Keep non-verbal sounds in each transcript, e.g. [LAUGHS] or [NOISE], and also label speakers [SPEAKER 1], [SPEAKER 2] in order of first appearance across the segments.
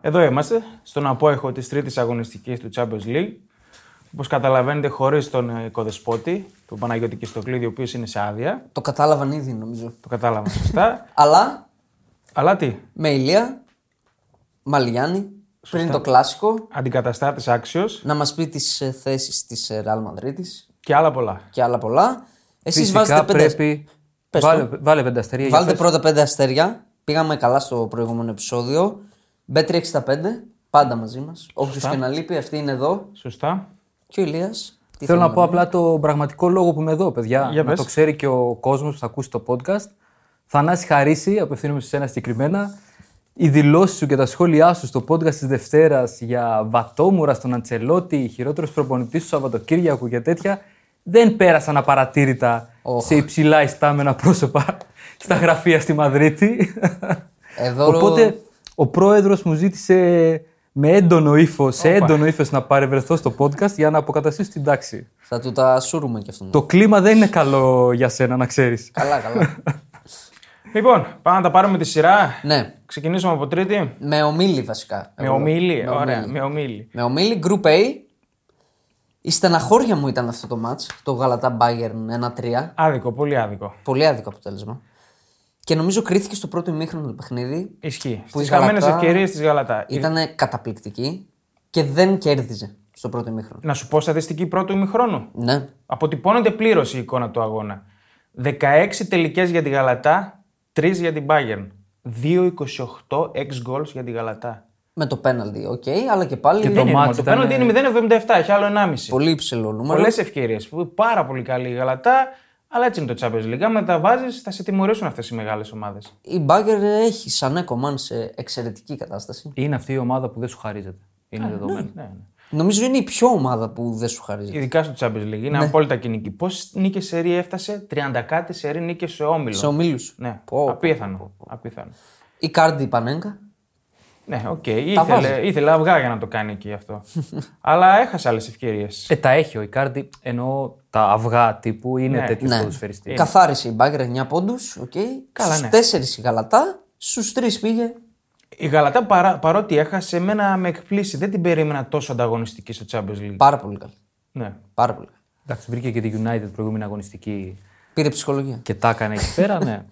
[SPEAKER 1] Εδώ είμαστε, στον απόέχο της τρίτης αγωνιστικής του Champions League. Όπως καταλαβαίνετε, χωρίς τον ε, οικοδεσπότη, τον Παναγιώτη Κιστοκλήδη, ο οποίος είναι σε άδεια.
[SPEAKER 2] Το κατάλαβαν ήδη νομίζω.
[SPEAKER 1] Το κατάλαβα
[SPEAKER 2] [LAUGHS]
[SPEAKER 1] σωστά.
[SPEAKER 2] Αλλά
[SPEAKER 1] Αλλά τι,
[SPEAKER 2] με ηλία, Μαλιάνη, πριν το κλασικό,
[SPEAKER 1] αντικαταστάτης άξιος
[SPEAKER 2] να μας πει ε, τι θέσεις της Real Μαδρίτης
[SPEAKER 1] και άλλα πολλά.
[SPEAKER 2] και άλλα πολλά. Εσείς
[SPEAKER 3] Φυσικά
[SPEAKER 2] βάζετε πέντε.
[SPEAKER 3] πρέπει.
[SPEAKER 2] Πες το.
[SPEAKER 3] Βάλε, βάλε πέντε αστέρια.
[SPEAKER 2] Βάλτε
[SPEAKER 3] για πες.
[SPEAKER 2] πρώτα πέντε αστέρια. Πήγαμε καλά στο προηγούμενο επεισόδιο. B365, πάντα μαζί μας. Όποιος και να λείπει, αυτή είναι εδώ.
[SPEAKER 1] Σωστά.
[SPEAKER 2] Και ο Ηλίας.
[SPEAKER 3] Θέλω να πω απλά το πραγματικό λόγο που είμαι εδώ, παιδιά.
[SPEAKER 1] Για
[SPEAKER 3] να
[SPEAKER 1] πες.
[SPEAKER 3] το ξέρει και ο κόσμος που θα ακούσει το podcast. Θανάση Χαρίση, απευθύνομαι σε σένα συγκεκριμένα. Οι δηλώσεις σου και τα σχόλιά σου στο podcast της Δευτέρας για βατόμουρα στον Αντσελότη, χειρότερος προπονητής του Σαββατοκύριακου και τέτοια, δεν πέρασαν απαρατήρητα σε υψηλά ιστάμενα πρόσωπα [LAUGHS] στα γραφεία στη Μαδρίτη.
[SPEAKER 2] Εδώ
[SPEAKER 3] Οπότε ο πρόεδρος μου ζήτησε με έντονο ύφος, σε έντονο ύφος να παρευρεθώ στο podcast για να αποκαταστήσω την τάξη.
[SPEAKER 2] θα του τα σούρουμε κι αυτόν.
[SPEAKER 3] Το κλίμα δεν είναι καλό για σένα, να ξέρεις.
[SPEAKER 2] Καλά,
[SPEAKER 3] [LAUGHS]
[SPEAKER 2] καλά.
[SPEAKER 1] Λοιπόν, πάμε να τα πάρουμε τη σειρά.
[SPEAKER 2] ναι,
[SPEAKER 1] Ξεκινήσουμε από τρίτη.
[SPEAKER 2] με ομίλη βασικά.
[SPEAKER 1] Με
[SPEAKER 2] Εγώ-
[SPEAKER 1] ομίλη.
[SPEAKER 2] με
[SPEAKER 1] Ωραία,
[SPEAKER 3] ναι.
[SPEAKER 2] ομίλη.
[SPEAKER 1] με ομίλη.
[SPEAKER 2] Με ομίλη, Group A. Η στεναχώρια μου ήταν αυτό το match, το Γαλατά Bayern 1-3.
[SPEAKER 1] Άδικο, πολύ άδικο.
[SPEAKER 2] Πολύ άδικο αποτέλεσμα. Και νομίζω κρίθηκε στο πρώτο ημίχρονο του παιχνίδι.
[SPEAKER 1] Ισχύει.
[SPEAKER 2] Που
[SPEAKER 1] Στις
[SPEAKER 2] η Γαλατά
[SPEAKER 1] χαμένε ευκαιρίες της Γαλατά.
[SPEAKER 2] Ήταν καταπληκτική και δεν κέρδιζε στο πρώτο ημίχρονο.
[SPEAKER 1] Να σου πω στατιστική πρώτου ημιχρόνου.
[SPEAKER 2] Ναι.
[SPEAKER 1] Αποτυπώνεται πλήρως η εικόνα του αγώνα. 16 τελικές για τη Γαλατά, 3 για την Bayern. 2-28 ex goals για τη Γαλατά.
[SPEAKER 2] Με το πέναλτι, οκ, αλλά και πάλι
[SPEAKER 3] το
[SPEAKER 2] είναι
[SPEAKER 3] μάτς
[SPEAKER 1] Το
[SPEAKER 3] ήταν-
[SPEAKER 1] πέναντι είναι 0-77, έχει άλλο 1,5.
[SPEAKER 2] ε, πολύ υψηλό νούμερο.
[SPEAKER 1] Πολλές ευκαιρίες. Πάρα πολύ καλή η Γαλατά, αλλά έτσι είναι το Champions League. Άμα τα βάζεις, θα σε τιμωρήσουν αυτές οι μεγάλες ομάδες.
[SPEAKER 2] Η Μπάγκερ έχει σαν έκομαν σε εξαιρετική κατάσταση.
[SPEAKER 3] Είναι αυτή η ομάδα που δεν σου χαρίζεται. Είναι δεδομένο.
[SPEAKER 1] Ναι, ναι.
[SPEAKER 2] Νομίζω είναι η πιο ομάδα που δεν σου χαρίζει.
[SPEAKER 1] Ειδικά στο Champions League
[SPEAKER 2] Ναι.
[SPEAKER 1] είναι απόλυτα κοινική. Πόσες νίκες σερή έφτασε, 30 κάτι σερή νίκες σε όμιλο.
[SPEAKER 2] Σε ομίλου.
[SPEAKER 1] Ναι,
[SPEAKER 2] Πω.
[SPEAKER 1] απίθανο. απίθανο.
[SPEAKER 2] Η Κάρντι Πανέγκα.
[SPEAKER 1] Ναι, οκ. Ήθελε, ήθελε αυγά για να το κάνει εκεί αυτό. Αλλά έχασε άλλες ευκαιρίες.
[SPEAKER 3] Ε, τα έχει ο Ικάρντι, εννοώ τα αυγά τύπου είναι
[SPEAKER 1] Ναι.
[SPEAKER 3] τέτοιο
[SPEAKER 2] Ναι.
[SPEAKER 3] ποδοσφαιριστή.
[SPEAKER 2] Καθάρισε η Μπάγκερ 9 πόντου. Okay.
[SPEAKER 1] Καλά,
[SPEAKER 2] Στους
[SPEAKER 1] ναι.
[SPEAKER 2] 4 η Γαλατά, στους 3 πήγε.
[SPEAKER 1] Η Γαλατά παρά, παρότι έχασε, εμένα με εκπλήσει. Δεν την περίμενα τόσο ανταγωνιστική στο Champions League.
[SPEAKER 2] Πάρα πολύ καλή.
[SPEAKER 1] Ναι.
[SPEAKER 2] Πάρα πολύ καλή.
[SPEAKER 3] Εντάξει, βρήκε και τη United προηγούμενη αγωνιστική
[SPEAKER 2] Πήρε ψυχολογία.
[SPEAKER 3] και τα έκανε εκεί
[SPEAKER 1] [LAUGHS]
[SPEAKER 3] πέρα, ναι.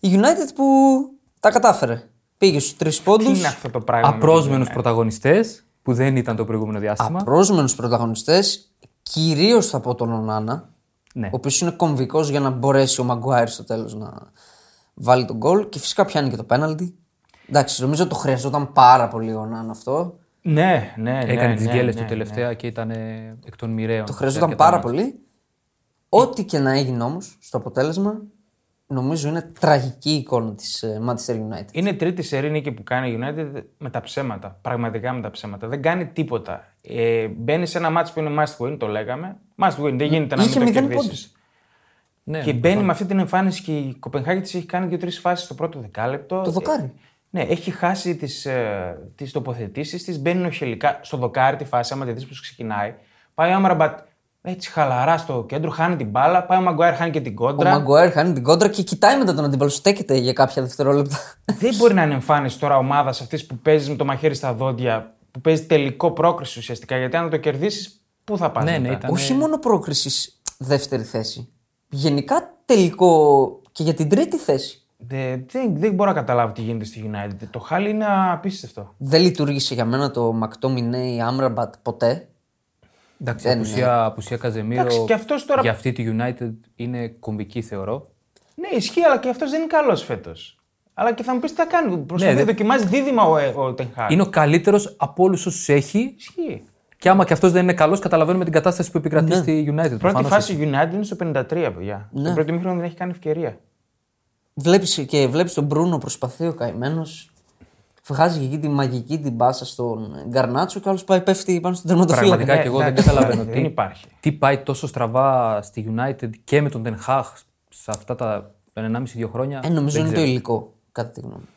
[SPEAKER 2] Η United που τα κατάφερε. Πήγε στους 3 πόντους.
[SPEAKER 1] Τι είναι αυτό το πράγμα.
[SPEAKER 3] Απρόσμενου
[SPEAKER 1] Ναι.
[SPEAKER 3] πρωταγωνιστές που δεν ήταν το προηγούμενο διάστημα.
[SPEAKER 2] Απρόσμενου πρωταγωνιστές, κυρίως θα πω τον Ονάνα,
[SPEAKER 3] Ναι.
[SPEAKER 2] ο οποίος είναι κομβικός για να μπορέσει ο Μαγκουάιρ στο τέλος να βάλει τον γκολ και φυσικά πιάνει και το πέναλτι. Εντάξει, νομίζω το χρειαζόταν πάρα πολύ ο Ονάνα αυτό.
[SPEAKER 1] Ναι, ναι, ναι.
[SPEAKER 3] Έκανε
[SPEAKER 1] ναι,
[SPEAKER 3] τι γκέλε
[SPEAKER 1] ναι,
[SPEAKER 3] του τελευταία και ήταν ε, εκ των μοιραίων.
[SPEAKER 2] Το χρειαζόταν πάρα πολύ. Ό,τι και να έγινε όμως στο αποτέλεσμα, νομίζω είναι τραγική η εικόνα της Manchester United.
[SPEAKER 1] Είναι τρίτη σερή νίκη που κάνει η United με τα ψέματα. Πραγματικά με τα ψέματα. Δεν κάνει τίποτα. Ε, μπαίνει σε ένα μάτσο που είναι must win, το λέγαμε. Must win, δεν γίνεται να
[SPEAKER 2] Ναι. Είχε
[SPEAKER 1] μην το
[SPEAKER 2] μηδέν
[SPEAKER 1] κερδίσεις.
[SPEAKER 3] Ναι.
[SPEAKER 1] Και μπαίνει με αυτή την εμφάνιση και η Κοπενχάγη της έχει κάνει δύο-τρει φάσεις στο πρώτο δεκάλεπτο.
[SPEAKER 2] Το δοκάρι.
[SPEAKER 1] ναι, έχει χάσει τις ε, τις τοποθετήσεις της. Μπαίνει νοχελικά στο δοκάρι τη φάση. Άμα τη δεις πώς ξεκινάει, πάει ο Άμραμπατ έτσι χαλαρά στο κέντρο, χάνει την μπάλα. Πάει ο Μαγκουάιρ, χάνει και την
[SPEAKER 2] Ο
[SPEAKER 1] κόντρα.
[SPEAKER 2] Μαγκουέρ χάνει την κόντρα και κοιτάει μετά τον αντίπαλο. Στέκεται για κάποια δευτερόλεπτα.
[SPEAKER 1] Δεν μπορεί να είναι εμφάνιση τώρα ομάδας αυτής που παίζεις με το μαχαίρι στα δόντια, που παίζει τελικό πρόκριση ουσιαστικά. Γιατί αν το κερδίσεις, πού θα πας.
[SPEAKER 3] Ναι, ναι, ήταν.
[SPEAKER 2] Όχι μόνο πρόκρισης δεύτερη θέση. Γενικά τελικό και για την τρίτη θέση.
[SPEAKER 1] Δεν, δεν, δεν μπορώ να καταλάβω τι γίνεται στη United. Το χάλι είναι απίστευτο.
[SPEAKER 2] Δεν λειτουργήσε για μένα το Μακτόμινέι Άμραμπατ ποτέ.
[SPEAKER 3] Εντάξει,
[SPEAKER 2] Δεν
[SPEAKER 3] απουσία, απουσία Καζεμίρο.
[SPEAKER 1] Εντάξει, και αυτός τώρα-
[SPEAKER 3] Για αυτή τη United είναι κομβική, θεωρώ.
[SPEAKER 1] Ναι, ισχύει, αλλά και αυτός δεν είναι καλός φέτος. Αλλά και θα μου πεις τι θα κάνει. Προσπαθεί
[SPEAKER 3] Ναι,
[SPEAKER 1] να δοκιμάζει δίδυμα ο, ε, ο Τενχάκ.
[SPEAKER 3] Είναι ο καλύτερος από όλους όσους έχει.
[SPEAKER 1] Ισχύει.
[SPEAKER 3] Και άμα και αυτός δεν είναι καλός, καταλαβαίνουμε την κατάσταση που
[SPEAKER 2] Ναι.
[SPEAKER 3] επικρατεί στη United.
[SPEAKER 1] Πρώτη
[SPEAKER 3] προφανώς.
[SPEAKER 1] φάση United είναι στο 53, παιδιά. Ναι. Το πρώτο μήχρονο δεν έχει κάνει ευκαιρία.
[SPEAKER 2] Βλέπεις και βλέπεις τον Μπρούνο προσπαθεί ο καημένος. Βγάζει εκεί τη μαγική την πάσα στον Γκαρνάτσο και άλλος πάει πέφτει πάνω στον τερματοφύλακα.
[SPEAKER 3] Πραγματικά και εγώ δεν
[SPEAKER 1] εντάξει,
[SPEAKER 3] καταλαβαίνω
[SPEAKER 1] δεν
[SPEAKER 3] τι,
[SPEAKER 1] υπάρχει.
[SPEAKER 3] τι πάει τόσο στραβά στη United και με τον Ten Hag σε αυτά τα 1,5-2 χρόνια.
[SPEAKER 2] Ε, νομίζω είναι το υλικό, κατά τη γνώμη μου.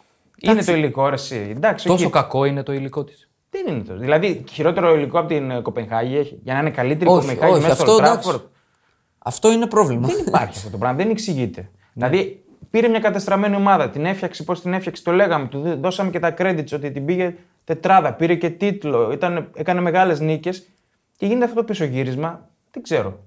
[SPEAKER 1] Είναι το υλικό, ρε, εσύ. Εντάξει,
[SPEAKER 3] Τόσο
[SPEAKER 1] οκ.
[SPEAKER 3] κακό είναι το υλικό της.
[SPEAKER 1] Δεν είναι το. Δηλαδή, χειρότερο υλικό από την ε, Κοπενχάγη έχει. Για να είναι καλύτερη η
[SPEAKER 2] Όχι,
[SPEAKER 1] Κοπενχάγη
[SPEAKER 2] όχι,
[SPEAKER 1] μέσα
[SPEAKER 2] αυτό
[SPEAKER 1] στο Old
[SPEAKER 2] εντάξει.
[SPEAKER 1] Trafford.
[SPEAKER 2] Αυτό είναι πρόβλημα.
[SPEAKER 1] Δεν υπάρχει αυτό το πράγμα, δεν εξηγείται. Δηλαδή, Πήρε μια κατεστραμμένη ομάδα. Την έφτιαξε πώς την έφτιαξε, το λέγαμε. Του δι- δώσαμε και τα credits ότι την πήγε τετράδα. Πήρε και τίτλο. Ήταν, έκανε μεγάλες νίκες. Και γίνεται αυτό το πισωγύρισμα. Δεν ξέρω.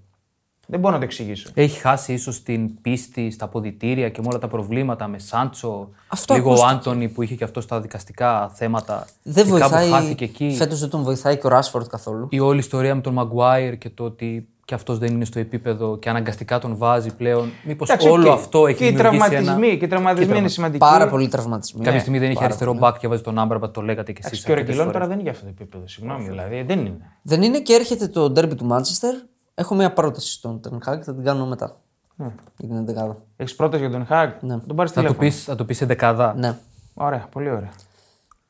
[SPEAKER 1] Δεν μπορώ να το εξηγήσω.
[SPEAKER 3] Έχει χάσει ίσως την πίστη στα ποδητήρια και με όλα τα προβλήματα με Σάντσο.
[SPEAKER 2] Αυτό
[SPEAKER 3] λίγο
[SPEAKER 2] ακούστηκε.
[SPEAKER 3] ο Άντωνη που είχε και αυτό στα δικαστικά θέματα.
[SPEAKER 2] [LAUGHS] Δεν
[SPEAKER 3] και
[SPEAKER 2] βοηθάει.
[SPEAKER 3] Κάπου χάθηκε εκεί.
[SPEAKER 2] Φέτος δεν τον βοηθάει και ο Ράσφορντ καθόλου.
[SPEAKER 3] Η όλη ιστορία με τον Μαγκουάιρ και το ότι και αυτός δεν είναι στο επίπεδο και αναγκαστικά τον βάζει πλέον. Μήπως
[SPEAKER 1] Εντάξει,
[SPEAKER 3] όλο
[SPEAKER 1] και-
[SPEAKER 3] αυτό έχει
[SPEAKER 1] και οι
[SPEAKER 3] δημιουργήσει ένα.
[SPEAKER 1] τραυματισμοί, και Ναι, οι τραυματισμοί είναι σημαντικοί.
[SPEAKER 2] Πάρα πολλοί τραυματισμοί. Ναι.
[SPEAKER 3] Κάποια στιγμή δεν είχε αριστερό μπακ και βάζει τον Άμπραμπα, το λέγατε κι
[SPEAKER 1] Εντάξει,
[SPEAKER 3] εσεί.
[SPEAKER 1] Και ο Ρεγκελόν τώρα δεν είναι για αυτό το επίπεδο. Συγγνώμη, δηλαδή δεν είναι.
[SPEAKER 2] Δεν είναι και έρχεται το ντέρμπι του Μάντσεστερ. Έχω μια πρόταση στον Τενχάκ, θα την κάνω μετά.
[SPEAKER 3] Ναι.
[SPEAKER 2] Για την 11.
[SPEAKER 1] Έχεις πρόταση για τον Χακ.
[SPEAKER 2] Ναι.
[SPEAKER 1] Τον πάρεις
[SPEAKER 3] Θα το
[SPEAKER 1] τηλέφωνο.
[SPEAKER 3] πεις θα το πεις εντεκάδα.
[SPEAKER 2] Ναι.
[SPEAKER 1] Ωραία, πολύ ωραία.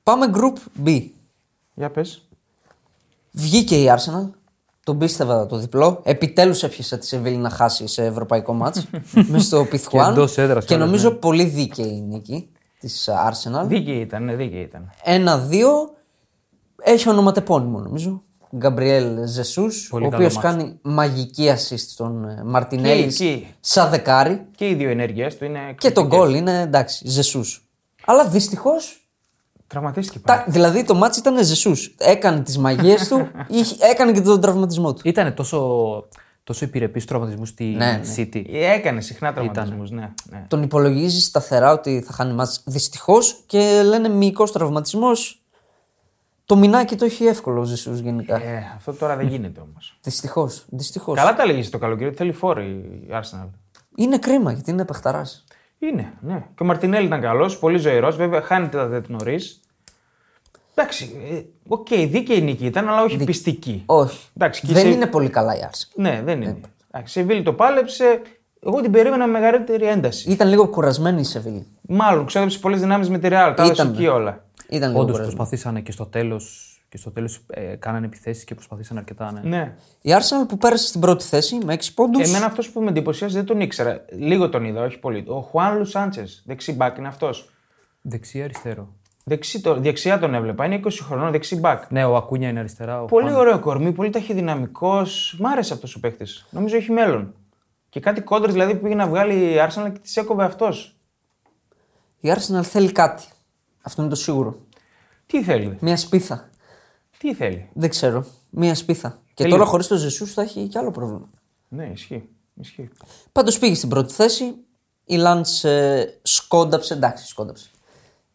[SPEAKER 2] Πάμε group B.
[SPEAKER 1] Για πες.
[SPEAKER 2] Βγήκε η Arsenal. Τον πίστευα το διπλό. Επιτέλους έπιασε τη Σεβίλη να χάσει σε ευρωπαϊκό
[SPEAKER 3] [LAUGHS]
[SPEAKER 2] μάτς μες στο Πιθουάν.
[SPEAKER 3] εντός έδρας ναι.
[SPEAKER 2] Και
[SPEAKER 3] κιόλας,
[SPEAKER 2] νομίζω πολύ δίκαιη η νίκη της Arsenal.
[SPEAKER 1] Δίκαιη ήταν, ναι, δίκαιη ήταν.
[SPEAKER 2] Ένα-δύο. Έχει ονοματεπώνυμο νομίζω. Γκαμπριέλ Ζεσούς, ο
[SPEAKER 3] Πολύ καλό
[SPEAKER 2] οποίος
[SPEAKER 3] μάτς.
[SPEAKER 2] κάνει μαγική assist στον ε,
[SPEAKER 1] Και
[SPEAKER 2] Μαρτινέλη
[SPEAKER 1] εκεί.
[SPEAKER 2] σαν δεκάρι.
[SPEAKER 1] Και οι δύο ενέργειές του είναι.
[SPEAKER 2] Και το
[SPEAKER 1] εκπληκτικές.
[SPEAKER 2] γκολ είναι εντάξει, Ζεσούς. Αλλά δυστυχώς.
[SPEAKER 1] Τραυματίστηκε πάλι.
[SPEAKER 2] Τα... Δηλαδή το μάτι ήταν Ζεσούς. Έκανε τις μαγείες του, είχε- έκανε και τον τραυματισμό του.
[SPEAKER 3] Ήταν τόσο, τόσο επιρρεπή τραυματισμούς στη
[SPEAKER 2] ναι.
[SPEAKER 3] City.
[SPEAKER 1] Έκανε συχνά τραυματισμούς, ναι. ναι.
[SPEAKER 2] Τον υπολογίζεις σταθερά ότι θα χάνει μάτς Δυστυχώς και λένε μυϊκός τραυματισμός. Το μινάκι το έχει εύκολο ο Ζεσούς γενικά.
[SPEAKER 1] Ε, αυτό τώρα
[SPEAKER 3] [LAUGHS]
[SPEAKER 1] δεν γίνεται όμως.
[SPEAKER 2] Δυστυχώς. Δυστυχώς.
[SPEAKER 1] Καλά τα λέγεις το καλοκαίρι, ότι θέλει φόρο η Arsenal.
[SPEAKER 2] Είναι κρίμα γιατί είναι παιχταράς.
[SPEAKER 1] Είναι, ναι. Και ο Μαρτινέλη ήταν καλός, πολύ ζωηρός, βέβαια χάνεται τα τέτ νωρίς. Εντάξει, ε, οκ, δίκαιη νίκη ήταν, αλλά όχι πιστική.
[SPEAKER 2] Όχι.
[SPEAKER 1] Εντάξει, και
[SPEAKER 2] δεν
[SPEAKER 1] σε-
[SPEAKER 2] είναι πολύ καλά η Άρσεν.
[SPEAKER 1] Ναι, δεν είναι. Εντάξει, η Σεβίλη το πάλεψε. Εγώ την περίμενα με μεγαλύτερη ένταση.
[SPEAKER 2] Ήταν λίγο κουρασμένη η Σεβίλη.
[SPEAKER 1] Μάλλον ξόδεψε πολλές δυνάμεις με τη Ρεάλ. Τα έδωσε
[SPEAKER 2] Ήταν.
[SPEAKER 1] εκεί όλα.
[SPEAKER 2] Ήταν λίγο
[SPEAKER 3] Όντως
[SPEAKER 2] κουρασμένη.
[SPEAKER 3] προσπαθήσανε και στο τέλος. Και στο τέλος ε, κάνανε επιθέσεις και προσπαθήσανε αρκετά. Ναι.
[SPEAKER 1] Ναι.
[SPEAKER 2] Η Arsenal που πέρασε στην πρώτη θέση με 6 πόντους.
[SPEAKER 1] Εμένα αυτός που με εντυπωσίασε δεν τον ήξερα. Λίγο τον είδα, όχι πολύ. Ο Χουάν Λου Σάντσες, δεξί μπακ είναι αυτός.
[SPEAKER 3] Δεξί-αριστερό.
[SPEAKER 1] Δεξί, το, δεξιά τον έβλεπα, είναι 20 χρονών, δεξί μπακ.
[SPEAKER 3] Ναι, ο Ακούνια είναι αριστερά. Ο
[SPEAKER 1] Πολύ ωραίο κορμί, πολύ ταχυδυναμικός. Μ' άρεσε αυτός ο παίκτης. Νομίζω έχει μέλλον. Και κάτι κόντρες δηλαδή που πήγε να βγάλει η Arsenal και τη έκοβε αυτός.
[SPEAKER 2] Η Arsenal θέλει κάτι. Αυτό είναι το σίγουρο.
[SPEAKER 1] Τι θέλει,
[SPEAKER 2] Μια σπίθα.
[SPEAKER 1] τι θέλει.
[SPEAKER 2] Δεν ξέρω. Μία σπίθα. Και τώρα χωρίς τον Ζεσούς θα έχει κι άλλο πρόβλημα.
[SPEAKER 1] Ναι, ισχύει. ισχύει.
[SPEAKER 2] Πάντως πήγε στην πρώτη θέση. Η Λαντ σκόνταψε. Εντάξει, σκόνταψε.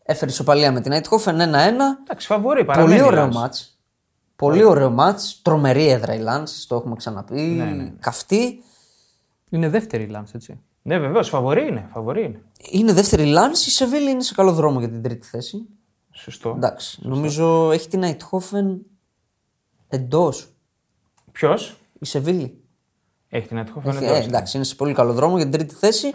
[SPEAKER 2] Έφερε ισοπαλία με την Αιτχόφεν 1-1.
[SPEAKER 1] Εντάξει, φαβορεί παραμένει.
[SPEAKER 2] Πολύ
[SPEAKER 1] η Ναι.
[SPEAKER 2] ωραίο
[SPEAKER 1] Λάνς.
[SPEAKER 2] μάτ. Πολύ ωραίο μάτ. Τρομερή έδρα η Λαντ. Το έχουμε ξαναπεί.
[SPEAKER 1] Ναι,
[SPEAKER 2] Καυτή.
[SPEAKER 3] Είναι δεύτερη η Λάνς,
[SPEAKER 1] [LAUGHS]
[SPEAKER 3] έτσι.
[SPEAKER 1] Ναι, βεβαίως, φαβορεί είναι. Φαβορεί είναι.
[SPEAKER 2] Είναι δεύτερη η Λαντ. Η Σεβίλη είναι σε καλό δρόμο για την τρίτη θέση.
[SPEAKER 1] Σωστό.
[SPEAKER 2] Εντάξει. Νομίζω έχει την Αιτχόφεν εντός.
[SPEAKER 1] Ποιος
[SPEAKER 2] Η Σεβίλη.
[SPEAKER 1] έχει την ατυχόφωνη
[SPEAKER 2] Ε, εντάξει, είναι σε πολύ καλό δρόμο για την τρίτη θέση.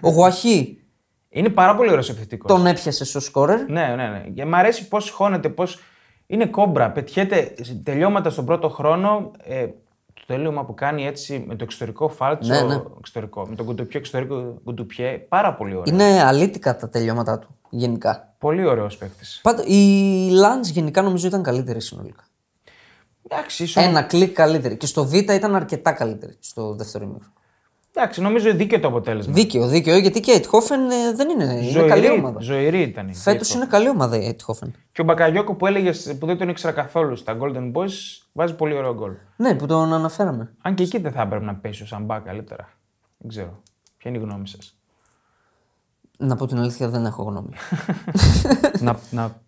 [SPEAKER 2] Ο Γουαχή
[SPEAKER 1] Είναι πάρα πολύ ωραίος επιθετικός.
[SPEAKER 2] τον έπιασε ω σκόρερ.
[SPEAKER 1] Ναι, ναι, ναι. Και μ' αρέσει πώς χώνεται, πώς. Είναι κόμπρα. Πετιέται σε τελειώματα στον πρώτο χρόνο. Ε, το τελείωμα που κάνει έτσι με το εξωτερικό φάλτσο.
[SPEAKER 2] Ναι, ναι.
[SPEAKER 1] Εξωτερικό, με τον κουντουπιέ εξωτερικό κουντουπιέ. Πάρα πολύ ωραίο.
[SPEAKER 2] Είναι αλήτικα τα τελειώματά του γενικά.
[SPEAKER 1] Πολύ ωραίος παίκτης.
[SPEAKER 2] Πάντω, η Λαντ γενικά νομίζω ήταν καλύτερη συνολικά.
[SPEAKER 1] Εντάξει, ίσως-
[SPEAKER 2] Ένα κλικ καλύτερη. Και στο Β ήταν αρκετά καλύτερη στο δεύτερο ημίχρονο.
[SPEAKER 1] Εντάξει, νομίζω δίκαιο το αποτέλεσμα.
[SPEAKER 2] Δίκαιο, δίκαιο, ε, γιατί και η Αιτχόφεν ε, δεν είναι. Είναι καλή ομάδα.
[SPEAKER 1] ζωηρή ήταν. η
[SPEAKER 2] Φέτος είναι καλή ομάδα η Αιτχόφεν.
[SPEAKER 1] Και ο Μπακαγιώκο που έλεγες που δεν τον ήξερα καθόλου στα Golden Boys βάζει πολύ ωραίο γκολ.
[SPEAKER 2] Ναι, που τον αναφέραμε.
[SPEAKER 1] Αν και εκεί δεν θα έπρεπε να πέσει ο Σαμπά καλύτερα. Δεν ξέρω. Ποια είναι η γνώμη σας.
[SPEAKER 2] Να πω την αλήθεια, δεν έχω γνώμη.
[SPEAKER 3] να, να...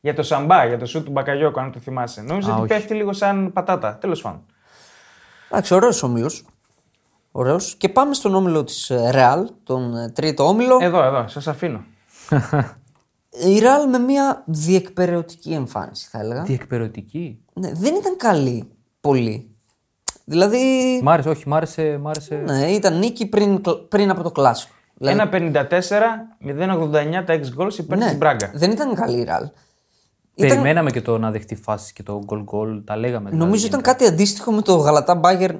[SPEAKER 1] Για το Σαμπά, για το σου του Μπακαγιώκο, αν το θυμάσαι. Νόμιζα ότι πέφτει λίγο σαν πατάτα. Τέλος πάντων.
[SPEAKER 2] Εντάξει, ωραίος όμιλο. Ωραίος. Και πάμε στον όμιλο της Ρεάλ, τον ε, τρίτο όμιλο.
[SPEAKER 1] Εδώ, εδώ, σας αφήνω.
[SPEAKER 2] Η Ρεάλ με μια διεκπαιρεωτική εμφάνιση, θα έλεγα.
[SPEAKER 3] Διεκπαιρεωτική.
[SPEAKER 2] Ναι, δεν ήταν καλή πολύ. Δηλαδή,
[SPEAKER 3] Μ' άρεσε, όχι, μ' άρεσε. Μ άρεσε...
[SPEAKER 2] ναι, ήταν νίκη πριν, κλ- πριν από το κλασικό. Δηλαδή,
[SPEAKER 1] 1.54-0.89 τα 6 goals υπέρ
[SPEAKER 2] ναι,
[SPEAKER 1] της Μπράγκα.
[SPEAKER 2] δεν ήταν καλή η Ρεάλ.
[SPEAKER 3] Περιμέναμε και το να δεχτεί φάσεις και το γκολ γκολ. Τα λέγαμε. δηλαδή.
[SPEAKER 2] Νομίζω ήταν κάτι αντίστοιχο με το γαλατά μπάγκερ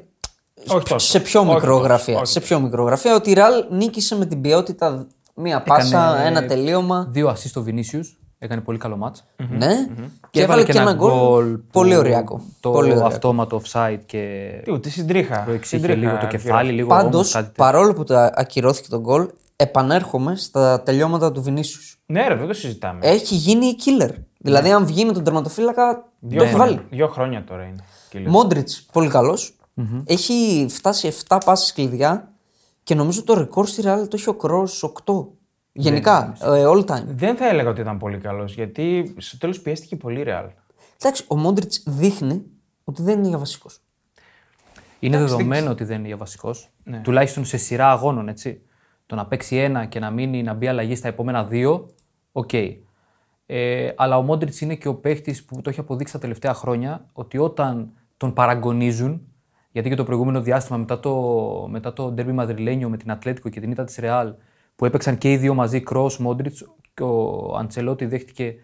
[SPEAKER 1] Όχι τόσο.
[SPEAKER 2] σε πιο
[SPEAKER 1] Όχι τόσο,
[SPEAKER 2] μικρογραφία.
[SPEAKER 1] όχι
[SPEAKER 2] σε πιο μικρογραφία ότι η Ραλ νίκησε με την ποιότητα μία πάσα, ένα τελείωμα.
[SPEAKER 3] Δύο ασύ στο Βινίσιου. Έκανε πολύ καλό μάτς.
[SPEAKER 2] Ναι. Και έβαλε και ένα γκολ.
[SPEAKER 3] που
[SPEAKER 2] Πολύ ωριακό.
[SPEAKER 3] Το
[SPEAKER 2] Πολύ ωραίο.
[SPEAKER 3] αυτόματο offside και.
[SPEAKER 1] Τι, ούτε συντρίχα.
[SPEAKER 3] Το εξήγησε
[SPEAKER 1] συντρίχα
[SPEAKER 3] λίγο το
[SPEAKER 1] γύρω.
[SPEAKER 3] κεφάλι, λίγο
[SPEAKER 2] Πάντω,
[SPEAKER 3] όμως κάτι
[SPEAKER 2] παρόλο που τα ακυρώθηκε τον γκολ, επανέρχομαι στα τελειώματα του Βινίσιου.
[SPEAKER 1] Ναι, ρε, δεν το
[SPEAKER 3] Ε,
[SPEAKER 1] συζητάμε.
[SPEAKER 2] Έχει γίνει η killer. Δηλαδή, αν βγει με τον τερματοφύλακα,
[SPEAKER 1] δύο,
[SPEAKER 2] το έχει
[SPEAKER 1] χρόνια,
[SPEAKER 2] βάλει.
[SPEAKER 1] δύο χρόνια τώρα είναι.
[SPEAKER 3] Ναι.
[SPEAKER 1] Κιλέ.
[SPEAKER 2] Μόντριτ, πολύ καλός. Έχει φτάσει 7 πάσει κλειδιά και νομίζω το ρεκόρ στη Real το έχει ο Κρό 8. Γενικά, ε, all time.
[SPEAKER 1] Δεν θα έλεγα ότι ήταν πολύ καλός γιατί στο τέλος πιέστηκε πολύ ρεάλ.
[SPEAKER 2] Εντάξει, ο Μόντριτ δείχνει ότι δεν είναι για βασικός.
[SPEAKER 3] Είναι δεδομένο ότι δεν είναι για βασικός. Τουλάχιστον σε σειρά αγώνων, έτσι. Το να παίξει ένα και να μείνει να μπει αλλαγή στα επόμενα δύο, οκ. Ε, αλλά ο Μόντριτ είναι και ο παίχτης που το έχει αποδείξει τα τελευταία χρόνια ότι όταν τον παραγωνίζουν, γιατί και το προηγούμενο διάστημα μετά το, μετά το ντέρμπι Μαδριλένιο με την Ατλέτικο και την ήττα της Ρεάλ, που έπαιξαν και οι δύο μαζί, Κρό, Μόντριτ, και ο Αντσελότη δέχτηκε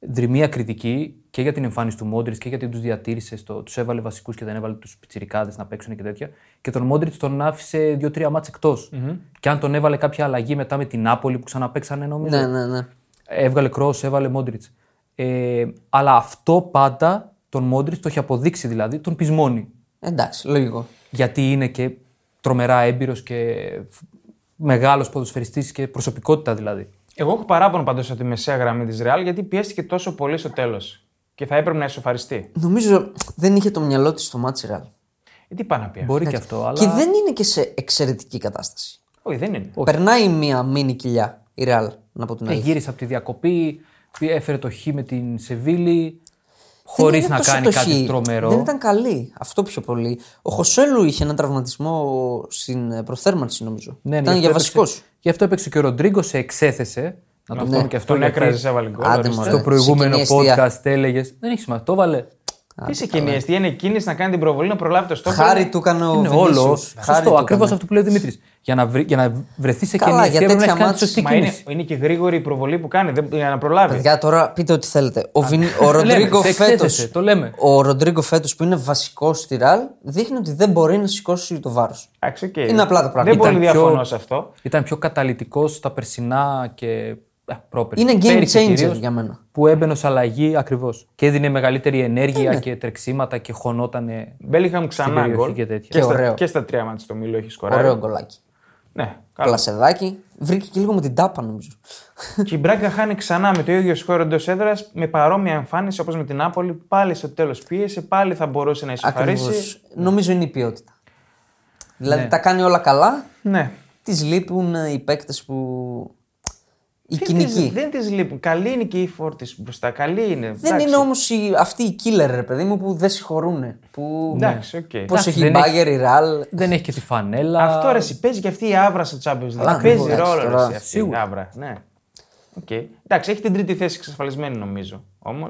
[SPEAKER 3] δρυμία κριτική και για την εμφάνιση του Μόντριτ και γιατί τους διατήρησε, στο, τους έβαλε βασικούς και δεν έβαλε τους πιτσιρικάδες να παίξουν και τέτοια. Και τον Μόντριτ τον άφησε δύο-τρία μάτς εκτός. Και αν τον έβαλε κάποια αλλαγή μετά με την Νάπολη που ξαναπέξανε, νομίζω.
[SPEAKER 2] Ναι, ναι, ναι.
[SPEAKER 3] Έβγαλε Κρό, έβαλε Μόντριτ. Ε, αλλά αυτό πάντα τον Μόντριτ το έχει αποδείξει δηλαδή, τον πεισμώνει.
[SPEAKER 2] Εντάξει, λογικό.
[SPEAKER 3] Γιατί είναι και τρομερά έμπειρος και μεγάλος ποδοσφαιριστής και προσωπικότητα δηλαδή.
[SPEAKER 1] Εγώ έχω παράπονο πάντως από τη μεσαία γραμμή της Ρεάλ γιατί πιέστηκε τόσο πολύ στο τέλος. Και θα έπρεπε να ισοφαριστεί.
[SPEAKER 2] Νομίζω δεν είχε το μυαλό της στο μάτσι Real.
[SPEAKER 1] Ε, τι πάει να πει αυτό.
[SPEAKER 3] Μπορεί και αυτό, αλλά.
[SPEAKER 2] Και δεν είναι και σε εξαιρετική κατάσταση.
[SPEAKER 1] Όχι, δεν είναι.
[SPEAKER 2] Περνάει μία μίνι κοιλιά η Real, να πω την
[SPEAKER 3] Ε,
[SPEAKER 2] αλήθεια.
[SPEAKER 3] γύρισε από τη διακοπή, έφερε το χ με την Σεβίλη,
[SPEAKER 2] Δεν
[SPEAKER 3] χωρίς
[SPEAKER 2] είναι
[SPEAKER 3] να
[SPEAKER 2] τόσο
[SPEAKER 3] κάνει
[SPEAKER 2] το
[SPEAKER 3] κάτι
[SPEAKER 2] χ.
[SPEAKER 3] τρομερό.
[SPEAKER 2] Δεν ήταν καλή. Αυτό πιο πολύ. Ο Χωσέλου είχε έναν τραυματισμό στην ε, προθέρμανση, νομίζω.
[SPEAKER 3] Ναι, ναι,
[SPEAKER 2] ήταν
[SPEAKER 3] γι'
[SPEAKER 2] για
[SPEAKER 3] αυτό
[SPEAKER 2] βασικό.
[SPEAKER 3] έπαιξε- Γι' αυτό έπαιξε και ο Ροντρίγκο, σε εξέθεσε. Να
[SPEAKER 2] Ναι.
[SPEAKER 3] το πούμε και αυτό.
[SPEAKER 1] Τον
[SPEAKER 3] γιατί
[SPEAKER 1] έκραζε, έβαλε γκολ.
[SPEAKER 2] Άντε,
[SPEAKER 1] ορίστε.
[SPEAKER 2] μωρέ.
[SPEAKER 3] Το προηγούμενο
[SPEAKER 2] Συγκινήστια.
[SPEAKER 3] podcast έλεγες. Δεν έχει σημασία, το βάλε.
[SPEAKER 1] Είσαι κινηστή, είναι κίνηση να κάνει την προβολή, να προλάβει το στόχο.
[SPEAKER 2] Χάρη του έκανε ο
[SPEAKER 3] Είναι
[SPEAKER 2] Βινίσιους.
[SPEAKER 3] όλο.
[SPEAKER 2] Χάρη του
[SPEAKER 3] Σωστό,
[SPEAKER 2] έκανε.
[SPEAKER 3] ακριβώ αυτό που λέει ο Δημήτρης. Για να, βρει- για να βρεθεί σε
[SPEAKER 2] Καλά,
[SPEAKER 3] κοινή
[SPEAKER 2] για
[SPEAKER 3] ευθεία πρέπει να
[SPEAKER 2] τέτοια
[SPEAKER 3] έχει κάνει τη
[SPEAKER 2] μάτς,
[SPEAKER 3] σωστή
[SPEAKER 1] Μα είναι,
[SPEAKER 3] κίνηση.
[SPEAKER 1] είναι και γρήγορη η προβολή που κάνει δεν, για να προλάβει.
[SPEAKER 2] Παιδιά, τώρα πείτε ό,τι θέλετε. Ο, Βιν... ο Ροντρίγκο
[SPEAKER 3] σε
[SPEAKER 2] φέτος.
[SPEAKER 3] εξέθεσε, το λέμε.
[SPEAKER 2] Ο Ροντρίγκο φέτος που είναι βασικό στη Ραλ δείχνει ότι δεν μπορεί να σηκώσει το βάρος.
[SPEAKER 1] Εντάξει, οκ.
[SPEAKER 2] Είναι απλά τα πράγματα.
[SPEAKER 1] Δεν πολύ
[SPEAKER 3] Ήταν πιο-
[SPEAKER 1] διαφωνώ σε αυτό.
[SPEAKER 3] Ήταν πιο καταλητικός στα περσινά και ε, πρόπερσι.
[SPEAKER 2] Είναι game
[SPEAKER 3] Πέρυσι
[SPEAKER 2] changer
[SPEAKER 3] κυρίως,
[SPEAKER 2] για μένα.
[SPEAKER 3] Που έμπαινε ως αλλαγή ακριβώς. Και έδινε μεγαλύτερη
[SPEAKER 2] Ναι,
[SPEAKER 3] ενέργεια και τρεξίματα και χωνότανε.
[SPEAKER 1] Μπέλιχαμ ξανά
[SPEAKER 3] περιοχή
[SPEAKER 1] γκολ.
[SPEAKER 3] και τέτοια.
[SPEAKER 2] Και
[SPEAKER 1] στα-
[SPEAKER 2] ωραίο.
[SPEAKER 1] και στα τρία μάτια στο Μήλο έχει σκοράρει.
[SPEAKER 2] Ωραίο γκολάκι.
[SPEAKER 1] Ναι, καλά.
[SPEAKER 2] Πλασεδάκι. Βρήκε και λίγο με την τάπα, νομίζω.
[SPEAKER 1] Και η Μπράγκα χάνει ξανά με το ίδιο σχόλιο εντός έδρας με παρόμοια εμφάνιση όπως με την Νάπολη. Πάλι στο τέλος πίεσε, πάλι θα μπορούσε να
[SPEAKER 2] Ακριβώ.
[SPEAKER 1] ισοφαρίσει.
[SPEAKER 2] Νομίζω είναι η ποιότητα. Δηλαδή τα κάνει όλα καλά,
[SPEAKER 1] Ναι.
[SPEAKER 2] τη λείπουν ε, οι παίκτες που. Οι
[SPEAKER 1] Δεν
[SPEAKER 2] κοινικοί.
[SPEAKER 1] της- Δεν τη λείπουν. Καλή είναι και η φόρτη μπροστά. Καλή είναι.
[SPEAKER 2] Δεν είναι όμως αυτοί οι killer, ρε παιδί μου, που δεν συγχωρούν. Που...
[SPEAKER 1] Εντάξει, οκ.
[SPEAKER 2] Πώ
[SPEAKER 3] Εντάξει,
[SPEAKER 2] έχει η
[SPEAKER 3] δεν έχει-
[SPEAKER 2] Μπάγκερ, η Ραλ.
[SPEAKER 3] Δεν έχει και τη φανέλα.
[SPEAKER 1] Αυτό ρε, εσύ, παίζει και αυτή η άβρα στο Champions League.
[SPEAKER 2] ακριβώς,
[SPEAKER 1] Παίζει ρόλο ρε,
[SPEAKER 2] τώρα,
[SPEAKER 1] εσύ, αυτή η άβρα. Ναι. Οκ. Εντάξει, έχει την τρίτη θέση εξασφαλισμένη νομίζω. Όμως.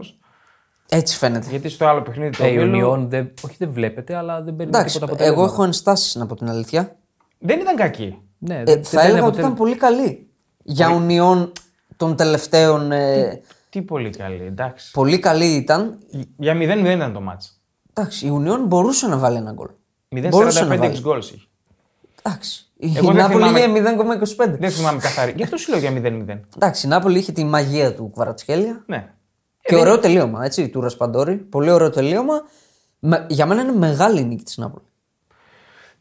[SPEAKER 2] Έτσι φαίνεται.
[SPEAKER 1] Γιατί στο άλλο παιχνίδι του
[SPEAKER 3] Ε, η
[SPEAKER 1] ομίλου
[SPEAKER 3] Union δεν, όχι δεν βλέπετε, αλλά δεν παίρνει
[SPEAKER 2] Εντάξει,
[SPEAKER 3] τίποτα αποτέλεσμα.
[SPEAKER 2] εγώ έχω ενστάσεις να πω την αλήθεια.
[SPEAKER 1] δεν ήταν κακή.
[SPEAKER 3] Ναι, δεν-
[SPEAKER 2] Ε,
[SPEAKER 3] δεν-
[SPEAKER 2] θα
[SPEAKER 3] δεν
[SPEAKER 2] έλεγα ότι
[SPEAKER 3] αποτέλεσμα.
[SPEAKER 2] ήταν πολύ καλή. Για ουνιών των τελευταίων. ε,
[SPEAKER 1] Τι πολύ καλή, εντάξει.
[SPEAKER 2] πολύ καλή ήταν.
[SPEAKER 1] Για 0-0 ήταν το μάτς.
[SPEAKER 2] Εντάξει, η Ουνιόν μπορούσε να βάλει ένα γκολ. Μπορούσε να
[SPEAKER 1] 0-45
[SPEAKER 2] βάλει.
[SPEAKER 1] εξ γκολς είχε.
[SPEAKER 2] Εντάξει. Η
[SPEAKER 1] Εγώ δεν
[SPEAKER 2] Νάπολη
[SPEAKER 1] θυμάμαι-
[SPEAKER 2] είχε 0,25.
[SPEAKER 1] Δεν θυμάμαι καθαρή. Γι' αυτό σου λέω για 0-0.
[SPEAKER 2] Εντάξει, η Νάπολη είχε τη μαγεία του Κουβαρατσχέλια.
[SPEAKER 1] Ναι.
[SPEAKER 2] και ωραίο τελείωμα, έτσι, του Ρασπαντόρη. Πολύ ωραίο τελείωμα. Με- για μένα είναι μεγάλη η νίκη της Νάπολης.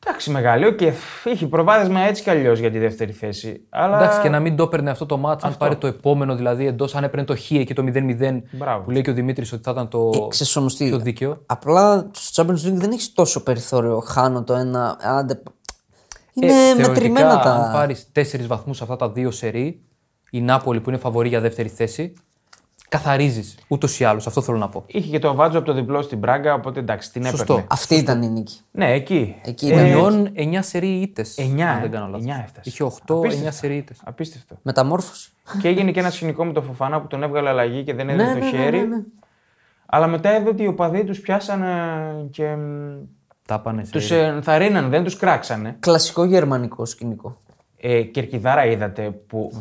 [SPEAKER 1] Εντάξει, μεγάλο και είχε προβάδισμα έτσι κι αλλιώς για τη δεύτερη θέση. Αλλά
[SPEAKER 3] Εντάξει, και να μην το έπαιρνε αυτό το μάτσο, αν πάρει το επόμενο δηλαδή εντός, αν έπαιρνε το Χ εκεί το 0-0
[SPEAKER 1] Μπράβο.
[SPEAKER 3] που λέει και ο Δημήτρης ότι θα ήταν
[SPEAKER 2] Ε,
[SPEAKER 3] το
[SPEAKER 2] Ξεσωμωστή.
[SPEAKER 3] πιο δίκαιο.
[SPEAKER 2] Απλά στο Champions League δεν έχεις τόσο περιθώριο. Χάνω το ένα. Άντε... Είναι
[SPEAKER 3] Ε, θεωρητικά,
[SPEAKER 2] μετρημένα τα.
[SPEAKER 3] Αν πάρεις τέσσερις βαθμούς αυτά τα δύο σερί, η Νάπολη που είναι φαβορή για δεύτερη θέση, καθαρίζεις ούτως ή άλλως. Αυτό θέλω να πω.
[SPEAKER 1] είχε και το βάτζο από το διπλό στην Πράγκα, οπότε εντάξει, την έπαιρνε.
[SPEAKER 3] Σωστό.
[SPEAKER 2] Αυτή ήταν η νίκη.
[SPEAKER 1] Ναι, εκεί.
[SPEAKER 2] Εκεί
[SPEAKER 1] Ε,
[SPEAKER 2] ήταν.
[SPEAKER 3] Ενιών 9 σερί ήττες.
[SPEAKER 1] Εννιά,
[SPEAKER 3] Αν
[SPEAKER 1] ε.
[SPEAKER 3] δεν κάνω λάθος.
[SPEAKER 1] Εννιά έφτασε.
[SPEAKER 3] Είχε 8-9
[SPEAKER 1] Απίστευτα.
[SPEAKER 3] σερί ήττες.
[SPEAKER 1] Απίστευτο.
[SPEAKER 2] Μεταμόρφωση.
[SPEAKER 1] και έγινε και ένα σκηνικό με τον Φοφανά που τον έβγαλε αλλαγή και δεν έδινε
[SPEAKER 2] Ναι,
[SPEAKER 1] το
[SPEAKER 2] ναι, ναι,
[SPEAKER 1] χέρι.
[SPEAKER 2] ναι, ναι.
[SPEAKER 1] Αλλά μετά είδε ότι οι οπαδοί τους πιάσανε και
[SPEAKER 3] Τα πάνε σε.
[SPEAKER 1] τους ενθαρρύναν, δεν τους κράξανε.
[SPEAKER 2] Κλασικό γερμανικό σκηνικό.
[SPEAKER 1] Ε, κερκιδάρα είδατε που
[SPEAKER 2] Ναι.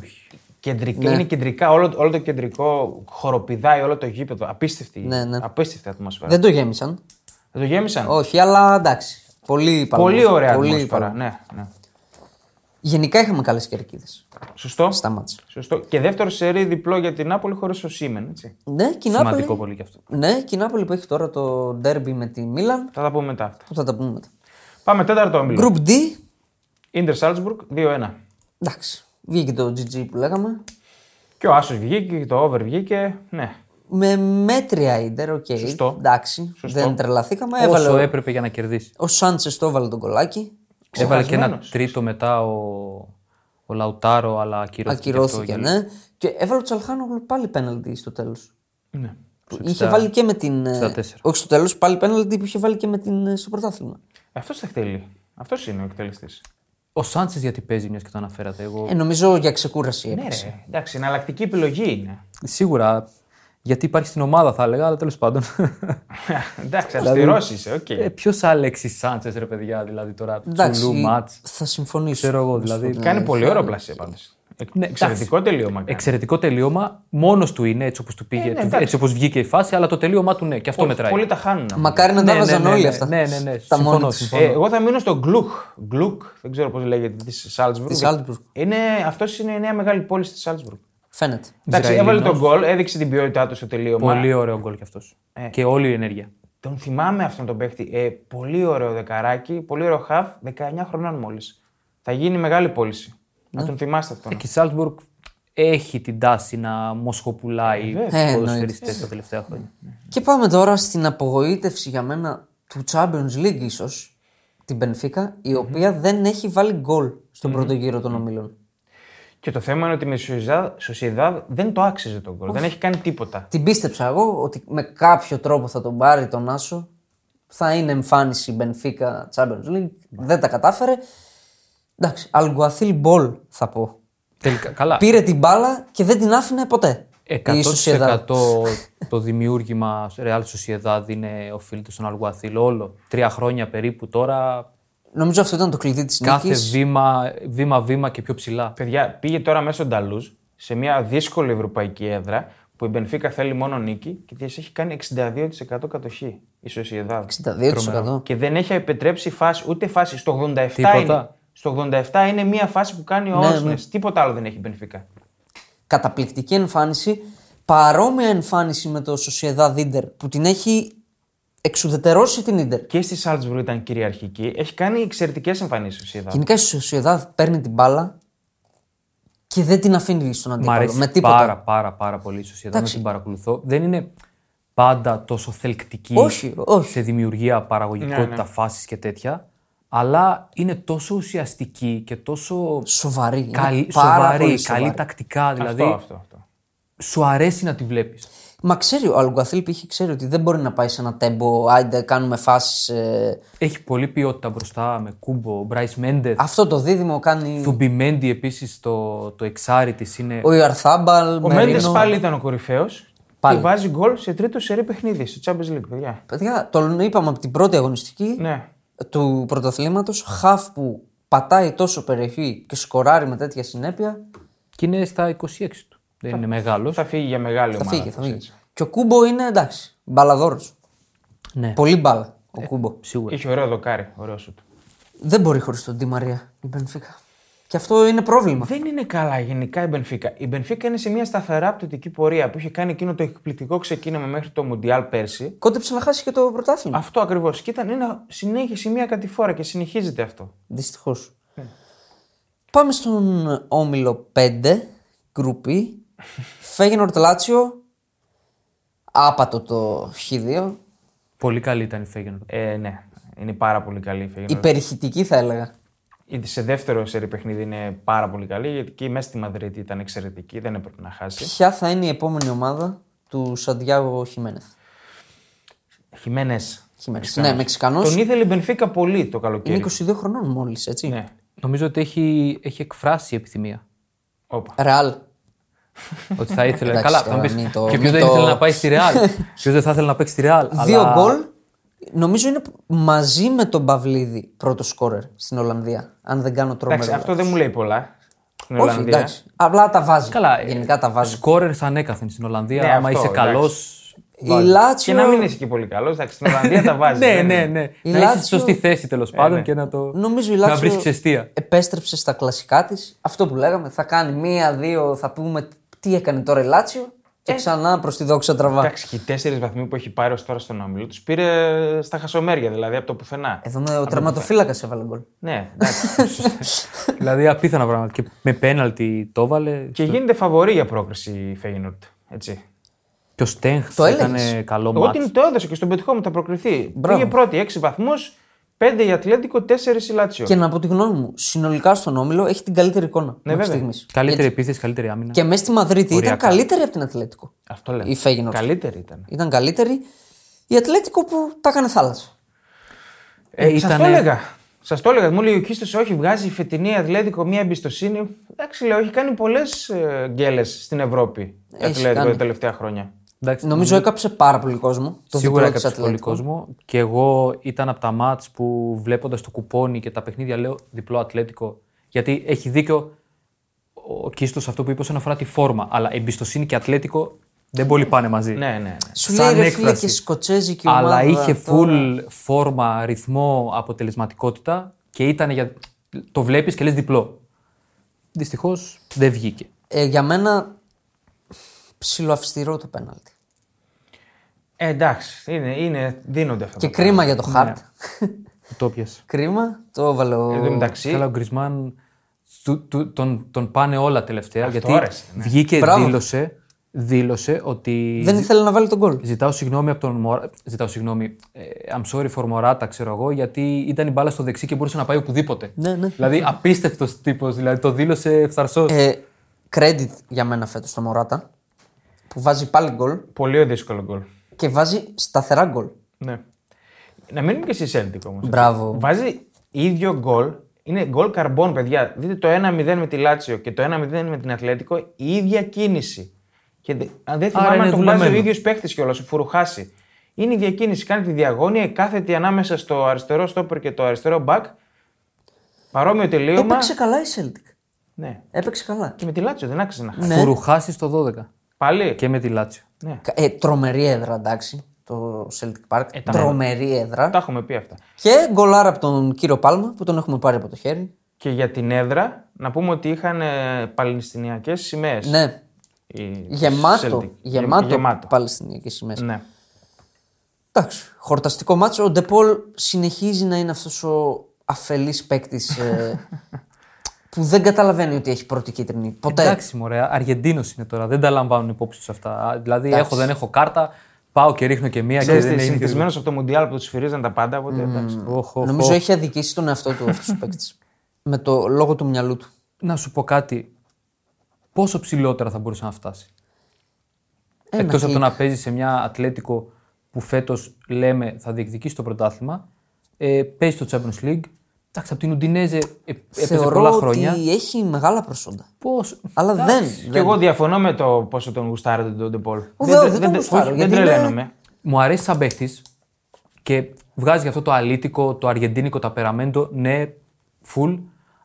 [SPEAKER 1] κεντρικά, είναι κεντρικά, όλο, όλο το κεντρικό χοροπηδάει, όλο το γήπεδο. Απίστευτη,
[SPEAKER 2] Ναι, ναι.
[SPEAKER 1] απίστευτη ατμόσφαιρα.
[SPEAKER 2] Δεν το γέμισαν.
[SPEAKER 1] Θα το γέμισαν.
[SPEAKER 2] Όχι, αλλά εντάξει. Πολύ παλμό.
[SPEAKER 1] Πολύ ωραία
[SPEAKER 2] Πολύ
[SPEAKER 1] ατμόσφαιρα.
[SPEAKER 2] παλμό.
[SPEAKER 1] Ναι, ναι.
[SPEAKER 2] Γενικά είχαμε καλές κερκίδες
[SPEAKER 1] Σωστό.
[SPEAKER 2] στα μάτια.
[SPEAKER 1] Σωστό. Και δεύτερο σερί διπλό για την Νάπολη χωρίς ο Σίμεν. Έτσι.
[SPEAKER 2] Ναι, και η Νάπολη.
[SPEAKER 3] Σημαντικό πολύ κι αυτό.
[SPEAKER 2] Ναι, και η Νάπολη που έχει τώρα το ντέρμπι με τη Μίλαν.
[SPEAKER 1] Θα τα πούμε μετά αυτά.
[SPEAKER 2] Που θα τα πούμε
[SPEAKER 3] Ναι.
[SPEAKER 2] μετά.
[SPEAKER 1] Πάμε τέταρτο όμιλο.
[SPEAKER 2] Group D.
[SPEAKER 1] Ιντερ Σάλτσμπουργκ 2-1.
[SPEAKER 2] Εντάξει. Βγήκε το GG που λέγαμε.
[SPEAKER 1] Και ο Άσος βγήκε και το over βγήκε. Ναι.
[SPEAKER 2] Με μέτρια ίντερ, οκ.
[SPEAKER 1] Σωστό.
[SPEAKER 2] Εντάξει.
[SPEAKER 1] Σωστό.
[SPEAKER 2] Δεν τρελαθήκαμε. Έβαλε
[SPEAKER 3] Όσο
[SPEAKER 2] ο-
[SPEAKER 3] έπρεπε για να κερδίσει.
[SPEAKER 2] ο Σάντσες το έβαλε τον κολάκι.
[SPEAKER 3] Έβαλε και ένα
[SPEAKER 1] Ξεχασμένος.
[SPEAKER 3] τρίτο μετά ο, ο Λαουτάρο, αλλά ακυρώθηκε. αυτό
[SPEAKER 2] Ακυρώθηκε,
[SPEAKER 3] για-
[SPEAKER 2] ναι. Και έβαλε ο Τσαλχάνογλου πάλι πέναλτι στο τέλος.
[SPEAKER 1] ναι.
[SPEAKER 2] Είχε βάλει και με την. ε,
[SPEAKER 3] 64.
[SPEAKER 2] Όχι στο τέλος, πάλι πέναλτι που είχε βάλει και με την ε, στο πρωτάθλημα.
[SPEAKER 1] Αυτός εκτελεί. Αυτός είναι ο εκτελεστής.
[SPEAKER 3] Ο Σάντσες γιατί παίζει, μιας και το αναφέρατε. Εγώ
[SPEAKER 2] Ε, νομίζω για ξεκούραση
[SPEAKER 1] Ναι,
[SPEAKER 2] έπαιξε.
[SPEAKER 1] ρε. Εντάξει, εναλλακτική επιλογή είναι. [LAUGHS]
[SPEAKER 3] σίγουρα γιατί υπάρχει στην ομάδα, θα έλεγα, αλλά τέλος πάντων.
[SPEAKER 1] Ε. Εντάξει, αυστηρό είσαι, οκ.
[SPEAKER 3] ε, Ποιος Αλέξης Σάντσες, ρε παιδιά, δηλαδή τώρα. Τσουλού,
[SPEAKER 2] Εντάξει,
[SPEAKER 3] Μάτ.
[SPEAKER 2] θα συμφωνήσω.
[SPEAKER 3] Ξέρω εγώ, δηλαδή. Ναι,
[SPEAKER 1] Κάνει πολύ ωραίο πλασέ πάντω. Εξαιρετικό τελείωμα. κάνει.
[SPEAKER 3] Εξαιρετικό τελείωμα. Μόνος του είναι έτσι όπως του πήγε,
[SPEAKER 1] ναι,
[SPEAKER 3] του-
[SPEAKER 1] εντάξει.
[SPEAKER 3] έτσι όπως βγήκε η φάση, αλλά το τελείωμά του ναι, και αυτό μετράει.
[SPEAKER 1] Πολλοί τα χάνουν. αυτά.
[SPEAKER 2] Μακάρι να τα
[SPEAKER 3] Ναι, ναι,
[SPEAKER 2] βάζαν
[SPEAKER 3] ναι,
[SPEAKER 2] όλοι
[SPEAKER 3] ναι,
[SPEAKER 2] αυτά.
[SPEAKER 3] ναι, ναι, ναι,
[SPEAKER 2] Τα
[SPEAKER 3] συμφωνώ,
[SPEAKER 2] μόνα τους.
[SPEAKER 3] συμφωνώ.
[SPEAKER 1] Ε, εγώ θα μείνω στο Γκλουκ. Γκλουκ, δεν ξέρω πώς λέγεται, της Σάλτσμπουργκ.
[SPEAKER 2] Ε, Της Salzburg.
[SPEAKER 1] Είναι, αυτός είναι η νέα μεγάλη πόλη στη Σάλτσμπουργκ.
[SPEAKER 2] Φαίνεται.
[SPEAKER 1] Εντάξει, έβαλε
[SPEAKER 3] Ισραηλινός.
[SPEAKER 1] τον γκολ, έδειξε την ποιότητά του στο τελείωμα.
[SPEAKER 3] Πολύ ωραίο γκολ κι αυτός.
[SPEAKER 1] Ε.
[SPEAKER 3] Και όλη η ενέργεια.
[SPEAKER 1] Τον θυμάμαι αυτόν τον παίχτη. Ε, πολύ ωραίο δεκαράκι, πολύ ωραίο χαφ, 19 χρονών μόλις. Θα γίνει μεγάλη πώληση. Να τον θυμάστε αυτόν.
[SPEAKER 3] Ναι. Ε, Και η Σάλτσμπουργκ έχει την τάση να μοσχοπουλάει
[SPEAKER 2] Ε,
[SPEAKER 3] ποδοσφαιριστέ τα τελευταία χρόνια.
[SPEAKER 2] Και πάμε τώρα στην απογοήτευση για μένα του Champions League ίσως. Την Benfica, η οποια δεν έχει βάλει γκολ στον πρώτο γύρο των ομίλων.
[SPEAKER 1] Και το θέμα είναι ότι με Σοσιαδάδ δεν το άξιζε τον γκολ. Δεν έχει κάνει τίποτα.
[SPEAKER 2] Την πίστεψα εγώ ότι με κάποιο τρόπο θα τον πάρει τον Άσο. Θα είναι εμφάνιση Benfica Champions League. Δεν τα κατάφερε. Εντάξει, Αλγκουαθίλ Μπολ θα πω.
[SPEAKER 3] Τελικά, καλά.
[SPEAKER 2] Πήρε την μπάλα και δεν την άφηνε ποτέ. Η Sociedad.
[SPEAKER 3] 100% το δημιούργημα Real Sociedad είναι οφείλεται στον Αλγουαθήλ όλο. Τρία χρόνια περίπου τώρα,
[SPEAKER 2] Νομίζω αυτό ήταν το κλειδί της
[SPEAKER 3] κάθε
[SPEAKER 2] νίκης.
[SPEAKER 3] βήμα, βήμα-βήμα και πιο ψηλά.
[SPEAKER 1] Παιδιά, πήγε τώρα μέσω Νταλούζ σε μια δύσκολη ευρωπαϊκή έδρα που η Μπενφίκα θέλει μόνο νίκη και τη έχει κάνει 62% κατοχή η Σοσιαδάδ.
[SPEAKER 2] 62%.
[SPEAKER 1] Και δεν έχει επιτρέψει φάση, ούτε φάση. Στο 87
[SPEAKER 3] Τίποτα.
[SPEAKER 1] είναι. Στο 87 είναι μία φάση που κάνει ο
[SPEAKER 2] Ναι,
[SPEAKER 1] Όσνε. Τίποτα άλλο δεν έχει η Μπενφίκα.
[SPEAKER 2] Καταπληκτική εμφάνιση. Παρόμοια εμφάνιση με το Sociedad Inter που την έχει εξουδετερώσει την Inter.
[SPEAKER 1] Και στη Σάλτσμπουργκ ήταν κυριαρχική. Έχει κάνει εξαιρετικές εμφανίσεις η Sociedad.
[SPEAKER 2] Γενικά η Sociedad παίρνει την μπάλα και δεν την αφήνει στον
[SPEAKER 3] Μ'
[SPEAKER 2] αντίπαλο.
[SPEAKER 3] αρέσει
[SPEAKER 2] Με τίποτα.
[SPEAKER 3] πάρα πάρα πάρα πολύ η Sociedad, να την παρακολουθώ. Δεν είναι πάντα τόσο θελκτική
[SPEAKER 2] Όχι, όχι.
[SPEAKER 3] σε δημιουργία, παραγωγικότητα,
[SPEAKER 1] Ναι, ναι.
[SPEAKER 3] φάσεις και τέτοια, αλλά είναι τόσο ουσιαστική και τόσο
[SPEAKER 2] Σοβαρή. είναι
[SPEAKER 3] καλή,
[SPEAKER 2] πάρα
[SPEAKER 3] σοβαρή,
[SPEAKER 2] πολύ σοβαρή.
[SPEAKER 3] καλή τακτικά, δηλαδή
[SPEAKER 1] Αυτό, αυτό,
[SPEAKER 2] ναι,
[SPEAKER 1] αυτό.
[SPEAKER 3] σου αρέσει να τη βλέπεις.
[SPEAKER 2] Μα ξέρει ο Αλγκουαθίλ π.χ. ξέρει ότι δεν μπορεί να πάει σε ένα τέμπο. Άιντε, κάνουμε ε, φάσει.
[SPEAKER 3] Έχει πολλή ποιότητα μπροστά με Κούμπο, ο Μπράι Μέντεθ.
[SPEAKER 2] Αυτό το δίδυμο κάνει
[SPEAKER 3] Θουμπιμέντι επίσης το, το εξάρι τη είναι.
[SPEAKER 2] ο Ιαρθάμπαλ.
[SPEAKER 1] Ο Μέντες πάλι ήταν ο κορυφαίος. Και
[SPEAKER 2] ναι, Πάλι.
[SPEAKER 1] βάζει γκολ σε τρίτο σερή παιχνίδι στη Champions League, παιδιά.
[SPEAKER 2] Παιδιά, το είπαμε από την πρώτη αγωνιστική
[SPEAKER 1] Ναι.
[SPEAKER 2] του πρωταθλήματος. Χαφ που πατάει τόσο περιοχή και σκοράρει με τέτοια συνέπεια.
[SPEAKER 3] Και είναι στα 26 του. Δεν είναι μεγάλος.
[SPEAKER 1] Θα φύγει για μεγάλη
[SPEAKER 2] Θα
[SPEAKER 1] ομάδα.
[SPEAKER 2] φύγει, θα
[SPEAKER 1] αυτός,
[SPEAKER 2] φύγει.
[SPEAKER 1] έτσι.
[SPEAKER 2] Και ο Κούμπο είναι εντάξει. Μπαλαδόρος.
[SPEAKER 3] Ναι,
[SPEAKER 2] Πολύ μπάλα ο Κούμπο.
[SPEAKER 3] σίγουρα.
[SPEAKER 1] Είχε ωραίο δοκάρι, ωραίο σου.
[SPEAKER 2] Δεν μπορεί χωρίς τον Ντι Μαρία η Μπενφίκα. Και αυτό είναι πρόβλημα.
[SPEAKER 1] Δεν είναι καλά γενικά η Μπενφίκα. Η Μπενφίκα είναι σε μια σταθερά πτωτική πορεία που είχε κάνει εκείνο το εκπληκτικό ξεκίνημα μέχρι το Μουντιάλ πέρσι.
[SPEAKER 2] Κόντεψε να χάσει και το πρωτάθλημα.
[SPEAKER 1] Αυτό ακριβώς. Και ήταν ένα συνέχιση μία κατηφόρα και συνεχίζεται αυτό.
[SPEAKER 2] Δυστυχώς.
[SPEAKER 3] Ε.
[SPEAKER 2] Πάμε στον όμιλο E. 5, γκρουπί. Φέγενο Ορτελάτσιο. Άπατο το Χ2.
[SPEAKER 3] Πολύ καλή ήταν η Φέγγεν.
[SPEAKER 1] Ε, ναι, είναι πάρα πολύ καλή η Φεγγενόρ.
[SPEAKER 2] Υπερηχητική θα έλεγα.
[SPEAKER 1] Σε δεύτερο σερί παιχνίδι είναι πάρα πολύ καλή γιατί και μέσα στη Μαδρίτη ήταν εξαιρετική, δεν έπρεπε να χάσει.
[SPEAKER 2] Ποια θα είναι η επόμενη ομάδα του Σαντιάγο Χιμένεθ.
[SPEAKER 1] Χιμένες.
[SPEAKER 2] Χιμένεθ. Ναι, Μεξικανός.
[SPEAKER 1] Τον ήθελε η Μπενφίκα πολύ το καλοκαίρι.
[SPEAKER 2] Είναι 22 χρονών μόλις,
[SPEAKER 3] Ε,
[SPEAKER 2] έτσι.
[SPEAKER 1] Ναι.
[SPEAKER 3] Νομίζω ότι έχει, έχει εκφράσει επιθυμία.
[SPEAKER 1] Όπα.
[SPEAKER 2] Ρεάλ.
[SPEAKER 3] ότι θα ήθελε.
[SPEAKER 2] Εντάξει,
[SPEAKER 3] Καλά,
[SPEAKER 2] τώρα
[SPEAKER 3] θα μου πεις,
[SPEAKER 2] μην το-
[SPEAKER 3] Και
[SPEAKER 2] μην
[SPEAKER 3] ποιος δεν
[SPEAKER 2] το-
[SPEAKER 3] ήθελε να πάει στη Ρεάλ. ποιος δεν θα ήθελε να παίξει στη Ρεάλ.
[SPEAKER 2] Δύο
[SPEAKER 3] αλλά-
[SPEAKER 2] γκολ. Νομίζω είναι μαζί με τον Παυλίδη πρώτο σκόρερ στην Ολλανδία. Αν δεν κάνω τρομερό.
[SPEAKER 1] Εντάξει, αυτό δεν μου λέει πολλά. Στην
[SPEAKER 2] Όχι,
[SPEAKER 1] Ολλανδία.
[SPEAKER 2] εντάξει. Απλά τα βάζει.
[SPEAKER 3] Καλά, ε,
[SPEAKER 2] Γενικά τα βάζει.
[SPEAKER 3] Σκόρερ ανέκαθεν στην Ολλανδία.
[SPEAKER 1] Ναι,
[SPEAKER 3] άμα
[SPEAKER 1] αυτό,
[SPEAKER 3] είσαι
[SPEAKER 1] εντάξει.
[SPEAKER 3] καλός.
[SPEAKER 2] Η Λάτσιο.
[SPEAKER 1] ε, Και να μην είσαι και πολύ καλός. Εντάξει, στην Ολλανδία
[SPEAKER 3] [LAUGHS]
[SPEAKER 1] τα βάζει.
[SPEAKER 3] Ναι,
[SPEAKER 1] δεν
[SPEAKER 3] ναι,
[SPEAKER 1] είναι. Ε, ναι.
[SPEAKER 3] ναι.
[SPEAKER 2] Η
[SPEAKER 3] Να είσαι στη
[SPEAKER 2] Λάτσιο-
[SPEAKER 3] σωστή θέση τέλος πάντων και να το.
[SPEAKER 2] Νομίζω η
[SPEAKER 3] να
[SPEAKER 2] Λάτσιο
[SPEAKER 3] βρει ξεστία.
[SPEAKER 2] επέστρεψε στα κλασικά της. Αυτό που λέγαμε. Θα κάνει μία-δύο, θα πούμε τι έκανε τώρα η Λάτσιο Και ξανά προς τη δόξα τραβά.
[SPEAKER 1] Ε. Εντάξει, και οι τέσσερις βαθμοί που έχει πάρει ως τώρα στον όμιλο τους πήρε στα χασομέρια, δηλαδή από το πουθενά.
[SPEAKER 2] Εδώ με ο τερματοφύλακας έβαλε γκολ.
[SPEAKER 1] Ναι,
[SPEAKER 2] [LAUGHS]
[SPEAKER 1] εντάξει.
[SPEAKER 3] δηλαδή απίθανα πράγματα. Και με πέναλτι το έβαλε.
[SPEAKER 1] και γίνεται φαβορή για πρόκριση η Φέγγινορτ. Έτσι.
[SPEAKER 3] Και ο Στέγχ
[SPEAKER 2] Το έλεγες.
[SPEAKER 3] έκανε καλό
[SPEAKER 1] Εγώ
[SPEAKER 3] μάτι.
[SPEAKER 1] την το έδωσα και στον πετυχό μου τα προκριθεί.
[SPEAKER 2] Μπράβο.
[SPEAKER 1] Πήγε πρώτη, 6 βαθμού, 5 η Ατλέντικο, 4 η Λάτσιο.
[SPEAKER 2] Και να πω τη γνώμη μου, συνολικά στον όμιλο έχει την καλύτερη εικόνα
[SPEAKER 1] Ναι,
[SPEAKER 2] μέχρι
[SPEAKER 1] βέβαια.
[SPEAKER 2] στιγμής.
[SPEAKER 3] Καλύτερη επίθεση, καλύτερη άμυνα.
[SPEAKER 2] Και μέσα στη Μαδρίτη ήταν
[SPEAKER 1] Οριακά.
[SPEAKER 2] καλύτερη από την Ατλέτικο.
[SPEAKER 1] Αυτό
[SPEAKER 3] Ναι.
[SPEAKER 1] λέμε.
[SPEAKER 2] Η Φέγγινορ.
[SPEAKER 1] Καλύτερη ήταν.
[SPEAKER 2] Ήταν καλύτερη. Η Ατλέτικο που τα έκανε θάλασσα.
[SPEAKER 1] Ε,
[SPEAKER 3] Ε,
[SPEAKER 1] Σας το
[SPEAKER 3] ήτανε-
[SPEAKER 1] έλεγα. Σας το έλεγα. Μου λέει ο Κίστος, όχι, βγάζει η φετινή Ατλέτικο μια εμπιστοσύνη. Εντάξει, λέω, έχει κάνει πολλές γκέλες στην Ευρώπη η
[SPEAKER 2] Έχει
[SPEAKER 1] Ατλέτικο
[SPEAKER 2] κάνει.
[SPEAKER 1] τα τελευταία χρόνια.
[SPEAKER 3] Εντάξει,
[SPEAKER 2] Νομίζω έκαψε πάρα πολύ κόσμο. Το
[SPEAKER 3] ναι. Σίγουρα
[SPEAKER 2] διπλό της
[SPEAKER 3] έκαψε πολύ
[SPEAKER 2] Ατλέτικο.
[SPEAKER 3] κόσμο. Και εγώ ήταν από τα μάτ που βλέποντας το κουπόνι και τα παιχνίδια λέω διπλό Ατλέτικο. Γιατί έχει δίκιο ο Κίστος αυτό που είπε όσον αφορά τη φόρμα. Αλλά εμπιστοσύνη και Ατλέτικο δεν πολύ πάνε μαζί.
[SPEAKER 1] Ναι, ναι.
[SPEAKER 2] Σου
[SPEAKER 3] Σαν
[SPEAKER 2] λέει ρε φίλε
[SPEAKER 3] έκφραση.
[SPEAKER 2] και σκοτσέζικη ομάδα.
[SPEAKER 3] Αλλά είχε
[SPEAKER 2] τώρα.
[SPEAKER 3] full φόρμα, ρυθμό, αποτελεσματικότητα και ήταν για. Το βλέπεις και λες διπλό. Δυστυχώς δεν βγήκε.
[SPEAKER 2] Ε, για μένα ψιλοαυστηρό το πέναλτι.
[SPEAKER 1] Ε, εντάξει, είναι, είναι, δίνονται αυτά.
[SPEAKER 3] Ναι.
[SPEAKER 2] Και
[SPEAKER 1] τα πράγματα.
[SPEAKER 2] κρίμα για το Χαρτ.
[SPEAKER 3] Το πιασε.
[SPEAKER 2] Κρίμα. Το έβαλε ο...
[SPEAKER 3] Ε,
[SPEAKER 1] Εν τω μεταξύ,
[SPEAKER 3] Καλά, ο Γκρισμάν του, του- τον, τον πάνε όλα τελευταία. γιατί
[SPEAKER 1] άρεσε, ναι.
[SPEAKER 3] βγήκε,
[SPEAKER 2] Μπράβο.
[SPEAKER 3] δήλωσε, δήλωσε ότι.
[SPEAKER 2] Δεν ήθελε να βάλει τον κόλ.
[SPEAKER 3] Ζητάω συγγνώμη από τον Μωράτα. Ζητάω συγγνώμη. ε, I'm sorry for Morata, ξέρω εγώ, γιατί ήταν η μπάλα στο δεξί και μπορούσε να πάει οπουδήποτε.
[SPEAKER 2] Ναι, ναι.
[SPEAKER 3] Δηλαδή, απίστευτος τύπος. Δηλαδή, το δήλωσε φθαρσό.
[SPEAKER 2] Ε, credit για μένα φέτος το Μωράτα. Που βάζει πάλι γκολ
[SPEAKER 1] πολύ δύσκολο γκολ.
[SPEAKER 2] και βάζει σταθερά γκολ.
[SPEAKER 1] Ναι. Να μείνουμε και στη Celtic όμω.
[SPEAKER 2] Μπράβο.
[SPEAKER 1] Βάζει ίδιο γκολ. Είναι γκολ καρμπών, παιδιά. Δείτε το 1-0 με τη Λάτσιο και το 1-0 με την Ατλέτικο. Η ίδια κίνηση. Και δε- αν δεν θυμάμαι
[SPEAKER 3] είναι
[SPEAKER 1] αν το βάζει ο
[SPEAKER 3] δουλεμένο.
[SPEAKER 1] ίδιος παίχτη κιόλας, ο Φουρουχάση. Είναι η ίδια κίνηση. Κάνει τη διαγώνια, κάθεται ανάμεσα στο αριστερό στόπερ και το αριστερό μπακ. Παρόμοιο τελείωμα.
[SPEAKER 2] Έπαιξε καλά η Celtic.
[SPEAKER 1] Ναι.
[SPEAKER 2] Έπαιξε καλά.
[SPEAKER 1] Και με τη Λάτσιο δεν άξιζε να χάσει.
[SPEAKER 2] ναι.
[SPEAKER 3] Φουρουχάσει στο 12
[SPEAKER 1] Πάλι.
[SPEAKER 3] και με τη Λάτσιο.
[SPEAKER 1] Ναι.
[SPEAKER 2] Ε, τρομερή έδρα, εντάξει. Το Celtic Park.
[SPEAKER 1] τα-
[SPEAKER 2] τρομερή έδρα.
[SPEAKER 1] Τα έχουμε πει αυτά.
[SPEAKER 2] Και γκολάρα από τον κύριο Πάλμα που τον έχουμε πάρει από το χέρι.
[SPEAKER 1] Και για την έδρα, να πούμε ότι είχαν ε, παλαιστινιακές σημαίες.
[SPEAKER 2] Ναι,
[SPEAKER 1] η-
[SPEAKER 2] γεμάτο.
[SPEAKER 1] Celtic.
[SPEAKER 2] Γεμάτο,
[SPEAKER 1] Γε- γεμάτο.
[SPEAKER 2] Παλαιστινιακές σημαίες.
[SPEAKER 1] Ναι.
[SPEAKER 2] Εντάξει, χορταστικό μάτσο. Ο Ντεπόλ συνεχίζει να είναι αυτός ο αφελής παίκτης
[SPEAKER 1] [LAUGHS]
[SPEAKER 2] που δεν καταλαβαίνει ότι έχει πρώτη κίτρινη. Ποτέ.
[SPEAKER 3] Εντάξει, μωρέα. Αργεντίνος είναι τώρα. Δεν τα λαμβάνουν υπόψη τους αυτά. Α, Δηλαδή, έχω, δεν έχω κάρτα. Πάω και ρίχνω και μία
[SPEAKER 1] Ξέρεις,
[SPEAKER 3] και δεν
[SPEAKER 1] είναι
[SPEAKER 3] είναι.
[SPEAKER 1] συνηθισμένος από το Μουντιάλ που τους σφυρίζαν τα πάντα. Οπότε, εντάξει.
[SPEAKER 3] Οχ, οχ,
[SPEAKER 2] Νομίζω
[SPEAKER 3] οχ.
[SPEAKER 2] έχει αδικήσει τον εαυτό του αυτός ο παίκτης. Με το λόγο του μυαλού του.
[SPEAKER 3] Να σου πω κάτι. Πόσο ψηλότερα θα μπορούσε να φτάσει.
[SPEAKER 2] Ένα
[SPEAKER 3] Εκτός από
[SPEAKER 2] κλικ.
[SPEAKER 3] το να παίζει σε μια Ατλέτικο που φέτος λέμε θα διεκδικήσει το πρωτάθλημα, ε, παίζει στο Champions League. Εντάξει, από την Ουντινέζε ε, έπαιζε
[SPEAKER 2] Θεωρώ
[SPEAKER 3] πολλά χρόνια.
[SPEAKER 2] ότι έχει μεγάλα προσόντα.
[SPEAKER 3] Πώς-
[SPEAKER 2] Αλλά δεν.
[SPEAKER 1] Και εγώ διαφωνώ με το πόσο τον γουστάρετε τον Ντεπόλ.
[SPEAKER 2] δεν τον γουστάρω,
[SPEAKER 1] όχι, δεν
[SPEAKER 2] γιατί είναι-
[SPEAKER 1] τρελαίνομαι.
[SPEAKER 3] Μου αρέσει σαν παίχτης και βγάζει αυτό το αλήτικο, το αργεντίνικο ταπεραμέντο, ναι, full.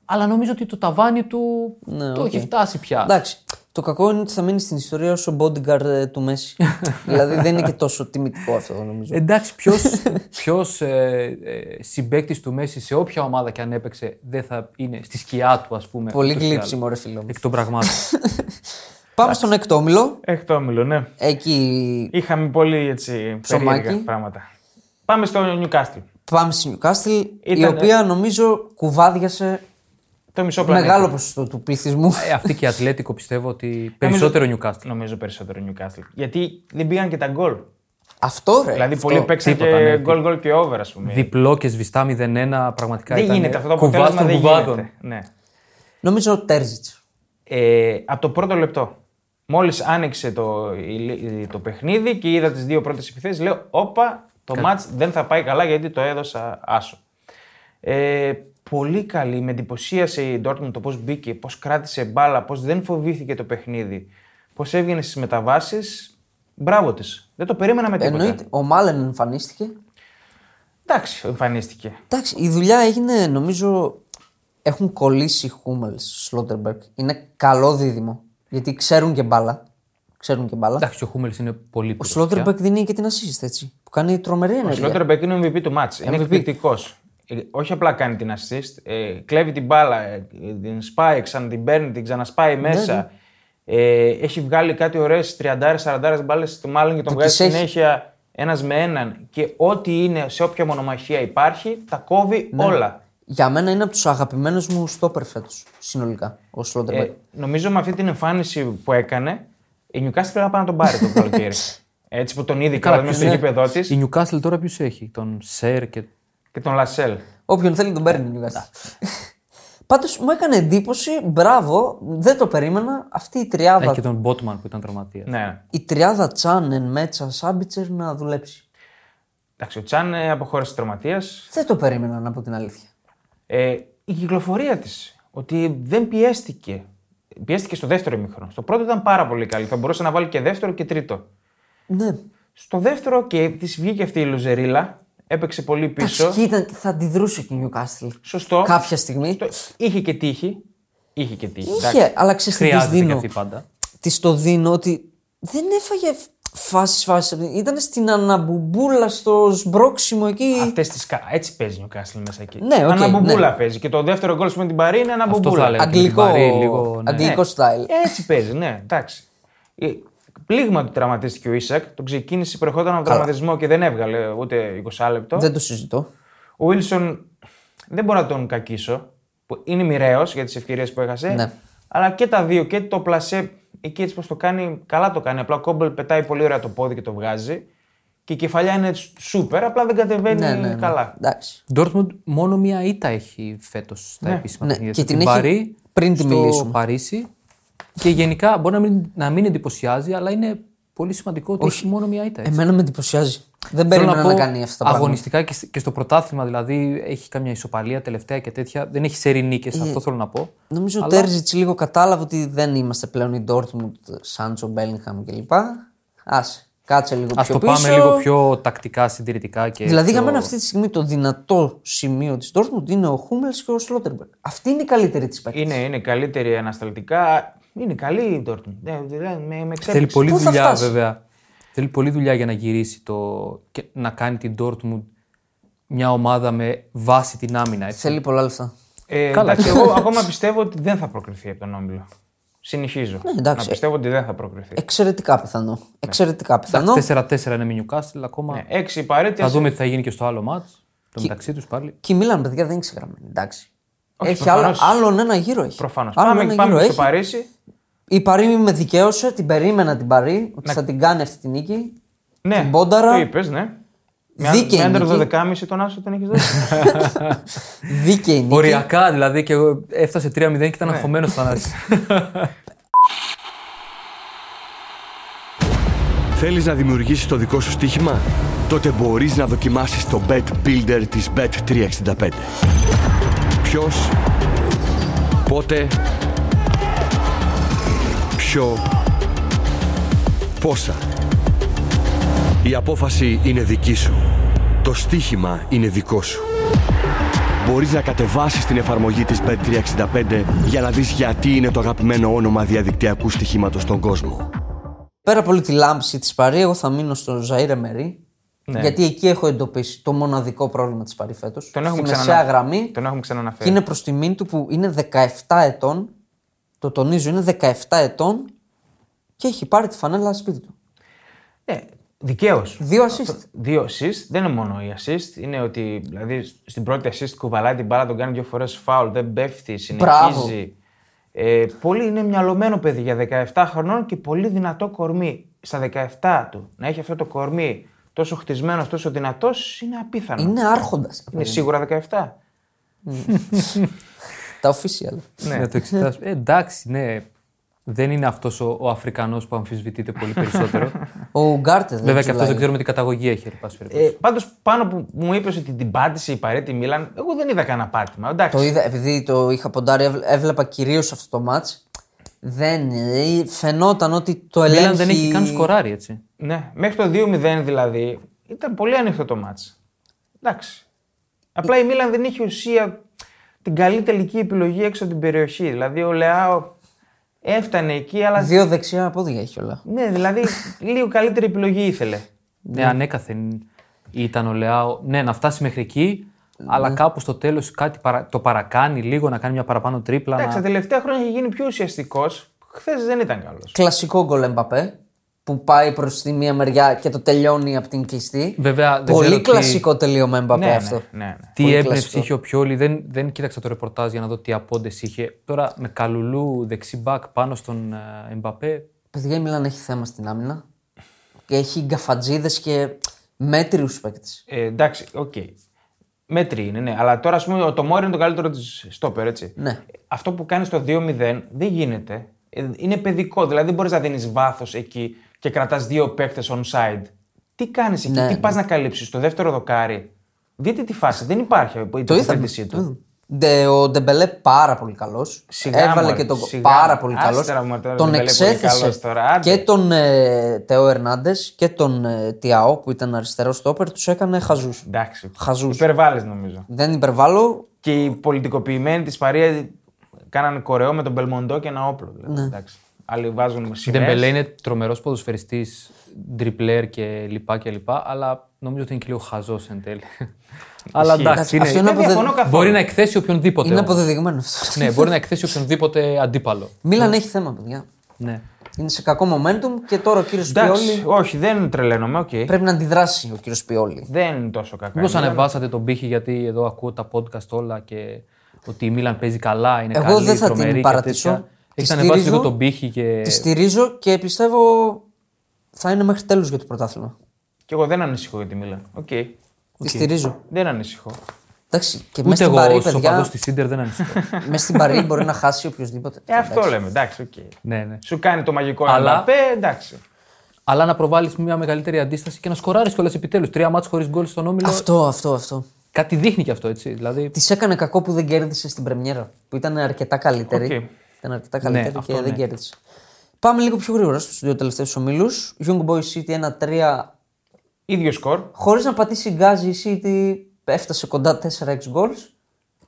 [SPEAKER 3] Αλλά νομίζω ότι το ταβάνι του
[SPEAKER 2] Ναι,
[SPEAKER 3] το έχει φτάσει πια.
[SPEAKER 2] Εντάξει. Το κακό είναι ότι θα μείνει στην ιστορία ως ο bodyguard ε, του
[SPEAKER 3] [LAUGHS]
[SPEAKER 2] Μέση. δηλαδή δεν είναι και τόσο τιμητικό αυτό νομίζω.
[SPEAKER 3] Εντάξει, ποιος
[SPEAKER 1] [LAUGHS]
[SPEAKER 3] ποιος, ε, ε, συμπέκτη του Μέση σε όποια ομάδα και αν έπαιξε δεν θα είναι στη σκιά του, ας πούμε.
[SPEAKER 2] Πολύ
[SPEAKER 3] ούτως ή άλλως.
[SPEAKER 2] γλύψιμο ρε φίλο μου.
[SPEAKER 3] Εκ των πραγμάτων.
[SPEAKER 2] Πάμε στον εκτόμηλο.
[SPEAKER 1] Εκ το όμιλο, ναι.
[SPEAKER 2] Εκεί
[SPEAKER 1] Είχαμε πολύ έτσι
[SPEAKER 2] Ψωμάκι.
[SPEAKER 1] περίεργα πράγματα. Πάμε στο Νιουκάστιλ.
[SPEAKER 2] πάμε στη Newcastle, η
[SPEAKER 1] Ήτανε-
[SPEAKER 2] οποία νομίζω κουβάδιασε
[SPEAKER 1] Το μισό πλανήτη.
[SPEAKER 2] μεγάλο ποσοστό του πληθυσμού.
[SPEAKER 3] ε, αυτή και η Ατλέτικο πιστεύω ότι περισσότερο Newcastle.
[SPEAKER 1] Νομίζω περισσότερο Νιουκάστιλ. Γιατί δεν πήγαν και τα γκολ.
[SPEAKER 2] Αυτό ρε.
[SPEAKER 1] Δηλαδή
[SPEAKER 2] Ε, αυτό.
[SPEAKER 1] πολλοί παίξαν
[SPEAKER 3] Τίποτα, ναι,
[SPEAKER 1] και
[SPEAKER 3] τίποτα.
[SPEAKER 1] γκολ γκολ και over, ας πούμε.
[SPEAKER 3] Διπλό και σβηστά 0-1 πραγματικά
[SPEAKER 1] Δεν
[SPEAKER 3] ήταν
[SPEAKER 1] γίνεται αυτό το
[SPEAKER 3] κουβά
[SPEAKER 1] αποτέλεσμα.
[SPEAKER 3] των
[SPEAKER 1] Δεν
[SPEAKER 3] κουβάδων.
[SPEAKER 1] γίνεται. Ναι.
[SPEAKER 2] Νομίζω ο Τέρζιτ.
[SPEAKER 1] ε, από το πρώτο λεπτό. Μόλις άνοιξε το, η- το παιχνίδι και είδα τις δύο πρώτες επιθέσεις, λέω: Όπα, το μάτς δεν θα πάει καλά γιατί το έδωσα άσο. Ε, πολύ καλή. Με εντυπωσίασε η Dortmund το πώς μπήκε, πώς κράτησε μπάλα, πώς δεν φοβήθηκε το παιχνίδι, πώς έβγαινε στις μεταβάσεις. Μπράβο της. Δεν το περίμενα με τίποτα.
[SPEAKER 2] Εννοείται. Ο Μάλεν εμφανίστηκε.
[SPEAKER 1] Εντάξει, εμφανίστηκε.
[SPEAKER 2] Εντάξει, η δουλειά έγινε νομίζω. Έχουν κολλήσει Χούμελ Σλότερμπεργκ. Είναι καλό δίδυμο. Γιατί ξέρουν και μπάλα. Ξέρουν και μπάλα.
[SPEAKER 3] Εντάξει, ο Χούμελ είναι πολύ
[SPEAKER 2] Ο
[SPEAKER 3] πίσω.
[SPEAKER 2] Σλότερμπεργκ δίνει και την assist έτσι. Που κάνει τρομερή
[SPEAKER 1] Ο
[SPEAKER 2] ενέργεια.
[SPEAKER 1] Σλότερμπεκ είναι ο MVP του μάτς. Είναι εκπληκτικός. όχι απλά κάνει την ε, assist, ε, κλέβει την μπάλα, ε, την σπάει, ξανά την παίρνει, την ξανασπάει μέσα. Ε, έχει βγάλει κάτι ωραίες 30-40 μπάλες του Μάλλον και τον βγάζει
[SPEAKER 2] τις έχει.
[SPEAKER 1] συνέχεια ένας με έναν. Και ό,τι είναι σε όποια μονομαχία υπάρχει, τα κόβει όλα.
[SPEAKER 2] Για μένα είναι από τους αγαπημένους μου στόπερ φέτος συνολικά ο Σλότερμπεργκ.
[SPEAKER 1] Ε, νομίζω με αυτή την εμφάνιση που έκανε, η Νιουκάστρ πρέπει να πάει να τον πάρει το καλοκαίρι. Έτσι που τον είδε και μέσα στο γήπεδό της
[SPEAKER 3] Η Newcastle τώρα ποιου έχει, τον Σερ και.
[SPEAKER 1] και τον Λασέλ.
[SPEAKER 2] Όποιον θέλει τον
[SPEAKER 3] ε,
[SPEAKER 2] παίρνει Νιουκάστρ. [LAUGHS] Πάντως μου έκανε εντύπωση, μπράβο, δεν το περίμενα αυτή η
[SPEAKER 3] Ε,
[SPEAKER 2] τριάδα.
[SPEAKER 3] και τον Μπότμαν που ήταν τραυματίας.
[SPEAKER 1] Ναι.
[SPEAKER 2] Η τριάδα Τσάνεν, Μέτσα, Σάμπιτσερ να δουλέψει.
[SPEAKER 1] Εντάξει, ο Τσάν ε, αποχώρησε τραυματίας.
[SPEAKER 2] Δεν το περίμενα να πω την αλήθεια.
[SPEAKER 1] Ε, η κυκλοφορία της. Ότι δεν πιέστηκε. Πιέστηκε στο δεύτερο ημίχρονο. Στο πρώτο ήταν πάρα πολύ καλή. Θα μπορούσε να βάλει και δεύτερο και τρίτο.
[SPEAKER 2] Ναι.
[SPEAKER 1] Στο δεύτερο, και της βγήκε αυτή η Λουζερίλα. Έπαιξε πολύ πίσω.
[SPEAKER 2] Ταξική ήταν, θα αντιδρούσε και η Newcastle.
[SPEAKER 1] Σωστό.
[SPEAKER 2] Κάποια στιγμή.
[SPEAKER 1] Στο- Είχε και τύχη. Είχε και τύχη. εντάξει.
[SPEAKER 2] Είχε, αλλά ξέρεις τι της
[SPEAKER 3] Χρειάζεται και
[SPEAKER 2] δίνω.
[SPEAKER 3] αυτή πάντα.
[SPEAKER 2] Της το δίνω ότι δεν έφαγε φάσεις φάσεις. Ήταν στην αναμπουμπούλα στο σμπρόξιμο εκεί.
[SPEAKER 1] Αυτές τις... κα- Έτσι παίζει ο Νιουκάσλ μέσα εκεί.
[SPEAKER 2] Ναι, οκ,
[SPEAKER 1] αναμπομπούλα παίζει. Και το δεύτερο γκολ σου με την Παρή είναι
[SPEAKER 3] Αυτό
[SPEAKER 1] αναμπομπούλα.
[SPEAKER 3] θα λέγαμε.
[SPEAKER 2] αγγλικό,
[SPEAKER 3] Την Παρή λίγο, ναι.
[SPEAKER 2] αγγλικό style.
[SPEAKER 1] Έτσι παίζει, ναι, εντάξει. Ε, Πλήγμα του τραυματίστηκε ο Ισακ. Τον ξεκίνησε, προερχόταν από τραυματισμό και δεν έβγαλε ούτε 20 λεπτό.
[SPEAKER 2] Δεν το συζητώ.
[SPEAKER 1] Ο Βίλσον δεν μπορώ να τον κακίσω. που Είναι μοιραίος για τις ευκαιρίες που έχασε.
[SPEAKER 2] Ναι.
[SPEAKER 1] Αλλά και τα δύο, και το πλασέ, εκεί έτσι πως το κάνει, καλά το κάνει. Απλά ο Κόμπελ πετάει πολύ ωραία το πόδι και το βγάζει. Και η κεφαλιά είναι σούπερ, απλά δεν κατεβαίνει
[SPEAKER 2] Ναι, ναι, ναι.
[SPEAKER 1] καλά.
[SPEAKER 2] Εντάξει.
[SPEAKER 3] Ντόρτμουντ μόνο μία ήττα έχει φέτος στα επίσημα
[SPEAKER 2] Ναι,
[SPEAKER 3] παιχνίδια.
[SPEAKER 2] και
[SPEAKER 3] του.
[SPEAKER 2] την έχει
[SPEAKER 3] Παρή,
[SPEAKER 2] πριν τη
[SPEAKER 3] στο
[SPEAKER 2] μιλήσουμε.
[SPEAKER 3] Παρίσι. Και γενικά μπορεί να μην, να μην εντυπωσιάζει, αλλά είναι πολύ σημαντικό ότι έχει μόνο μία ήττα. έτσι.
[SPEAKER 2] Εμένα με εντυπωσιάζει. Δεν
[SPEAKER 3] Θέλω
[SPEAKER 2] περίμενα να,
[SPEAKER 3] πω,
[SPEAKER 2] κάνει αυτά τα πράγματα.
[SPEAKER 3] Αγωνιστικά και σ- και στο πρωτάθλημα δηλαδή έχει καμιά ισοπαλία τελευταία και τέτοια. Δεν έχει σερή νίκες,
[SPEAKER 2] Ε,
[SPEAKER 3] αυτό θέλω να πω.
[SPEAKER 2] Νομίζω ο Τέρζιτ λίγο κατάλαβε ότι δεν είμαστε πλέον η Ντόρτμουντ, Σάντσο, Μπέλιγχαμ κλπ. Άσε. Κάτσε λίγο
[SPEAKER 3] Ας
[SPEAKER 2] πιο
[SPEAKER 3] το
[SPEAKER 2] πίσω.
[SPEAKER 3] πάμε λίγο πιο τακτικά, συντηρητικά και.
[SPEAKER 2] ε, Δηλαδή, για
[SPEAKER 3] πιο-
[SPEAKER 2] μένα αυτή τη στιγμή το δυνατό σημείο της Dortmund είναι ο Χούμελ και ο Σλότερμπεργκ. Αυτή είναι η καλύτερη της παίκτης.
[SPEAKER 1] Είναι, είναι καλύτερη ανασταλτικά. Είναι καλή η Dortmund. Ε, δηλαδή, με, με εξέπληξε.
[SPEAKER 3] Θέλει πολλή
[SPEAKER 2] Πού θα
[SPEAKER 3] δουλειά,
[SPEAKER 2] φτάσει?
[SPEAKER 3] βέβαια. Θέλει πολλή δουλειά για να γυρίσει το. και να κάνει την Dortmund μια ομάδα με βάση την άμυνα. Έτσι.
[SPEAKER 2] Θέλει πολλά λεφτά.
[SPEAKER 1] Ε,
[SPEAKER 3] Καλά.
[SPEAKER 1] εντάξει, εγώ ακόμα πιστεύω ότι δεν θα προκριθεί από τον Όμιλο. Συνεχίζω.
[SPEAKER 2] Ναι, εντάξει. Ε,
[SPEAKER 1] να πιστεύω ότι δεν θα προκριθεί.
[SPEAKER 2] Εξαιρετικά
[SPEAKER 1] Ναι.
[SPEAKER 2] πιθανό. Εξαιρετικά πιθανό.
[SPEAKER 3] 4-4 είναι με Newcastle ακόμα.
[SPEAKER 1] Ε, έξι παρέτειες.
[SPEAKER 3] Θα δούμε τι θα γίνει και στο άλλο μάτς. Το μεταξύ τους πάλι.
[SPEAKER 2] Και η Μίλαν, παιδιά, δεν είναι ξεγραμμένη. Εντάξει.
[SPEAKER 1] Όχι,
[SPEAKER 2] έχει άλλο,
[SPEAKER 1] προφανώς.
[SPEAKER 2] άλλον ένα γύρο έχει.
[SPEAKER 1] Προφανώς.
[SPEAKER 2] Άλλον
[SPEAKER 1] Πάμε,
[SPEAKER 2] ένα
[SPEAKER 1] πάμε
[SPEAKER 2] γύρο
[SPEAKER 1] στο
[SPEAKER 2] έχει.
[SPEAKER 1] Παρίσι.
[SPEAKER 2] Η Παρή με δικαίωσε, την περίμενα την Παρή, ότι θα την κάνει αυτή τη νίκη.
[SPEAKER 1] Ναι,
[SPEAKER 2] Την πόνταρα.
[SPEAKER 1] Το είπες, ναι. Με
[SPEAKER 2] Δίκαιη
[SPEAKER 1] με άντρα
[SPEAKER 2] νίκη.
[SPEAKER 1] 12,5 τον Άσο τον έχει
[SPEAKER 2] [LAUGHS]
[SPEAKER 1] δώσει.
[SPEAKER 2] Δίκαιη νίκη.
[SPEAKER 3] Οριακά δηλαδή και Ναι. εγώ έφτασε 3-0 και ήταν αγχωμένο [LAUGHS] στον Άρη.
[SPEAKER 4] Θέλεις να δημιουργήσεις το δικό σου στοίχημα? Τότε μπορείς να δοκιμάσεις το Bet Builder της Bet365. Ποιος, πότε, ποιο, πόσα. Η απόφαση είναι δική σου. Το στοίχημα είναι δικό σου. Μπορείς να κατεβάσεις την εφαρμογή της Bet365 για να δεις γιατί είναι το αγαπημένο όνομα διαδικτυακού στοιχήματος στον κόσμο.
[SPEAKER 2] Πέρα από όλη τη λάμψη της Παρή, εγώ θα μείνω στο Ζαήρε Μερή.
[SPEAKER 1] Ναι.
[SPEAKER 2] Γιατί εκεί έχω εντοπίσει το μοναδικό πρόβλημα της Παρή φέτος.
[SPEAKER 1] τον, έχουμε
[SPEAKER 2] μεσαία
[SPEAKER 1] ξανανα...
[SPEAKER 2] γραμμή.
[SPEAKER 1] τον έχουμε
[SPEAKER 2] Και
[SPEAKER 1] ξαναναφέρει.
[SPEAKER 2] είναι προς τιμήν του που είναι 17 ετών. Το τονίζω, είναι 17 ετών και έχει πάρει τη φανέλα σπίτι του.
[SPEAKER 1] Ναι, Δικαίως.
[SPEAKER 2] Δύο assist.
[SPEAKER 1] Δύο assist, δεν είναι μόνο η assist. Είναι ότι δηλαδή, στην πρώτη assist κουβαλάει την μπάλα, τον κάνει δύο φορές φάουλ, δεν πέφτει,
[SPEAKER 2] Μπράβο.
[SPEAKER 1] συνεχίζει. Ε, πολύ είναι μυαλωμένο παιδί για 17 χρονών και πολύ δυνατό κορμί. Στα 17 του να έχει αυτό το κορμί τόσο χτισμένος, τόσο δυνατός, είναι απίθανος.
[SPEAKER 2] Είναι άρχοντας.
[SPEAKER 1] είναι σίγουρα 17.
[SPEAKER 2] Τα official.
[SPEAKER 3] Να το εξετάσω. Ε, εντάξει, ναι. Δεν είναι αυτός ο, ο Αφρικανός που αμφισβητείται πολύ περισσότερο. [LAUGHS]
[SPEAKER 2] Ο Γκάρτε δεν
[SPEAKER 3] Βέβαια και αυτός
[SPEAKER 2] τσουλάει.
[SPEAKER 3] δεν ξέρουμε τι καταγωγή έχει. εν πάση περιπτώσει.
[SPEAKER 1] Ε, Πάντως, πάνω που μου είπες ότι την πάτησε η Παρέτη Μίλαν, εγώ δεν είδα κανένα πάτημα. Εντάξει.
[SPEAKER 2] Το είδα, επειδή το είχα ποντάρει, έβλε- έβλεπα κυρίως αυτό το μάτς. Δεν. ε, Φαινόταν ότι το
[SPEAKER 3] Η
[SPEAKER 2] ελέγχει.
[SPEAKER 3] Μίλαν δεν έχει καν σκοράρει, έτσι.
[SPEAKER 1] Ναι, μέχρι το 2-0 δηλαδή ήταν πολύ ανοιχτό το μάτς. Εντάξει. Απλά η Μίλαν δεν είχε ουσία την καλή τελική επιλογή έξω από την περιοχή. Δηλαδή ο Λεάο έφτανε εκεί, αλλά.
[SPEAKER 2] Δύο δεξιά πόδια έχει όλα.
[SPEAKER 1] Ναι, δηλαδή λίγο καλύτερη επιλογή ήθελε.
[SPEAKER 3] Ναι, ανέκαθεν ήταν ο Λεάο. Ναι, να φτάσει μέχρι εκεί, αλλά κάπου στο τέλος κάτι παρα... το παρακάνει λίγο, να κάνει μια παραπάνω τρίπλα.
[SPEAKER 1] Εντάξει, τα
[SPEAKER 3] Να...
[SPEAKER 1] τελευταία χρόνια έχει γίνει πιο ουσιαστικός. Χθες δεν ήταν καλός.
[SPEAKER 2] Κλασικό γκολ Εμπαπέ που πάει προς τη μία μεριά και το τελειώνει από την κλειστή.
[SPEAKER 3] Βέβαια, δεν
[SPEAKER 2] Πολύ
[SPEAKER 3] ξέρω τι-
[SPEAKER 2] κλασικό τελείωμα Εμπαπέ
[SPEAKER 1] Ναι,
[SPEAKER 2] αυτό.
[SPEAKER 1] ναι, ναι, ναι.
[SPEAKER 3] Τι
[SPEAKER 2] Πολύ
[SPEAKER 3] έμπνευση
[SPEAKER 2] κλασικό.
[SPEAKER 3] είχε ο Πιόλη, δεν, δεν κοίταξα το ρεπορτάζ για να δω τι απόντες είχε. Τώρα με καλουλού δεξί μπακ πάνω στον ε, Εμπαπέ.
[SPEAKER 2] Παιδιά, η Μιλάν έχει θέμα στην άμυνα. Και έχει γκαφατζίδες και μέτριους παίκτες.
[SPEAKER 1] Ε, εντάξει, οκ. Μέτρη είναι, ναι. Αλλά τώρα, ας πούμε, το Μόρι είναι το καλύτερο της στόπερ, έτσι.
[SPEAKER 2] Ναι.
[SPEAKER 1] Αυτό που κάνεις στο 2-0 δεν γίνεται. Ε, Είναι παιδικό. Δηλαδή, δεν μπορείς να δίνεις βάθος εκεί και κρατάς δύο παίκτες on side. Τι κάνεις εκεί,
[SPEAKER 2] Ναι,
[SPEAKER 1] τι
[SPEAKER 2] ναι.
[SPEAKER 1] πας να καλύψεις, το δεύτερο δοκάρι. Δείτε τη φάση, δεν υπάρχει η τοποθέτησή του.
[SPEAKER 2] είδαμε. Ντε- ο Ντεμπελέ πάρα πολύ καλός.
[SPEAKER 1] Σιγά,
[SPEAKER 2] Έβαλε
[SPEAKER 1] μωρέ,
[SPEAKER 2] και τον.
[SPEAKER 1] σιγά.
[SPEAKER 2] Πάρα πολύ
[SPEAKER 1] Άστερα,
[SPEAKER 2] καλός.
[SPEAKER 1] μωρέ, τώρα,
[SPEAKER 2] Τον
[SPEAKER 1] Ντεμπελέ, πολύ
[SPEAKER 2] εξέθεσε
[SPEAKER 1] καλός τώρα, άντε.
[SPEAKER 2] και τον ε, Τεό Ερνάντες και τον ε, Τιαό που ήταν αριστερό στόπερ. Τους έκανε χαζούς.
[SPEAKER 1] Εντάξει.
[SPEAKER 2] Χαζούς.
[SPEAKER 1] Υπερβάλλεις νομίζω.
[SPEAKER 2] Δεν υπερβάλλω.
[SPEAKER 1] Και οι πολιτικοποιημένοι της Παρία κάνανε κορεό με τον Μπελμοντό και ένα όπλο. Δηλαδή. Εντάξει. Άλλοι βάζουν
[SPEAKER 3] Η Ντεμπελέ
[SPEAKER 1] σημαίες.
[SPEAKER 3] είναι τρομερός ποδοσφαιριστής, ντριπλέρ και λοιπά και λοιπά, αλλά νομίζω ότι είναι και λίγο χαζός εν
[SPEAKER 2] [LAUGHS]
[SPEAKER 3] τέλει. αλλά
[SPEAKER 2] Αυτό
[SPEAKER 3] εντάξει, είναι,
[SPEAKER 2] είναι
[SPEAKER 1] Δεν
[SPEAKER 2] αποδε-
[SPEAKER 1] διαφωνώ καθόλου.
[SPEAKER 3] μπορεί να εκθέσει οποιονδήποτε.
[SPEAKER 2] Είναι
[SPEAKER 3] όμως.
[SPEAKER 2] αποδεδειγμένο αυτό.
[SPEAKER 3] ναι, μπορεί να εκθέσει οποιονδήποτε αντίπαλο.
[SPEAKER 2] Μίλαν έχει θέμα, παιδιά.
[SPEAKER 3] Ναι.
[SPEAKER 2] Είναι σε κακό momentum και τώρα ο κύριος
[SPEAKER 1] Εντάξει,
[SPEAKER 2] Πιόλη
[SPEAKER 1] όχι, δεν τρελαίνομαι, οκ.
[SPEAKER 2] πρέπει να αντιδράσει ο κύριος Πιόλη.
[SPEAKER 1] Δεν είναι τόσο κακά.
[SPEAKER 3] Μήπως
[SPEAKER 1] Είναι-
[SPEAKER 3] ανεβάσατε τον πύχη, γιατί εδώ ακούω τα podcast όλα και ότι η Μίλαν παίζει καλά, είναι
[SPEAKER 2] Εγώ
[SPEAKER 3] καλή,
[SPEAKER 2] δεν θα την
[SPEAKER 3] τρομερή και
[SPEAKER 2] παρατήσω.
[SPEAKER 3] τέτοια.
[SPEAKER 2] Τη
[SPEAKER 3] Έχετε ανεβάσει
[SPEAKER 2] στηρίζω.
[SPEAKER 3] λίγο τον πύχη και.
[SPEAKER 2] Τη στηρίζω και πιστεύω θα είναι μέχρι τέλου για το πρωτάθλημα.
[SPEAKER 1] Κι εγώ δεν ανησυχώ για τη Μίλαν. Οκ.
[SPEAKER 2] Τη στηρίζω.
[SPEAKER 1] Δεν ανησυχώ.
[SPEAKER 2] Εντάξει, και μέσα
[SPEAKER 3] Ούτε
[SPEAKER 2] στην
[SPEAKER 3] εγώ
[SPEAKER 2] παρή,
[SPEAKER 3] ως οπαδός
[SPEAKER 2] παιδιά. [LAUGHS]
[SPEAKER 3] της Ίντερ δεν ανησυχώ.
[SPEAKER 2] Μέσα στην παρή μπορεί να χάσει οποιοδήποτε.
[SPEAKER 1] Ε, αυτό λέμε. Εντάξει, οκ.
[SPEAKER 3] ναι, ναι.
[SPEAKER 1] Σου κάνει το μαγικό
[SPEAKER 3] Αλλά-
[SPEAKER 1] Αλλά... Εμπαπέ, εντάξει.
[SPEAKER 3] Αλλά να προβάλλεις μια μεγαλύτερη αντίσταση και να σκοράρεις κιόλας επιτέλους. Τρία μάτς χωρίς γκολ στον όμιλο.
[SPEAKER 2] Αυτό, αυτό, αυτό.
[SPEAKER 3] Κάτι δείχνει κι αυτό έτσι. Δηλαδή,
[SPEAKER 2] Της έκανε κακό που δεν κέρδισε στην Πρεμιέρα. Που ήταν αρκετά καλύτερη.
[SPEAKER 1] Οκ.
[SPEAKER 2] Ήταν αρκετά καλύτερη
[SPEAKER 3] αυτό
[SPEAKER 2] και δεν
[SPEAKER 3] ναι.
[SPEAKER 2] κέρδισε. Πάμε λίγο πιο γρήγορα στους δύο τελευταίους ομίλου. Young Boy City 1-3.
[SPEAKER 1] ίδιο σκορ.
[SPEAKER 2] Χωρίς να πατήσει γκάζι, η City έφτασε κοντά 4-6 goals.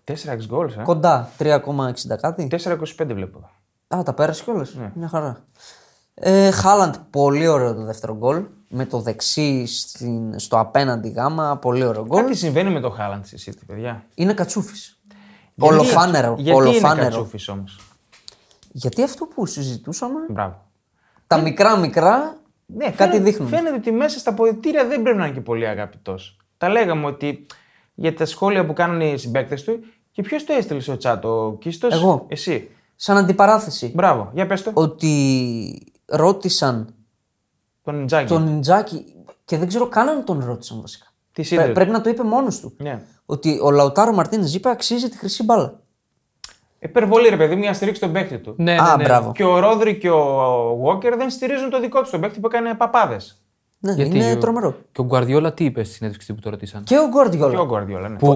[SPEAKER 1] 4 γκολ, ε.
[SPEAKER 2] Κοντά 3,60 κάτι.
[SPEAKER 1] 4-25 βλέπω εδώ.
[SPEAKER 2] Α, τα πέρασε κιόλας.
[SPEAKER 3] Ναι.
[SPEAKER 2] Μια χαρά. Ε, Χάλαντ, πολύ ωραίο το δεύτερο γκολ. Με το δεξί στην, στο απέναντι γάμα, πολύ ωραίο γκολ.
[SPEAKER 1] Κάτι συμβαίνει με το Χάλαντ στη City, παιδιά.
[SPEAKER 2] Είναι κατσούφι.
[SPEAKER 1] Γιατί-
[SPEAKER 2] Ολοφάνερο.
[SPEAKER 1] Γιατί είναι
[SPEAKER 2] ολοφάνερο.
[SPEAKER 1] κατσούφι όμως.
[SPEAKER 2] Γιατί αυτό που συζητούσαμε,
[SPEAKER 3] Ε.
[SPEAKER 1] Μπράβο.
[SPEAKER 2] τα μικρά μικρά
[SPEAKER 1] Ναι,
[SPEAKER 2] κάτι
[SPEAKER 1] φαίνεται-
[SPEAKER 2] δείχνουν.
[SPEAKER 1] Φαίνεται ότι μέσα στα πολιτήρια δεν πρέπει να είναι και πολύ αγαπητός. Τα λέγαμε ότι για τα σχόλια που κάνουν οι συμπαίκτες του. Και ποιος το έστειλε στο chat, ο Κίστος.
[SPEAKER 2] Εγώ.
[SPEAKER 1] Εσύ.
[SPEAKER 2] Σαν αντιπαράθεση.
[SPEAKER 1] Μπράβο, για πες το.
[SPEAKER 2] Ότι ρώτησαν
[SPEAKER 1] Τον Ιντζάκη.
[SPEAKER 2] τον
[SPEAKER 3] Ναι.
[SPEAKER 2] Ιντζάκη και δεν ξέρω καν αν τον ρώτησαν βασικά.
[SPEAKER 1] Τη Σίδερ.
[SPEAKER 2] πρέπει να το είπε μόνος του.
[SPEAKER 1] Ναι.
[SPEAKER 2] Ότι ο Λαουτάρο Μαρτίνες είπε αξίζει τη χρυσή μπάλα.
[SPEAKER 1] Υπερβολή, ρε παιδί μου, για να στηρίξει τον παίκτη του.
[SPEAKER 3] ναι, ναι,
[SPEAKER 2] Α,
[SPEAKER 3] ναι.
[SPEAKER 2] μπράβο.
[SPEAKER 1] Και ο Ρόδρυ και ο Walker δεν στηρίζουν το δικό τους τον παίκτη που έκανε παπάδες.
[SPEAKER 2] Ναι,
[SPEAKER 3] Γιατί
[SPEAKER 2] είναι
[SPEAKER 3] ο-
[SPEAKER 2] τρομερό.
[SPEAKER 3] Και ο Γκουαρδιόλα τι είπε στη συνέντευξη που το ρωτήσαν.
[SPEAKER 2] Και ο
[SPEAKER 1] Και ο
[SPEAKER 2] Γκουαρδιόλα.
[SPEAKER 1] Γκουαρδιόλα, ναι.
[SPEAKER 3] Που,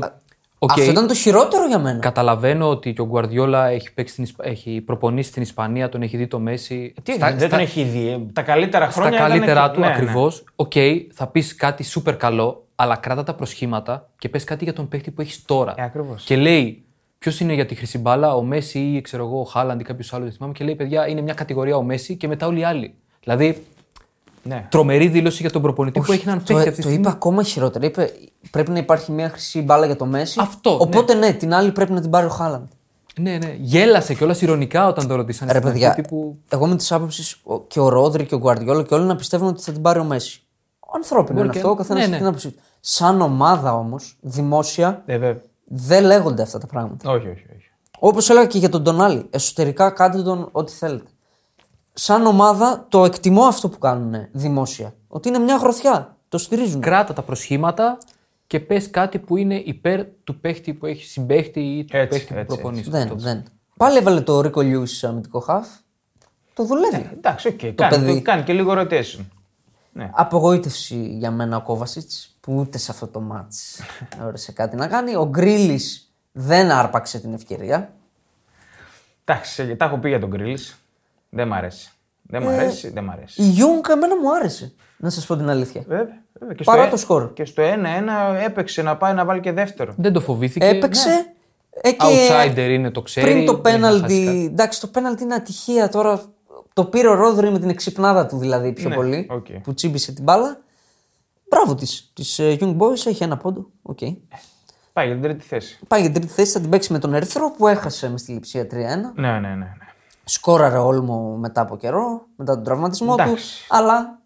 [SPEAKER 3] οκ,
[SPEAKER 2] Αυτό ήταν το χειρότερο για μένα.
[SPEAKER 3] Καταλαβαίνω ότι και ο Γκουαρδιόλα έχει, παίξει στην Ισπα- έχει προπονήσει στην Ισπανία, τον έχει δει το Μέση.
[SPEAKER 1] Τι, δεν τον έχει δει. ε. Τα καλύτερα
[SPEAKER 3] στα
[SPEAKER 1] χρόνια. ήταν
[SPEAKER 3] καλύτερά
[SPEAKER 1] εκεί.
[SPEAKER 3] του
[SPEAKER 1] Ναι, ναι.
[SPEAKER 3] ακριβώς. Οκ, θα πεις κάτι super καλό, αλλά κράτα τα προσχήματα και πες κάτι για τον παίχτη που έχεις τώρα.
[SPEAKER 1] Ε, ακριβώς.
[SPEAKER 3] Και λέει, ποιος είναι για τη χρυσή μπάλα, ο Μέση ή ξέρω εγώ, ο Χάλαντ ή κάποιος άλλος, δεν θυμάμαι. Και λέει, παιδιά, είναι μια κατηγορία ο Μέση και μετά όλοι οι άλλοι. Δηλαδή,
[SPEAKER 1] Ναι.
[SPEAKER 3] τρομερή δήλωση για τον προπονητή που έχει έναν
[SPEAKER 2] το,
[SPEAKER 3] παίχτη αυτή τη
[SPEAKER 2] το
[SPEAKER 3] στιγμή.
[SPEAKER 2] είπε ακόμα χειρότερα. Είπε πρέπει να υπάρχει μια χρυσή μπάλα για το Μέση.
[SPEAKER 3] Αυτό, ναι.
[SPEAKER 2] Οπότε ναι. την άλλη πρέπει να την πάρει ο Χάλαντ.
[SPEAKER 3] Ναι, ναι. Γέλασε κιόλας ηρωνικά όταν το ρωτήσαν.
[SPEAKER 2] Ρε
[SPEAKER 3] στην
[SPEAKER 2] παιδιά,
[SPEAKER 3] αρχή, τύπου,
[SPEAKER 2] εγώ με τη άποψη και ο Ρόδρυ και ο Γκουαρδιόλα και όλοι να πιστεύουν ότι θα την πάρει ο Μέση. Ανθρώπινο είναι
[SPEAKER 3] και-
[SPEAKER 2] αυτό, ο καθένας
[SPEAKER 3] ναι,
[SPEAKER 2] έχει
[SPEAKER 3] ναι.
[SPEAKER 2] την άποψή του. Σαν ομάδα όμως, δημόσια,
[SPEAKER 1] Ε, βέβαια.
[SPEAKER 2] δεν λέγονται αυτά τα πράγματα.
[SPEAKER 1] Όχι, όχι, όχι.
[SPEAKER 2] Όπως έλεγα και για τον Τονάλι, εσωτερικά κάντε τον ό,τι θέλετε. Σαν ομάδα το εκτιμώ αυτό που κάνουν δημόσια. Ότι είναι μια γροθιά. Το στηρίζουν.
[SPEAKER 3] κράτα τα προσχήματα και πες κάτι που είναι υπέρ του παίχτη που έχει συμπαίχτη ή του
[SPEAKER 1] Έτσι,
[SPEAKER 3] παίχτη που
[SPEAKER 1] έτσι,
[SPEAKER 3] προπονείς.
[SPEAKER 2] Δεν, δεν. Πάλι έβαλε το Ρίκο Λιού σε αμυντικό χαφ. Το δουλεύει.
[SPEAKER 3] Ναι.
[SPEAKER 1] Εντάξει, οκ. κάνει,
[SPEAKER 2] παιδί.
[SPEAKER 1] το- κάνει και λίγο rotation. Ναι.
[SPEAKER 2] Απογοήτευση για μένα ο Κόβασιτ που ούτε σε αυτό το μάτ όρεσε κάτι να κάνει. Ο Γκρίλης δεν άρπαξε την ευκαιρία.
[SPEAKER 1] Εντάξει, τα έχω πει για τον Γκρίλ. Δεν μ' αρέσει. Δεν μ' αρέσει, δεν μ' αρέσει.
[SPEAKER 2] Η Γιούγκ εμένα μου άρεσε, να σας πω την
[SPEAKER 3] Ε,
[SPEAKER 2] αλήθεια.
[SPEAKER 1] Βέβαια, βέβαια. Και
[SPEAKER 2] Παρά
[SPEAKER 1] στο
[SPEAKER 2] το
[SPEAKER 1] ε-
[SPEAKER 2] σκορ.
[SPEAKER 1] Και στο 1-1 έπαιξε να πάει να βάλει και δεύτερο.
[SPEAKER 3] Δεν το φοβήθηκε.
[SPEAKER 2] Έπαιξε.
[SPEAKER 3] Ναι.
[SPEAKER 2] ε, και
[SPEAKER 3] Outsider είναι, το ξέρει,
[SPEAKER 2] Πριν το
[SPEAKER 3] δεν έχει χάσει κάτι.
[SPEAKER 2] πέναλτι. Εντάξει, το πέναλτι είναι ατυχία τώρα. Το πήρε ο Ρόδρυ με την εξυπνάδα του δηλαδή πιο
[SPEAKER 1] Ναι,
[SPEAKER 2] πολύ.
[SPEAKER 1] οκ.
[SPEAKER 2] Που τσίμπησε την μπάλα. Μπράβο της. Της Young Boys έχει ένα πόντο. Οκ.
[SPEAKER 1] Πάει για την τρίτη θέση.
[SPEAKER 2] Πάει για την τρίτη θέση, θα την παίξει με τον Ερυθρό που έχασε με στη λειψία 3-1.
[SPEAKER 1] Ναι, ναι, ναι. ναι.
[SPEAKER 2] Σκόραρε ο Όλμο μετά από καιρό, μετά τον τραυματισμό του.
[SPEAKER 1] Εντάξει.
[SPEAKER 2] Αλλά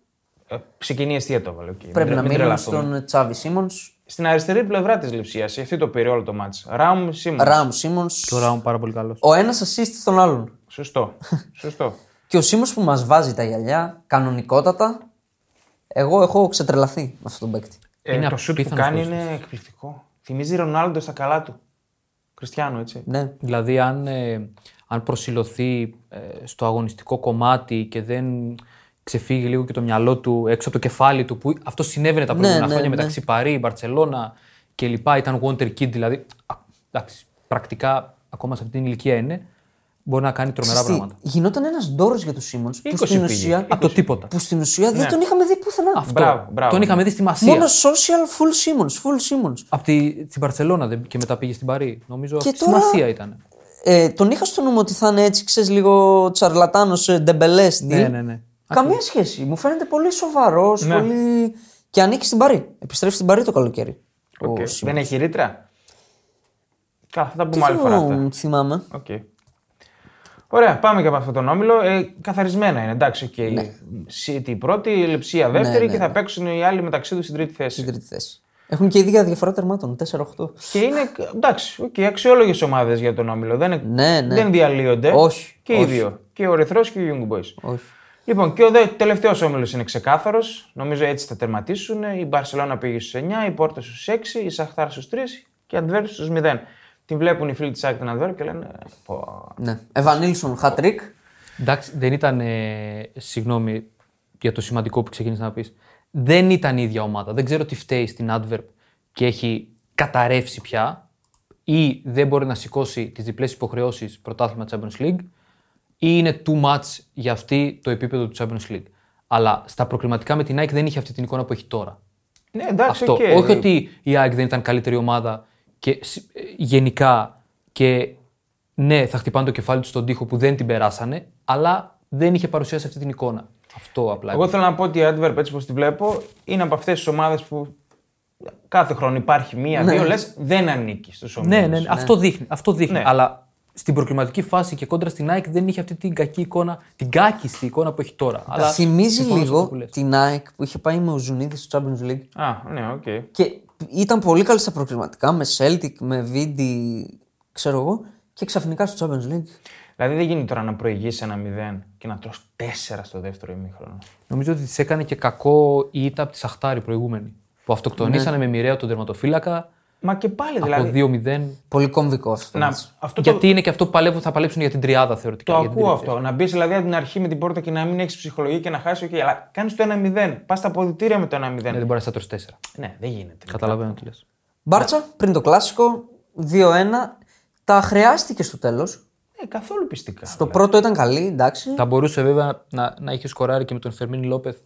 [SPEAKER 1] Ε, Ξεκινεί αιστεία το έβαλε. Okay.
[SPEAKER 2] πρέπει να μείνουμε στον Τσάβι Σίμον.
[SPEAKER 1] Στην αριστερή πλευρά της Λευσία, αυτή το πήρε όλο το μάτς. Ραμ Σίμον.
[SPEAKER 2] Ραμ Σίμον.
[SPEAKER 3] Τώρα είμαι πάρα πολύ καλός.
[SPEAKER 2] Ο ένας assist στον άλλον.
[SPEAKER 1] Σωστό. Σωστό.
[SPEAKER 2] Και ο Σίμον που μας βάζει τα γυαλιά, κανονικότατα. Εγώ έχω ξετρελαθεί με αυτόν τον παίκτη.
[SPEAKER 1] Ε,
[SPEAKER 3] Είναι
[SPEAKER 1] το σουτ που
[SPEAKER 3] απίθανος
[SPEAKER 1] κάνει
[SPEAKER 3] κόσμος.
[SPEAKER 1] είναι εκπληκτικό. Θυμίζει Ρονάλντο στα καλά του. Κριστιανό, έτσι.
[SPEAKER 2] Ναι.
[SPEAKER 3] Δηλαδή, αν, ε, αν προσιλωθεί ε, στο αγωνιστικό κομμάτι και δεν ξεφύγει λίγο και το μυαλό του έξω από το κεφάλι του, που αυτό συνέβαινε τα προηγούμενα
[SPEAKER 2] ναι,
[SPEAKER 3] χρόνια
[SPEAKER 2] ναι.
[SPEAKER 3] μεταξύ Παρή, Μπαρσελόνα κλπ. Ήταν Wonder Kid, δηλαδή. Α, εντάξει, πρακτικά ακόμα σε αυτή την ηλικία είναι. Μπορεί να κάνει τρομερά
[SPEAKER 2] Ξέρεις τι,
[SPEAKER 3] πράγματα.
[SPEAKER 2] γινόταν ένας ντόρος για τους Σίμον που
[SPEAKER 1] 20
[SPEAKER 2] στην
[SPEAKER 1] πήγε.
[SPEAKER 2] ουσία,
[SPEAKER 3] Από το τίποτα.
[SPEAKER 2] που στην ουσία δεν τον είχαμε δει πουθενά.
[SPEAKER 1] Μπράβο, μπράβο.
[SPEAKER 3] Τον είχαμε δει στη Μασία.
[SPEAKER 2] Μόνο social full Simmons, full Simmons.
[SPEAKER 3] Από τη, την Παρσελώνα δεν- και μετά πήγε στην Παρή. Νομίζω
[SPEAKER 2] Και
[SPEAKER 3] αυτή στη
[SPEAKER 2] τώρα-
[SPEAKER 3] Μασία ήταν.
[SPEAKER 2] Ε, τον είχα στο νου μου ότι θα είναι έτσι, ξέρεις, λίγο τσαρλατάνος, ντεμπελέ.
[SPEAKER 3] Ναι, ναι, ναι.
[SPEAKER 2] Καμία σχέση. Μου φαίνεται πολύ σοβαρός. Πολύ... Και ανήκει στην Παρή. Επιστρέφει στην Παρή το καλοκαίρι.
[SPEAKER 1] Οκ.
[SPEAKER 2] Ο
[SPEAKER 1] Δεν έχει ρήτρα. Καλά, θα τα
[SPEAKER 2] Τι
[SPEAKER 1] πούμε άλλη φορά αυτά.
[SPEAKER 2] θυμ- θυμάμαι.
[SPEAKER 1] Οκ. Ωραία, πάμε και από αυτόν τον όμιλο. Ε, καθαρισμένα είναι, εντάξει. οκ.
[SPEAKER 2] Ναι.
[SPEAKER 1] City η πρώτη, η Λεψία δεύτερη και θα παίξουν οι άλλοι μεταξύ τους στην τρίτη θέση.
[SPEAKER 2] Στην τρίτη θέση. Έχουν και ίδια διαφορά τερμάτων. 4-8.
[SPEAKER 1] Και είναι εντάξει, οκ, αξιόλογες ομάδες για τον όμιλο. Δεν,
[SPEAKER 2] Ναι, ναι.
[SPEAKER 1] δεν διαλύονται.
[SPEAKER 2] Όχι,
[SPEAKER 1] Και οι
[SPEAKER 2] όχι.
[SPEAKER 1] δύο. Και ο Ερυθρός και ο Young Boys.
[SPEAKER 2] Όχι.
[SPEAKER 1] Λοιπόν, και ο τελευταίος όμιλος είναι ξεκάθαρος. Νομίζω έτσι θα τερματίσουν. Η Μπαρσελόνα πήγε στους 9, η Πόρτα στου 6, η Σαχτάρ στου 3 και η Αντβέρπ στου 0. Την βλέπουν οι φίλοι της Άκη την Αντβέρπ και λένε. «Πω,
[SPEAKER 2] Ναι. Ευανίλσον, χατρίκ.
[SPEAKER 3] Εντάξει, δεν ήταν. ε, συγγνώμη για το σημαντικό που ξεκίνησες να πεις. Δεν ήταν η ίδια ομάδα. Δεν ξέρω τι φταίει στην adverb και έχει καταρρεύσει πια ή δεν μπορεί να σηκώσει τις διπλές υποχρεώσεις πρωτάθλημα Champions League ή είναι too much για αυτή το επίπεδο του Champions League. Αλλά στα προκριματικά με την ΑΕΚ δεν είχε αυτή την εικόνα που έχει τώρα.
[SPEAKER 1] Ναι, εντάξει,
[SPEAKER 3] Αυτό.
[SPEAKER 1] οκ.
[SPEAKER 3] Όχι ότι η ΑΕΚ δεν ήταν καλύτερη ομάδα και σ- ε, γενικά και ναι, θα χτυπάνε το κεφάλι τους στον τοίχο που δεν την περάσανε, αλλά δεν είχε παρουσιάσει αυτή την εικόνα. Αυτό απλά.
[SPEAKER 1] Εγώ θέλω να πω ότι η Adverb, έτσι όπως τη βλέπω, είναι από αυτές τις ομάδες που κάθε χρόνο υπάρχει μία-δύο λες, δεν ανήκει στους ομίλου.
[SPEAKER 3] ναι, ναι, ναι, αυτό δείχνει. Αυτό δείχνει.
[SPEAKER 1] Ναι.
[SPEAKER 3] Αλλά στην προκριματική φάση και κόντρα στην ΑΕΚ δεν είχε αυτή την κακή εικόνα, την κάκιστη εικόνα που έχει τώρα. Αλλά
[SPEAKER 2] Θυμίζει
[SPEAKER 3] συμφωνώ σε αυτό που
[SPEAKER 2] λίγο
[SPEAKER 3] λες.
[SPEAKER 2] την ΑΕΚ που είχε πάει με ο Ζουνίδης στο Champions League.
[SPEAKER 1] Α, ναι, οκ.
[SPEAKER 2] Και ήταν πολύ καλή στα προκριματικά με Celtic, με Βίντι, ξέρω εγώ. Και ξαφνικά στο Champions League.
[SPEAKER 1] Δηλαδή δεν γίνεται τώρα να προηγήσει ένα 0 και να τρως 4 στο δεύτερο ημίχρονο.
[SPEAKER 3] Νομίζω ότι τη έκανε και κακό η ήττα από τη Σαχτάρη προηγούμενη. Που αυτοκτονήσανε
[SPEAKER 2] Ναι.
[SPEAKER 3] με μοιραίο τον τερματοφύλακα
[SPEAKER 1] Μα και πάλι δηλαδή.
[SPEAKER 3] από 2-0.
[SPEAKER 2] Πολύ κομβικό αυτός.
[SPEAKER 1] Να,
[SPEAKER 2] Να...
[SPEAKER 1] αυτό
[SPEAKER 3] Γιατί
[SPEAKER 1] το,
[SPEAKER 3] είναι και αυτό που παλεύουν, θα παλέψουν για την τριάδα θεωρητικά.
[SPEAKER 1] το
[SPEAKER 3] για την
[SPEAKER 1] ακούω
[SPEAKER 3] τρίτη
[SPEAKER 1] αυτό. Να μπεις δηλαδή από την αρχή με την πόρτα και να μην έχεις ψυχολογία και να χάσεις. οκ, αλλά κάνεις το 1-0. Πας στα αποδητήρια με το 1-0.
[SPEAKER 3] Ναι,
[SPEAKER 1] Ναι,
[SPEAKER 3] δεν μπορεί να είσαι 4.
[SPEAKER 1] δεν γίνεται.
[SPEAKER 3] Καταλαβαίνω τι λες.
[SPEAKER 2] Μπάρτσα πριν το κλασικό, 2-1. Τα χρειάστηκε στο τέλος.
[SPEAKER 1] Ε, καθόλου πιστικά.
[SPEAKER 3] Ναι.
[SPEAKER 2] Το πρώτο ήταν καλή, εντάξει.
[SPEAKER 3] Θα μπορούσε βέβαια να, να είχε σκοράρει και με τον Φερμίν Λόπεθ.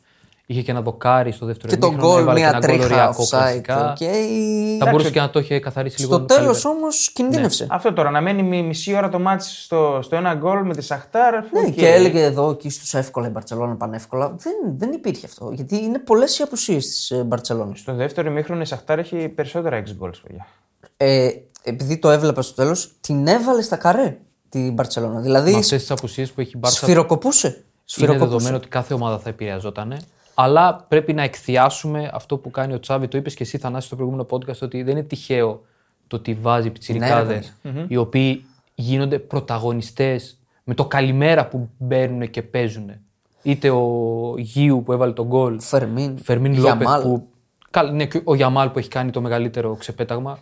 [SPEAKER 3] Είχε και ένα δοκάρι στο δεύτερο
[SPEAKER 2] Και τον
[SPEAKER 3] ημίχρονο,
[SPEAKER 2] γκολ,
[SPEAKER 3] έβαλε και
[SPEAKER 2] μια
[SPEAKER 3] ένα γκολ
[SPEAKER 2] τρίχα
[SPEAKER 3] ωριακό
[SPEAKER 2] offside.
[SPEAKER 3] κλασικά.
[SPEAKER 2] οκ.
[SPEAKER 3] Θα μπορούσε και να το είχε καθαρίσει λίγο.
[SPEAKER 2] Στο τέλο όμως
[SPEAKER 3] Ναι.
[SPEAKER 2] κινδύνευσε.
[SPEAKER 1] Αυτό τώρα, να μένει μι- μισή ώρα το μάτι στο, στο ένα γκολ με τη Σαχτάρ.
[SPEAKER 2] Ναι,
[SPEAKER 1] οκ.
[SPEAKER 2] και έλεγε εδώ εκεί στου εύκολα η Μπαρσελόνα πανεύκολα. Δεν, δεν υπήρχε αυτό. Γιατί είναι πολλές οι ε, απουσίες της Μπαρσελόνα.
[SPEAKER 1] Στο δεύτερο ημίχρονο η Σαχτάρ έχει περισσότερα 6 γκολ, παιδιά.
[SPEAKER 2] Ε, επειδή το έβλεπα στο τέλος, την έβαλε στα καρέ την Μπαρσελόνα. Δηλαδή
[SPEAKER 3] Αυτές τις απουσίες που έχει η Μπάρσα
[SPEAKER 2] σφυροκοπούσε.
[SPEAKER 3] είναι
[SPEAKER 2] Σφυροκοπούσε.
[SPEAKER 3] δεδομένο ότι κάθε ομάδα θα επηρεαζόταν. Αλλά πρέπει να εκθιάσουμε αυτό που κάνει ο Τσάβη. Το είπες και εσύ, Θανάση, στο προηγούμενο podcast, ότι δεν είναι τυχαίο το ότι βάζει πιτσιρικάδες οι οποίοι γίνονται πρωταγωνιστές με το καλημέρα που μπαίνουν και παίζουν. Είτε ο Γίου που έβαλε τον γκολ.
[SPEAKER 2] Φερμίν,
[SPEAKER 3] Φερμίν Λόπεθ
[SPEAKER 2] Γιαμάλ.
[SPEAKER 3] που. Καλά, ναι, και ο Γιαμάλ που έχει κάνει το μεγαλύτερο ξεπέταγμα.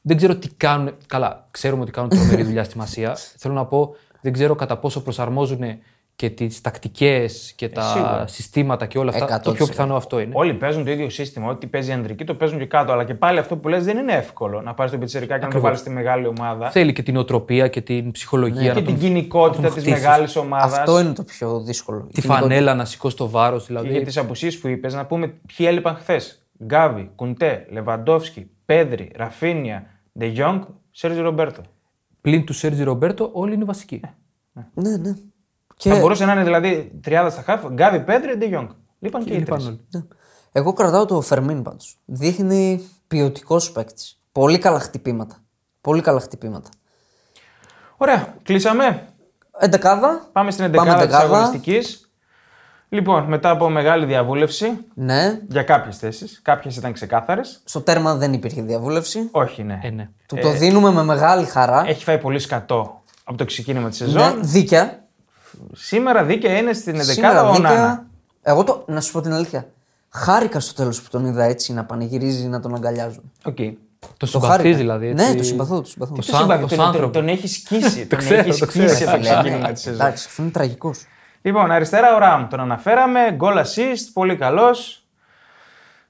[SPEAKER 3] Δεν ξέρω τι κάνουν. Καλά, ξέρουμε ότι κάνουν τρομερή δουλειά στη Μασία. Θέλω να πω, δεν ξέρω κατά πόσο προσαρμόζουν και τις τακτικές
[SPEAKER 2] Ε,
[SPEAKER 3] και τα συστήματα και όλα αυτά. Το πιο
[SPEAKER 2] 100%.
[SPEAKER 3] πιθανό αυτό είναι.
[SPEAKER 1] Όλοι παίζουν το ίδιο σύστημα. Ό,τι παίζει η αντρική το παίζουν και κάτω. Αλλά και πάλι αυτό που λες δεν είναι εύκολο να πάρεις τον πιτσερικά και να το βάλεις στη μεγάλη ομάδα.
[SPEAKER 3] Θέλει και την οτροπία και την
[SPEAKER 2] Ναι,
[SPEAKER 3] ψυχολογία.
[SPEAKER 1] και
[SPEAKER 3] να τον-
[SPEAKER 1] την κοινικότητα
[SPEAKER 3] τον
[SPEAKER 1] της
[SPEAKER 3] χτίσεις.
[SPEAKER 1] μεγάλης ομάδας.
[SPEAKER 2] Αυτό είναι το πιο δύσκολο.
[SPEAKER 3] Τη φανέλα να σηκώσει το βάρος. Δηλαδή,
[SPEAKER 1] Για τις απουσίες που είπες, να πούμε ποιοι έλειπαν χθες. Γκάβι, Κουντέ, Λεβαντόφσκι, Πέδρη, Ραφίνια, Ντε Γιόνγκ, Σέρζι Ρομπέρτο.
[SPEAKER 3] πλην του Σέρτζι Ρομπέρτο, όλοι είναι βασικοί.
[SPEAKER 2] Ναι, ναι. Και
[SPEAKER 1] Θα μπορούσε να είναι δηλαδή 30 στα χάφ, Γκάβι, Πέδρη, Ντε Γιόνγκ. Λείπαν και, οι
[SPEAKER 3] Λείπαν
[SPEAKER 1] τρεις.
[SPEAKER 3] όλοι.
[SPEAKER 2] ναι. Εγώ κρατάω το Φερμίν πάντως. Δείχνει ποιοτικός παίκτης. Πολύ καλά χτυπήματα. Πολύ καλά χτυπήματα.
[SPEAKER 1] Ωραία, κλείσαμε.
[SPEAKER 2] Εντεκάδα.
[SPEAKER 1] Πάμε στην
[SPEAKER 2] Πάμε
[SPEAKER 1] 11η της
[SPEAKER 2] εντεκάδα.
[SPEAKER 1] αγωνιστικής. Λοιπόν, μετά από μεγάλη διαβούλευση
[SPEAKER 2] Ναι.
[SPEAKER 1] για κάποιες θέσεις, κάποιες ήταν ξεκάθαρες.
[SPEAKER 2] Στο τέρμα δεν υπήρχε διαβούλευση.
[SPEAKER 1] Όχι, ναι.
[SPEAKER 3] Ε, ναι.
[SPEAKER 2] Του το δίνουμε με μεγάλη χαρά.
[SPEAKER 1] Έχει φάει πολύ σκατό από το ξεκίνημα της
[SPEAKER 2] ναι,
[SPEAKER 1] σεζόν.
[SPEAKER 2] δίκαια.
[SPEAKER 1] Σήμερα δίκαια είναι στην 11η
[SPEAKER 2] Σήμερα
[SPEAKER 1] ο Νάνα.
[SPEAKER 2] δίκαια. Εγώ το, να σου πω την αλήθεια. Χάρηκα στο τέλος που τον είδα έτσι να πανηγυρίζει να τον αγκαλιάζουν.
[SPEAKER 1] Οκ.
[SPEAKER 3] Το
[SPEAKER 2] Το
[SPEAKER 3] συμπαθεί
[SPEAKER 2] χάρηκα.
[SPEAKER 3] δηλαδή. Έτσι...
[SPEAKER 2] Ναι, το συμπαθώ. Το συμπαθώ.
[SPEAKER 1] Τι
[SPEAKER 3] σαν-
[SPEAKER 1] συμπάθει,
[SPEAKER 3] ως
[SPEAKER 1] τον- τον,
[SPEAKER 3] άνθρωπο.
[SPEAKER 1] τον έχει σκίσει. τον
[SPEAKER 3] ξέρω,
[SPEAKER 1] έχει
[SPEAKER 3] [LAUGHS] το ξέρω,
[SPEAKER 1] σκίσει από το
[SPEAKER 2] Φίλε, ναι,
[SPEAKER 1] ξεκίνημα τη σεζόν.
[SPEAKER 2] Εντάξει, αυτό είναι τραγικός.
[SPEAKER 1] Λοιπόν, αριστερά ο Ραμ τον αναφέραμε. Γκολ assist, πολύ καλός.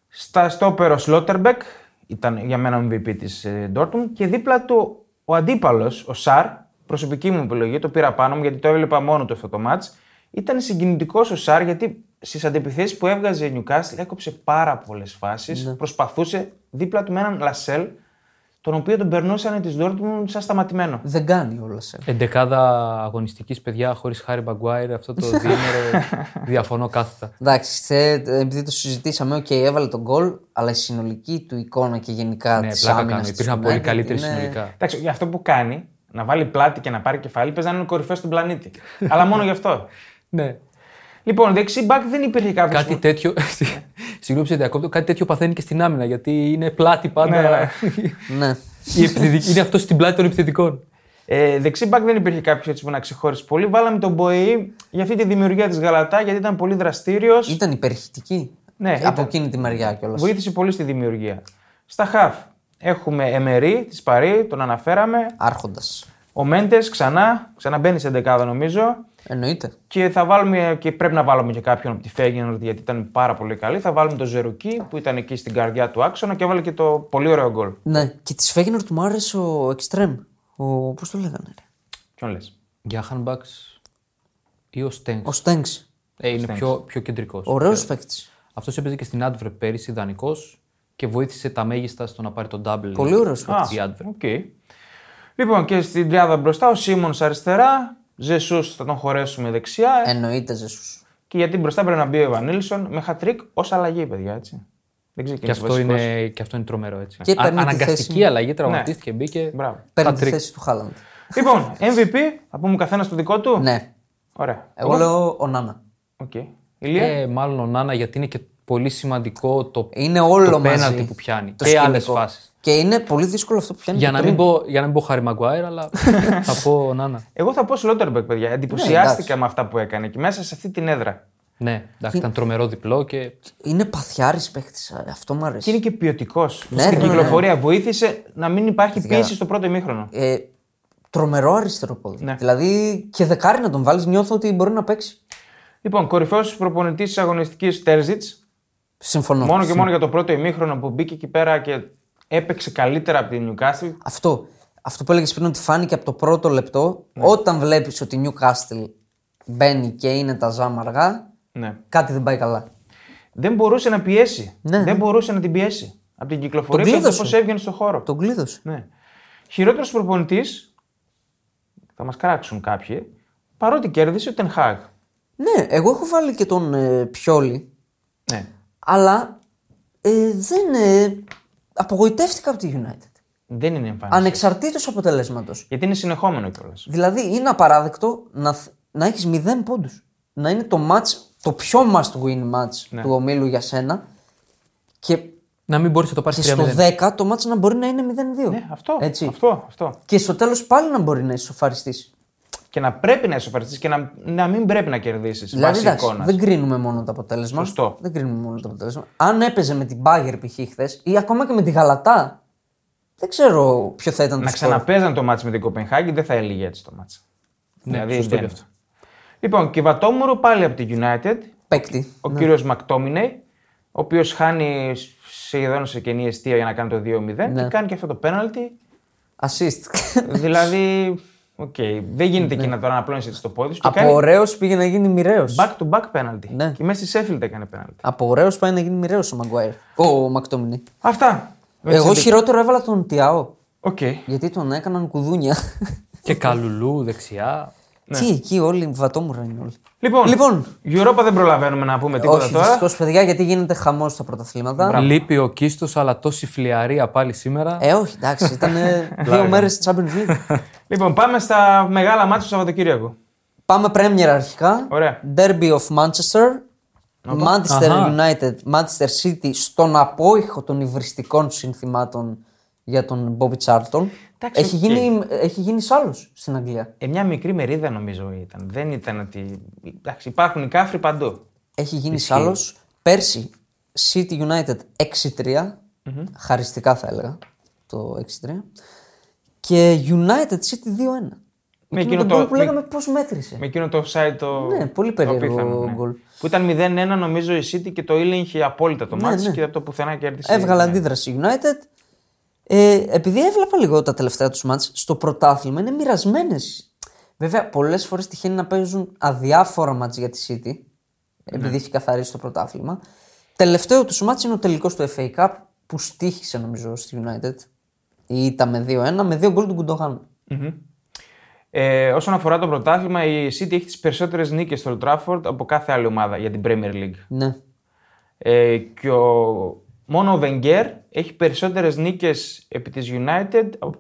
[SPEAKER 1] Στα στόπερο Σλότερμπεκ, ήταν για μένα MVP τη Dortmund. Και δίπλα του ο αντίπαλος, ο Σαρ, προσωπική μου επιλογή, το πήρα πάνω μου γιατί το έβλεπα μόνο του αυτό το μάτς. Ήταν συγκινητικός ο Σαρ γιατί στις αντιπιθέσεις που έβγαζε η Νιουκάστιλ έκοψε πάρα πολλές φάσεις. Προσπαθούσε δίπλα του με έναν Λασέλ, τον οποίο τον περνούσαν της Dortmund σαν σταματημένο.
[SPEAKER 2] Δεν κάνει όλα σε.
[SPEAKER 3] Εντεκάδα αγωνιστικής παιδιά χωρίς Χάρι Μπαγκουάιρ, αυτό το διήμερο διαφωνώ κάθετα.
[SPEAKER 2] Εντάξει, θε- επειδή το συζητήσαμε, οκ, έβαλε τον γκολ, αλλά η συνολική του εικόνα και γενικά
[SPEAKER 3] ναι,
[SPEAKER 2] της
[SPEAKER 3] πλάκα
[SPEAKER 2] άμυνας. ναι,
[SPEAKER 3] κάνω. Υπήρχαν πολύ καλύτεροι συνολικά.
[SPEAKER 1] Εντάξει, για αυτό που κάνει, να βάλει πλάτη και να πάρει κεφάλι, παίζει να είναι κορυφαίο στον πλανήτη. Αλλά μόνο γι' αυτό.
[SPEAKER 3] Ναι.
[SPEAKER 1] Λοιπόν, δεξί μπακ δεν υπήρχε κάποιος.
[SPEAKER 3] Κάτι τέτοιο. [LAUGHS] Συγγνώμη, σε διακόπτω. Κάτι τέτοιο παθαίνει και στην άμυνα γιατί είναι πλάτη
[SPEAKER 1] Ναι,
[SPEAKER 3] πάντα.
[SPEAKER 1] ναι.
[SPEAKER 2] Ναι.
[SPEAKER 3] [LAUGHS] Η επιθετική- είναι αυτό στην πλάτη των επιθετικών.
[SPEAKER 1] Ε, δεξί μπακ δεν υπήρχε κάποιος έτσι που να ξεχώρισε πολύ. Βάλαμε τον Μποεϊ για αυτή τη δημιουργία της Γαλατά γιατί ήταν πολύ δραστήριος.
[SPEAKER 2] Ήταν υπερχητική.
[SPEAKER 1] Ναι,
[SPEAKER 2] από
[SPEAKER 1] ήταν.
[SPEAKER 2] εκείνη τη μεριά κιόλας.
[SPEAKER 1] Βοήθησε πολύ στη δημιουργία. Στα χαφ έχουμε Εμερή τη Παρή, τον αναφέραμε.
[SPEAKER 2] Άρχοντας.
[SPEAKER 1] Ο Μέντες ξανά, ξαναμπαίνει σε δεκάδα νομίζω.
[SPEAKER 2] Εννοείται.
[SPEAKER 1] Και θα βάλουμε και πρέπει να βάλουμε και κάποιον από τη Feyenoord γιατί ήταν πάρα πολύ καλή. Θα βάλουμε τον Ζερουκί που ήταν εκεί στην καρδιά του άξονα και έβαλε και το πολύ ωραίο γκολ.
[SPEAKER 2] Ναι, και της Φέγγινορ του μου άρεσε ο Εκστρέμ. Ο... Πώς το λέγανε, ρε.
[SPEAKER 1] Ποιον λες.
[SPEAKER 3] Γιάχανμπαξ ή ο Στέγκ.
[SPEAKER 2] Ο Στέγκ.
[SPEAKER 3] Ε, είναι πιο, πιο κεντρικός.
[SPEAKER 2] Ωραίος παίκτης.
[SPEAKER 3] Αυτός έπαιζε και στην Adverb πέρυσι, ιδανικός και βοήθησε τα μέγιστα στο να πάρει τον double.
[SPEAKER 2] Πολύ ωραίος
[SPEAKER 3] Α, Η Adverb.
[SPEAKER 1] Οκ. Λοιπόν και στην τριάδα μπροστά ο Σίμον αριστερά. Ζεσούς θα τον χωρέσουμε
[SPEAKER 3] ε.
[SPEAKER 1] δεξιά.
[SPEAKER 2] Εννοείται, Ζεσούς.
[SPEAKER 1] Και γιατί μπροστά πρέπει να μπει ο Ευανίλσον με χατρίκ ως αλλαγή, παιδιά έτσι. Δεν
[SPEAKER 3] Και
[SPEAKER 1] ξεκίνησε
[SPEAKER 3] αυτό,
[SPEAKER 1] βασικός.
[SPEAKER 3] είναι, και αυτό είναι τρομερό έτσι.
[SPEAKER 2] Και παίρνει τη
[SPEAKER 3] αναγκαστική
[SPEAKER 2] θέση.
[SPEAKER 3] αλλαγή, τραυματίστηκε, μπήκε.
[SPEAKER 1] Μπράβο.
[SPEAKER 2] Παίρνει τη
[SPEAKER 3] Πατρίκ.
[SPEAKER 2] θέση του Χάλαντ.
[SPEAKER 1] Λοιπόν, MVP, θα πούμε καθένας το δικό του.
[SPEAKER 2] Ναι.
[SPEAKER 1] Ωραία.
[SPEAKER 2] Εγώ λέω ο Νάνα.
[SPEAKER 1] Οκ. Ηλία.
[SPEAKER 3] Ε, μάλλον ο Νάνα γιατί είναι και πολύ σημαντικό το
[SPEAKER 2] Είναι Ε, όλο
[SPEAKER 3] Το
[SPEAKER 2] μαζί.
[SPEAKER 3] πέναλτι που πιάνει.
[SPEAKER 2] Το
[SPEAKER 3] Και άλλες
[SPEAKER 2] σκηνικό.
[SPEAKER 3] φάσεις.
[SPEAKER 2] Και είναι πολύ δύσκολο αυτό που πιάνει.
[SPEAKER 3] Για
[SPEAKER 2] και
[SPEAKER 3] να,
[SPEAKER 2] πριν.
[SPEAKER 3] μην πω, για να μην πω Χάρη Μαγκουάιρ,
[SPEAKER 2] [LAUGHS]
[SPEAKER 3] αλλά θα πω Νάνα.
[SPEAKER 1] Εγώ θα πω Σλότερμπεκ, παιδιά. Εντυπωσιάστηκα με αυτά που έκανε και μέσα σε αυτή την έδρα.
[SPEAKER 3] Ναι, εντάξει, ήταν τρομερό διπλό και.
[SPEAKER 2] Είναι παθιάρης παίχτης. Αυτό μου αρέσει.
[SPEAKER 1] Και είναι και ποιοτικός.
[SPEAKER 2] Ναι,
[SPEAKER 1] Στην
[SPEAKER 2] ναι,
[SPEAKER 1] κυκλοφορία βοήθησε να μην υπάρχει
[SPEAKER 2] Ειδικά.
[SPEAKER 1] πίεση στο πρώτο ημίχρονο.
[SPEAKER 2] Ε, τρομερό αριστερό πόδι.
[SPEAKER 1] Ναι.
[SPEAKER 2] Δηλαδή και δεκάρι να τον βάλεις, νιώθω ότι μπορεί να παίξει.
[SPEAKER 1] Λοιπόν, κορυφαίος προπονητής της αγωνιστικής Τέρζιτ.
[SPEAKER 2] Συμφωνώ.
[SPEAKER 1] Μόνο και μόνο για το πρώτο ημίχρονο που μπήκε εκεί πέρα και έπαιξε καλύτερα από την Newcastle.
[SPEAKER 2] Αυτό. Αυτό που έλεγες πριν ότι φάνηκε από το πρώτο λεπτό,
[SPEAKER 1] Ναι.
[SPEAKER 2] όταν βλέπεις ότι η Newcastle μπαίνει και είναι τα ζάμα αργά,
[SPEAKER 1] Ναι.
[SPEAKER 2] κάτι δεν πάει καλά.
[SPEAKER 1] Δεν μπορούσε να πιέσει.
[SPEAKER 2] Ναι.
[SPEAKER 1] Δεν μπορούσε να την πιέσει. Από την κυκλοφορία
[SPEAKER 2] Τον
[SPEAKER 1] και από το
[SPEAKER 2] κλείδωσε.
[SPEAKER 1] πώς έβγαινε στον χώρο.
[SPEAKER 2] Τον κλείδωσε.
[SPEAKER 1] Ναι. Χειρότερος προπονητής. Θα μας κράξουν κάποιοι. Παρότι κέρδισε ο Τενχάγ.
[SPEAKER 2] Ναι, εγώ έχω βάλει και τον ε, Πιόλι,
[SPEAKER 1] Ναι.
[SPEAKER 2] αλλά ε, δεν. ε, απογοητεύτηκα από τη United.
[SPEAKER 1] Δεν είναι εμφανή.
[SPEAKER 2] Ανεξαρτήτως αποτελέσματος.
[SPEAKER 1] Γιατί είναι συνεχόμενο Ε, κιόλας.
[SPEAKER 2] Δηλαδή είναι απαράδεκτο να, θ- να έχεις 0 πόντους. Να είναι το match, το πιο must win match
[SPEAKER 1] Ναι.
[SPEAKER 2] του ομίλου για σένα. Και,
[SPEAKER 3] Να μην μπορείς να το πάρεις
[SPEAKER 2] και στο
[SPEAKER 3] 3-0.
[SPEAKER 2] 10 το match να μπορεί να είναι 0-2.
[SPEAKER 1] Ναι, αυτό.
[SPEAKER 2] Έτσι.
[SPEAKER 1] Αυτό, αυτό.
[SPEAKER 2] Και στο τέλος πάλι να μπορεί να ισοφαριστείς.
[SPEAKER 1] Και να πρέπει να ισοφαριστεί και να, να μην πρέπει να κερδίσεις.
[SPEAKER 2] Δηλαδή
[SPEAKER 1] βάσει
[SPEAKER 2] εντάξει,
[SPEAKER 1] εικόνας.
[SPEAKER 2] δεν κρίνουμε μόνο το αποτέλεσμα.
[SPEAKER 1] Σωστό.
[SPEAKER 2] Δεν κρίνουμε μόνο το αποτέλεσμα. Αν έπαιζε με την Bagger π.χ. χθες ή ακόμα και με τη Γαλατά, δεν ξέρω ποιο θα ήταν το
[SPEAKER 1] Να
[SPEAKER 2] σκορ.
[SPEAKER 1] ξαναπέζαν το μάτς με την Κοπενχάγη, δεν θα έλεγε έτσι το μάτς. δηλαδή,
[SPEAKER 3] Ναι, σωστό
[SPEAKER 1] δεν-
[SPEAKER 3] και αυτό.
[SPEAKER 1] Λοιπόν, και Βατόμουρο πάλι από τη United,
[SPEAKER 2] Παίκτη.
[SPEAKER 1] ο κύριος Μακτόμινεϊ, ο οποίος χάνει σχεδόν σε κενή αιστεία για να κάνει το 2-0
[SPEAKER 2] Ναι.
[SPEAKER 1] και κάνει και αυτό το πέναλτι.
[SPEAKER 2] Assist.
[SPEAKER 1] δηλαδή, οκ, δεν γίνεται εκεί να τώρα να πλώνεις έτσι το πόδι σου. Το
[SPEAKER 2] [LAUGHS] Ναι. Από
[SPEAKER 1] κάνει
[SPEAKER 2] ωραίος πήγε να γίνει μοιραίος.
[SPEAKER 1] back-to-back πέναλτι.
[SPEAKER 2] Ναι.
[SPEAKER 1] Και μέσα στη Σέφιλντ έκανε πέναλτι.
[SPEAKER 2] Από ωραίος πάει να γίνει μοιραίος ο Μαγκουάιρ. Ο Μακτόμινι.
[SPEAKER 1] Αυτά. Με
[SPEAKER 2] Εγώ
[SPEAKER 1] τις ενδείξεις.
[SPEAKER 2] χειρότερο έβαλα τον Τιάο.
[SPEAKER 1] Οκ.
[SPEAKER 2] Γιατί τον έκαναν κουδούνια.
[SPEAKER 3] Και καλουλού δεξιά.
[SPEAKER 1] Ναι.
[SPEAKER 2] Τι εκεί όλοι, βατόμουρα είναι όλοι.
[SPEAKER 1] Λοιπόν,
[SPEAKER 2] Λοιπόν.
[SPEAKER 1] Europa δεν προλαβαίνουμε να πούμε τίποτα
[SPEAKER 2] Όχι,
[SPEAKER 1] τώρα.
[SPEAKER 2] δυστυχώς παιδιά, γιατί γίνεται χαμός στα πρωταθλήματα.
[SPEAKER 3] Λείπει ο Κίστος, αλλά τόση φλιαρία πάλι σήμερα.
[SPEAKER 2] Ε, όχι,
[SPEAKER 1] [LAUGHS]
[SPEAKER 2] ε, εντάξει, ήταν δύο μέρες της Champions League.
[SPEAKER 1] Λοιπόν, πάμε στα μεγάλα μάτια του Σαββατοκύριακου.
[SPEAKER 2] Πάμε πρέμιερα αρχικά.
[SPEAKER 1] Ωραία.
[SPEAKER 2] Derby of Manchester. Manchester
[SPEAKER 3] Αχα.
[SPEAKER 2] United, Manchester City στον απόϊχο των υβριστικών συνθημάτων για τον Bobby Charlton.
[SPEAKER 1] Εντάξει,
[SPEAKER 2] Έχει,
[SPEAKER 1] οκ.
[SPEAKER 2] γίνει, έχει γίνει σ' άλλους στην Αγγλία.
[SPEAKER 1] Ε, μια μικρή μερίδα νομίζω ήταν. Δεν ήταν ότι. Εντάξει, υπάρχουν οι κάφροι παντού.
[SPEAKER 2] Έχει γίνει σ' άλλους. Πέρσι City United 6-3. Χαριστικά θα έλεγα το 6-3. Και United City 2-1.
[SPEAKER 1] Με
[SPEAKER 2] Εκείνο
[SPEAKER 1] Ναι, εκείνο
[SPEAKER 2] τον
[SPEAKER 1] το-
[SPEAKER 2] γκολ που
[SPEAKER 1] με-
[SPEAKER 2] λέγαμε πώς μέτρησε.
[SPEAKER 1] Με εκείνο το offside το.
[SPEAKER 2] Ναι, πολύ
[SPEAKER 1] το
[SPEAKER 2] περίεργο
[SPEAKER 1] απίθανο, ναι.
[SPEAKER 2] γκολ.
[SPEAKER 1] Που ήταν 0-1 νομίζω η City και το ήλεγχε απόλυτα το μάτς
[SPEAKER 2] ναι.
[SPEAKER 1] και από το πουθενά κέρδισε.
[SPEAKER 2] Έβγαλε
[SPEAKER 1] Ναι.
[SPEAKER 2] αντίδραση United. Ε, επειδή έβλεπα λίγο τα τελευταία τους μάτς στο πρωτάθλημα, είναι μοιρασμένες. Βέβαια, πολλές φορές τυχαίνει να παίζουν αδιάφορα μάτς για τη City, επειδή
[SPEAKER 1] Ναι.
[SPEAKER 2] έχει καθαρίσει το πρωτάθλημα. Τελευταίο τους μάτς είναι ο τελικός του FA Cup που στήχησε νομίζω στη United. Η ήττα με 2-1 με 2 γκολ του Κουντογάν.
[SPEAKER 1] Ε, όσον αφορά το πρωτάθλημα, η City έχει τις περισσότερες νίκες στο Old Trafford από κάθε άλλη ομάδα για την Premier League.
[SPEAKER 2] Ναι.
[SPEAKER 1] Ε, και ο, μόνο ο Wenger έχει περισσότερες νίκες επί της United από,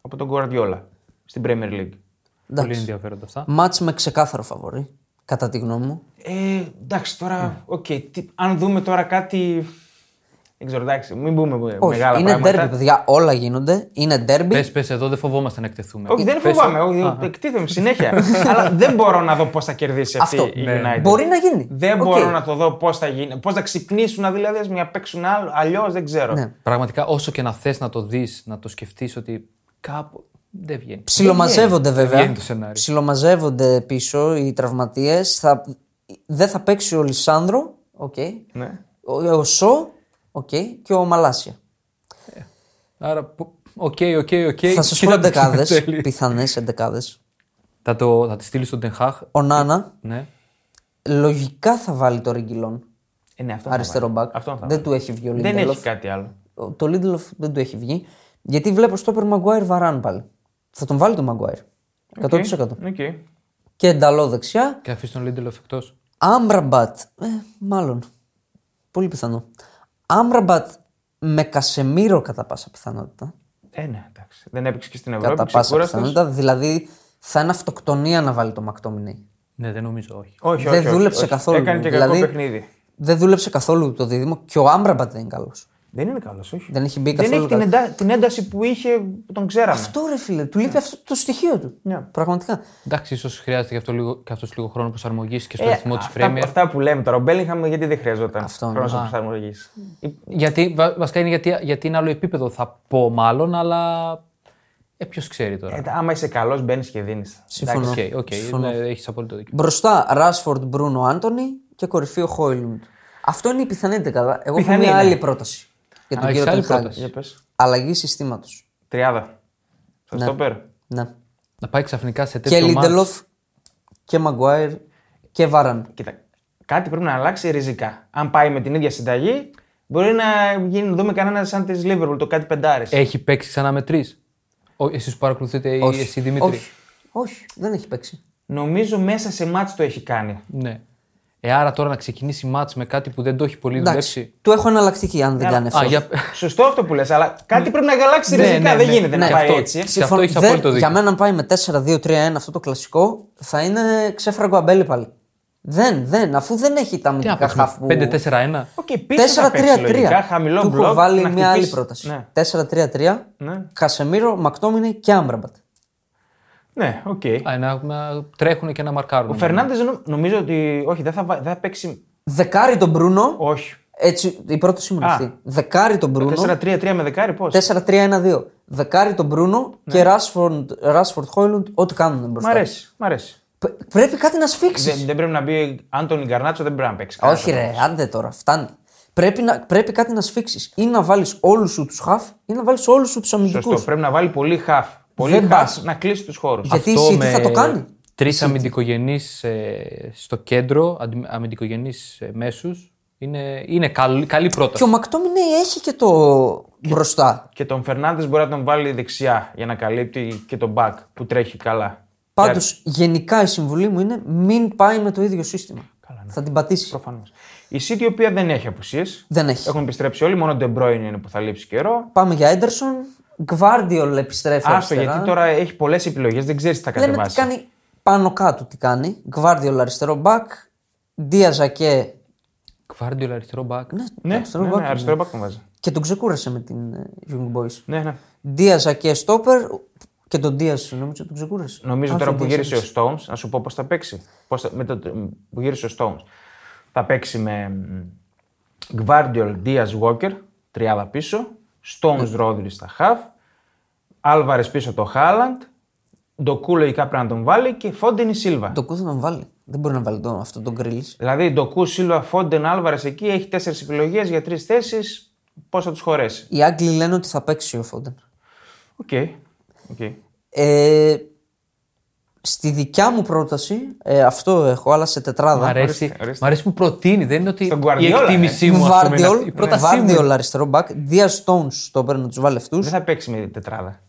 [SPEAKER 1] από τον Guardiola στην Premier League.
[SPEAKER 3] Πολύ
[SPEAKER 2] Εντάξει.
[SPEAKER 3] ενδιαφέροντα αυτά.
[SPEAKER 2] Μάτς με ξεκάθαρο φαβορή, κατά τη γνώμη μου.
[SPEAKER 1] Ε, εντάξει, τώρα. οκ, τι- αν δούμε τώρα κάτι. Δεν ξέρω, εντάξει, μην πούμε
[SPEAKER 2] Όχι,
[SPEAKER 1] μεγάλα
[SPEAKER 2] είναι
[SPEAKER 1] πράγματα.
[SPEAKER 2] derby, παιδιά. Όλα γίνονται. Είναι derby.
[SPEAKER 3] Πες, πες, εδώ δεν φοβόμαστε να εκτεθούμε.
[SPEAKER 1] Όχι, δεν
[SPEAKER 3] Πες,
[SPEAKER 1] φοβάμαι. όχι, Εκτίθεμαι συνέχεια. [LAUGHS] Αλλά δεν μπορώ να δω πώς θα κερδίσει αυτή
[SPEAKER 2] Αυτό,
[SPEAKER 1] η
[SPEAKER 2] ναι.
[SPEAKER 1] United.
[SPEAKER 2] Μπορεί να γίνει.
[SPEAKER 1] Δεν
[SPEAKER 2] Οκ.
[SPEAKER 1] μπορώ να το δω πώς θα γίνει. Πώς θα ξυπνήσουν δηλαδή, α μια παίξουν άλλο. Αλλιώς δεν ξέρω.
[SPEAKER 2] Ναι.
[SPEAKER 3] Πραγματικά, όσο και να θες να το δεις, να το σκεφτείς ότι κάπου δεν βγαίνει.
[SPEAKER 2] Ψιλομαζεύονται βέβαια.
[SPEAKER 3] βγαίνει το σενάριο.
[SPEAKER 2] Ψιλομαζεύονται πίσω οι τραυματίες. Θα... Δεν θα παίξει ο Λισάνδρο. οκ.
[SPEAKER 1] Ναι.
[SPEAKER 2] Ο, ο Σο. οκ, Και ο Μαλάσια.
[SPEAKER 3] Άρα, που- οκ, οκ, οκ.
[SPEAKER 2] θα σας πω
[SPEAKER 3] Κοίτα το
[SPEAKER 2] εντεκάδες.
[SPEAKER 3] [LAUGHS] τέλει.
[SPEAKER 2] Πιθανές εντεκάδες.
[SPEAKER 3] Θα, το, θα τη στείλει στον Τενχάχ.
[SPEAKER 2] Ο Νάνα
[SPEAKER 3] Ναι.
[SPEAKER 2] λογικά θα βάλει το Ριγκυλόν.
[SPEAKER 1] Ε, ναι, αυτό θα
[SPEAKER 2] Αριστερό
[SPEAKER 1] βάλω.
[SPEAKER 2] μπακ.
[SPEAKER 1] Αυτό θα
[SPEAKER 2] Δεν
[SPEAKER 1] βάλω.
[SPEAKER 2] του έχει βγει ο
[SPEAKER 1] δεν
[SPEAKER 2] Λίντελοφ.
[SPEAKER 1] έχει κάτι άλλο.
[SPEAKER 2] Ο- Το Λίντελοφ δεν του έχει βγει. Γιατί βλέπω στο Περμαγκουάιρ Βαράν πάλι. Θα τον βάλει το Μαγκουάιρ. 100%.
[SPEAKER 1] Ε, Οκ.
[SPEAKER 2] Και ενταλό δεξιά.
[SPEAKER 3] Και αφήσει τον Λίντελοφ εκτός.
[SPEAKER 2] Άμραμπατ. Ε, μάλλον. Πολύ πιθανό. Άμραμπατ με Κασεμίρο κατά πάσα πιθανότητα.
[SPEAKER 1] Ε, ναι, εντάξει. Δεν έπαιξε και στην Ευρώπη.
[SPEAKER 2] Κατά πάσα
[SPEAKER 1] ξεκούραστος.
[SPEAKER 2] πιθανότητα. Δηλαδή θα είναι αυτοκτονία να βάλει το Μακτόμινι.
[SPEAKER 3] Ναι, δεν νομίζω, όχι.
[SPEAKER 1] Όχι,
[SPEAKER 2] Δεν
[SPEAKER 1] όχι, όχι,
[SPEAKER 2] δούλεψε
[SPEAKER 1] όχι.
[SPEAKER 2] καθόλου.
[SPEAKER 1] Έκανε και
[SPEAKER 2] Δηλαδή-
[SPEAKER 1] κακό παιχνίδι.
[SPEAKER 2] Δεν δούλεψε καθόλου το δίδυμο και ο Άμραμπατ δεν είναι καλός.
[SPEAKER 1] Δεν είναι καλός, όχι.
[SPEAKER 2] Δεν έχει μπει
[SPEAKER 1] Δεν
[SPEAKER 2] καθόλου
[SPEAKER 1] έχει την, εντά- την ένταση που είχε, που τον ξέραμε.
[SPEAKER 2] Αυτό ρε φίλε, του λείπει αυτό το στοιχείο του.
[SPEAKER 1] Ναι.
[SPEAKER 2] Πραγματικά.
[SPEAKER 3] Εντάξει, ίσως χρειάζεται και αυτό λίγο, και αυτός λίγο χρόνο προσαρμογής και στο
[SPEAKER 1] Ε,
[SPEAKER 3] ρυθμό της
[SPEAKER 1] αυτά-
[SPEAKER 3] Πρέμιερ.
[SPEAKER 1] Αυτά που λέμε τώρα. Ο Μπέλιγχαμ γιατί δεν χρειαζόταν
[SPEAKER 2] Αυτό,
[SPEAKER 1] χρόνος
[SPEAKER 2] α.
[SPEAKER 1] προσαρμογής. Ε,
[SPEAKER 3] Γιατί, βα- βασικά είναι γιατί, γιατί είναι άλλο επίπεδο, θα πω μάλλον, αλλά. Ε, ποιος ξέρει τώρα.
[SPEAKER 1] Ε, άμα είσαι καλός, μπαίνεις και δίνεις.
[SPEAKER 2] Συμφωνώ.
[SPEAKER 3] Οκ, οκ,
[SPEAKER 2] Ε, Συμφωνώ.
[SPEAKER 3] ναι, έχεις απόλυτο δίκιο.
[SPEAKER 2] Μπροστά Ράσφορντ, Μπρούνο, Άντωνη και κορυφή ο Χόιλουντ. Αυτό είναι η πιθανή δεκάδα. Εγώ έχω
[SPEAKER 1] Πιθανή
[SPEAKER 2] μια
[SPEAKER 1] είναι.
[SPEAKER 2] άλλη πρόταση. Για τον
[SPEAKER 3] Α,
[SPEAKER 2] κύριο
[SPEAKER 3] έχεις άλλη
[SPEAKER 2] Ten Hag.
[SPEAKER 3] πρόταση.
[SPEAKER 1] Για πες.
[SPEAKER 2] Αλλαγή συστήματος.
[SPEAKER 1] Τριάδα. Σα το πέρα.
[SPEAKER 2] Ναι.
[SPEAKER 3] Να πάει ξαφνικά σε
[SPEAKER 2] και
[SPEAKER 3] τέτοιο μάτς.
[SPEAKER 2] Λίντελοφ και Μαγκουάιρ και Βαράν.
[SPEAKER 1] Κοίτα, κάτι πρέπει να αλλάξει ριζικά. Αν πάει με την ίδια συνταγή, μπορεί να γίνει, να δούμε κανένα σαν της Λίβερπουλ, το κάτι πεντάρι.
[SPEAKER 2] Ε.
[SPEAKER 3] Έχει παίξει ξανά με τρεις. Εσείς που παρακολουθείτε, ή εσύ Δημήτρη.
[SPEAKER 2] Όχι. Όχι. Δεν έχει παίξει.
[SPEAKER 1] Νομίζω μέσα σε μάτς το έχει κάνει.
[SPEAKER 3] Ναι. Ε, άρα τώρα να ξεκινήσει μάτς με κάτι που δεν το έχει πολύ δουλέψει.
[SPEAKER 2] Εντάξει. Του έχω εναλλακτική αν
[SPEAKER 1] Ε,
[SPEAKER 2] δεν κάνει
[SPEAKER 3] Α,
[SPEAKER 2] αυτό.
[SPEAKER 3] [LAUGHS] για...
[SPEAKER 1] Σωστό αυτό που λες, αλλά κάτι πρέπει να αλλάξει
[SPEAKER 3] Ναι,
[SPEAKER 1] ριζικά.
[SPEAKER 3] ναι,
[SPEAKER 1] δεν
[SPEAKER 3] ναι.
[SPEAKER 1] γίνεται
[SPEAKER 3] Ναι,
[SPEAKER 1] να πάει
[SPEAKER 3] αυτό.
[SPEAKER 1] έτσι. ε.
[SPEAKER 3] Σε αυτό έχεις
[SPEAKER 2] δεν-
[SPEAKER 3] απόλυτο δίκιο.
[SPEAKER 2] Για μένα, αν πάει με 4-2-3-1 αυτό το κλασικό, θα είναι ξέφραγκο αμπέλι πάλι. Δεν, δεν, αφού δεν έχει τα
[SPEAKER 3] Τι να
[SPEAKER 2] αμυντικά χαφ που.
[SPEAKER 3] παίξουμε, 5-4-1.
[SPEAKER 1] Οκ, πίσω θα παίξει λογικά, χαμηλό
[SPEAKER 2] Του έχω
[SPEAKER 1] μπλοκ,
[SPEAKER 2] βάλει
[SPEAKER 1] να
[SPEAKER 2] μια άλλη
[SPEAKER 1] χτυπήσει.
[SPEAKER 2] πρόταση.
[SPEAKER 1] Ναι,
[SPEAKER 2] 4-3-3.
[SPEAKER 1] ναι,
[SPEAKER 2] Κασεμίρο, Μακτόμινε και Άμπραμπατ.
[SPEAKER 1] ναι οκ.
[SPEAKER 3] Α, να, να τρέχουν και να μαρκάρουν.
[SPEAKER 1] Ο Φερνάντε νομίζω ότι. Όχι, δεν θα, βα- δεν θα παίξει.
[SPEAKER 2] Δεκάρι τον Μπρούνο.
[SPEAKER 1] Όχι.
[SPEAKER 2] Έτσι, η πρόταση μου είναι
[SPEAKER 1] Α.
[SPEAKER 2] αυτή. Δεκάρι τον Μπρούνο.
[SPEAKER 1] 4-3-3 με δεκάρι, πώς.
[SPEAKER 2] 4-3-1-2. Δεκάρι τον Μπρούνο και Ράσφορντ, Ράσφορντ Χόιλουντ, ό,τι κάνουν
[SPEAKER 1] Ναι. Μ'
[SPEAKER 2] μπροστά.
[SPEAKER 1] αρέσει. Μ αρέσει.
[SPEAKER 2] Π- Πρέπει κάτι να σφίξεις.
[SPEAKER 1] Δεν, δεν πρέπει να μπει Άντωνι Γκαρνάτσο, δεν πρέπει να παίξει. κανένας
[SPEAKER 2] Όχι,
[SPEAKER 1] από
[SPEAKER 2] ρε, άντε τώρα, φτάνει. Πρέπει, να, πρέπει κάτι να σφίξεις. Ή να βάλεις όλους σου τους χαφ ή να βάλεις όλους σου τους
[SPEAKER 1] Σωστό.
[SPEAKER 2] αμυντικού.
[SPEAKER 1] Πρέπει να βάλει πολύ half. Πολύ
[SPEAKER 2] Δεν
[SPEAKER 1] half
[SPEAKER 2] πας.
[SPEAKER 1] να κλείσει τους χώρους.
[SPEAKER 2] Γιατί η City θα το κάνει.
[SPEAKER 3] Τρεις αμυντικογενείς ε, στο κέντρο, αμυντικογενεί μέσους. Είναι, είναι καλ- καλή πρόταση.
[SPEAKER 2] Και ο Μακτόμινε έχει και το μπροστά.
[SPEAKER 1] Και τον Φερνάνδε μπορεί να τον βάλει δεξιά για να καλύπτει και τον back που τρέχει καλά.
[SPEAKER 2] Πάντως, γενικά η συμβουλή μου είναι μην πάει με το ίδιο σύστημα.
[SPEAKER 1] ναι.
[SPEAKER 2] Θα την πατήσεις.
[SPEAKER 1] Προφανώς. Η City η οποία δεν έχει απουσίες.
[SPEAKER 2] Δεν έχει.
[SPEAKER 1] Έχουν επιστρέψει όλοι, μόνο ο Ντεμπρόιν είναι που θα λείψει καιρό.
[SPEAKER 2] Πάμε για Έντερσον. Γκβάρντιολ επιστρέφει.
[SPEAKER 1] Άστο
[SPEAKER 2] αριστερά.
[SPEAKER 1] γιατί τώρα έχει πολλές επιλογές, δεν ξέρεις τι θα
[SPEAKER 2] Λέμε τι
[SPEAKER 1] κατεβάσει.
[SPEAKER 2] κάνει πάνω κάτω τι κάνει. Γκβάρδιολ αριστερό μπακ. Δία Ζακέ.
[SPEAKER 3] Κβάρντιολ αριστερό μπακ.
[SPEAKER 2] Ναι,
[SPEAKER 1] Ναι,
[SPEAKER 2] αριστερό
[SPEAKER 1] ναι,
[SPEAKER 2] μπακ.
[SPEAKER 1] ναι, αριστερό μπακ τον βάζει.
[SPEAKER 2] Και τον ξεκούρασε με την ε, Young Boys.
[SPEAKER 1] Ναι, ναι.
[SPEAKER 2] Δία Ζακέ στόπερ. Και τον Δία νομίζω ότι τον ξεκούρασε.
[SPEAKER 1] Νομίζω
[SPEAKER 2] Α,
[SPEAKER 1] τώρα
[SPEAKER 2] τον
[SPEAKER 1] που
[SPEAKER 2] Diaz
[SPEAKER 1] γύρισε ο
[SPEAKER 2] έπαιξε.
[SPEAKER 1] Stones, να σου πω πώς θα παίξει. Πώς θα- με το, που γύρισε ο Stones. Θα παίξει με μ, Guardiol Diaz Walker, τριάδα πίσω. Stones Rodri στα half. Άλβαρες πίσω το Χάλαντ. Ντοκού λογικά πρέπει να τον βάλει και Φόντεν Σίλβα.
[SPEAKER 2] Το κούθο να τον βάλει. Δεν μπορεί να βάλει τον, αυτό τον Γκρίλ.
[SPEAKER 1] Δηλαδή Ντοκού, Σίλβα, Φόντεν, Άλβαρες εκεί έχει τέσσερις επιλογές για τρεις θέσεις. Πώς θα τους χωρέσει.
[SPEAKER 2] Οι Άγγλοι λένε ότι θα παίξει ο Φόντεν.
[SPEAKER 1] Οκ. Οκ.
[SPEAKER 2] Ε, στη δικιά μου πρόταση, ε, αυτό έχω, αλλά σε τετράδα.
[SPEAKER 3] Μ' αρέσει,
[SPEAKER 1] ορίστε, ορίστε.
[SPEAKER 3] μ' αρέσει που προτείνει. Δεν είναι ότι
[SPEAKER 1] Στον
[SPEAKER 3] η
[SPEAKER 1] Guardiola,
[SPEAKER 2] ε.
[SPEAKER 3] εκτίμησή μου ας πούμε, είναι αυτή.
[SPEAKER 2] Βάρδιολ,
[SPEAKER 3] Η πρότασή μου.
[SPEAKER 2] Βάρδιολ αριστερό μπακ, Δία Στόουν στο παίρνει να του βάλει αυτού.
[SPEAKER 1] Δεν θα παίξει με τετράδα.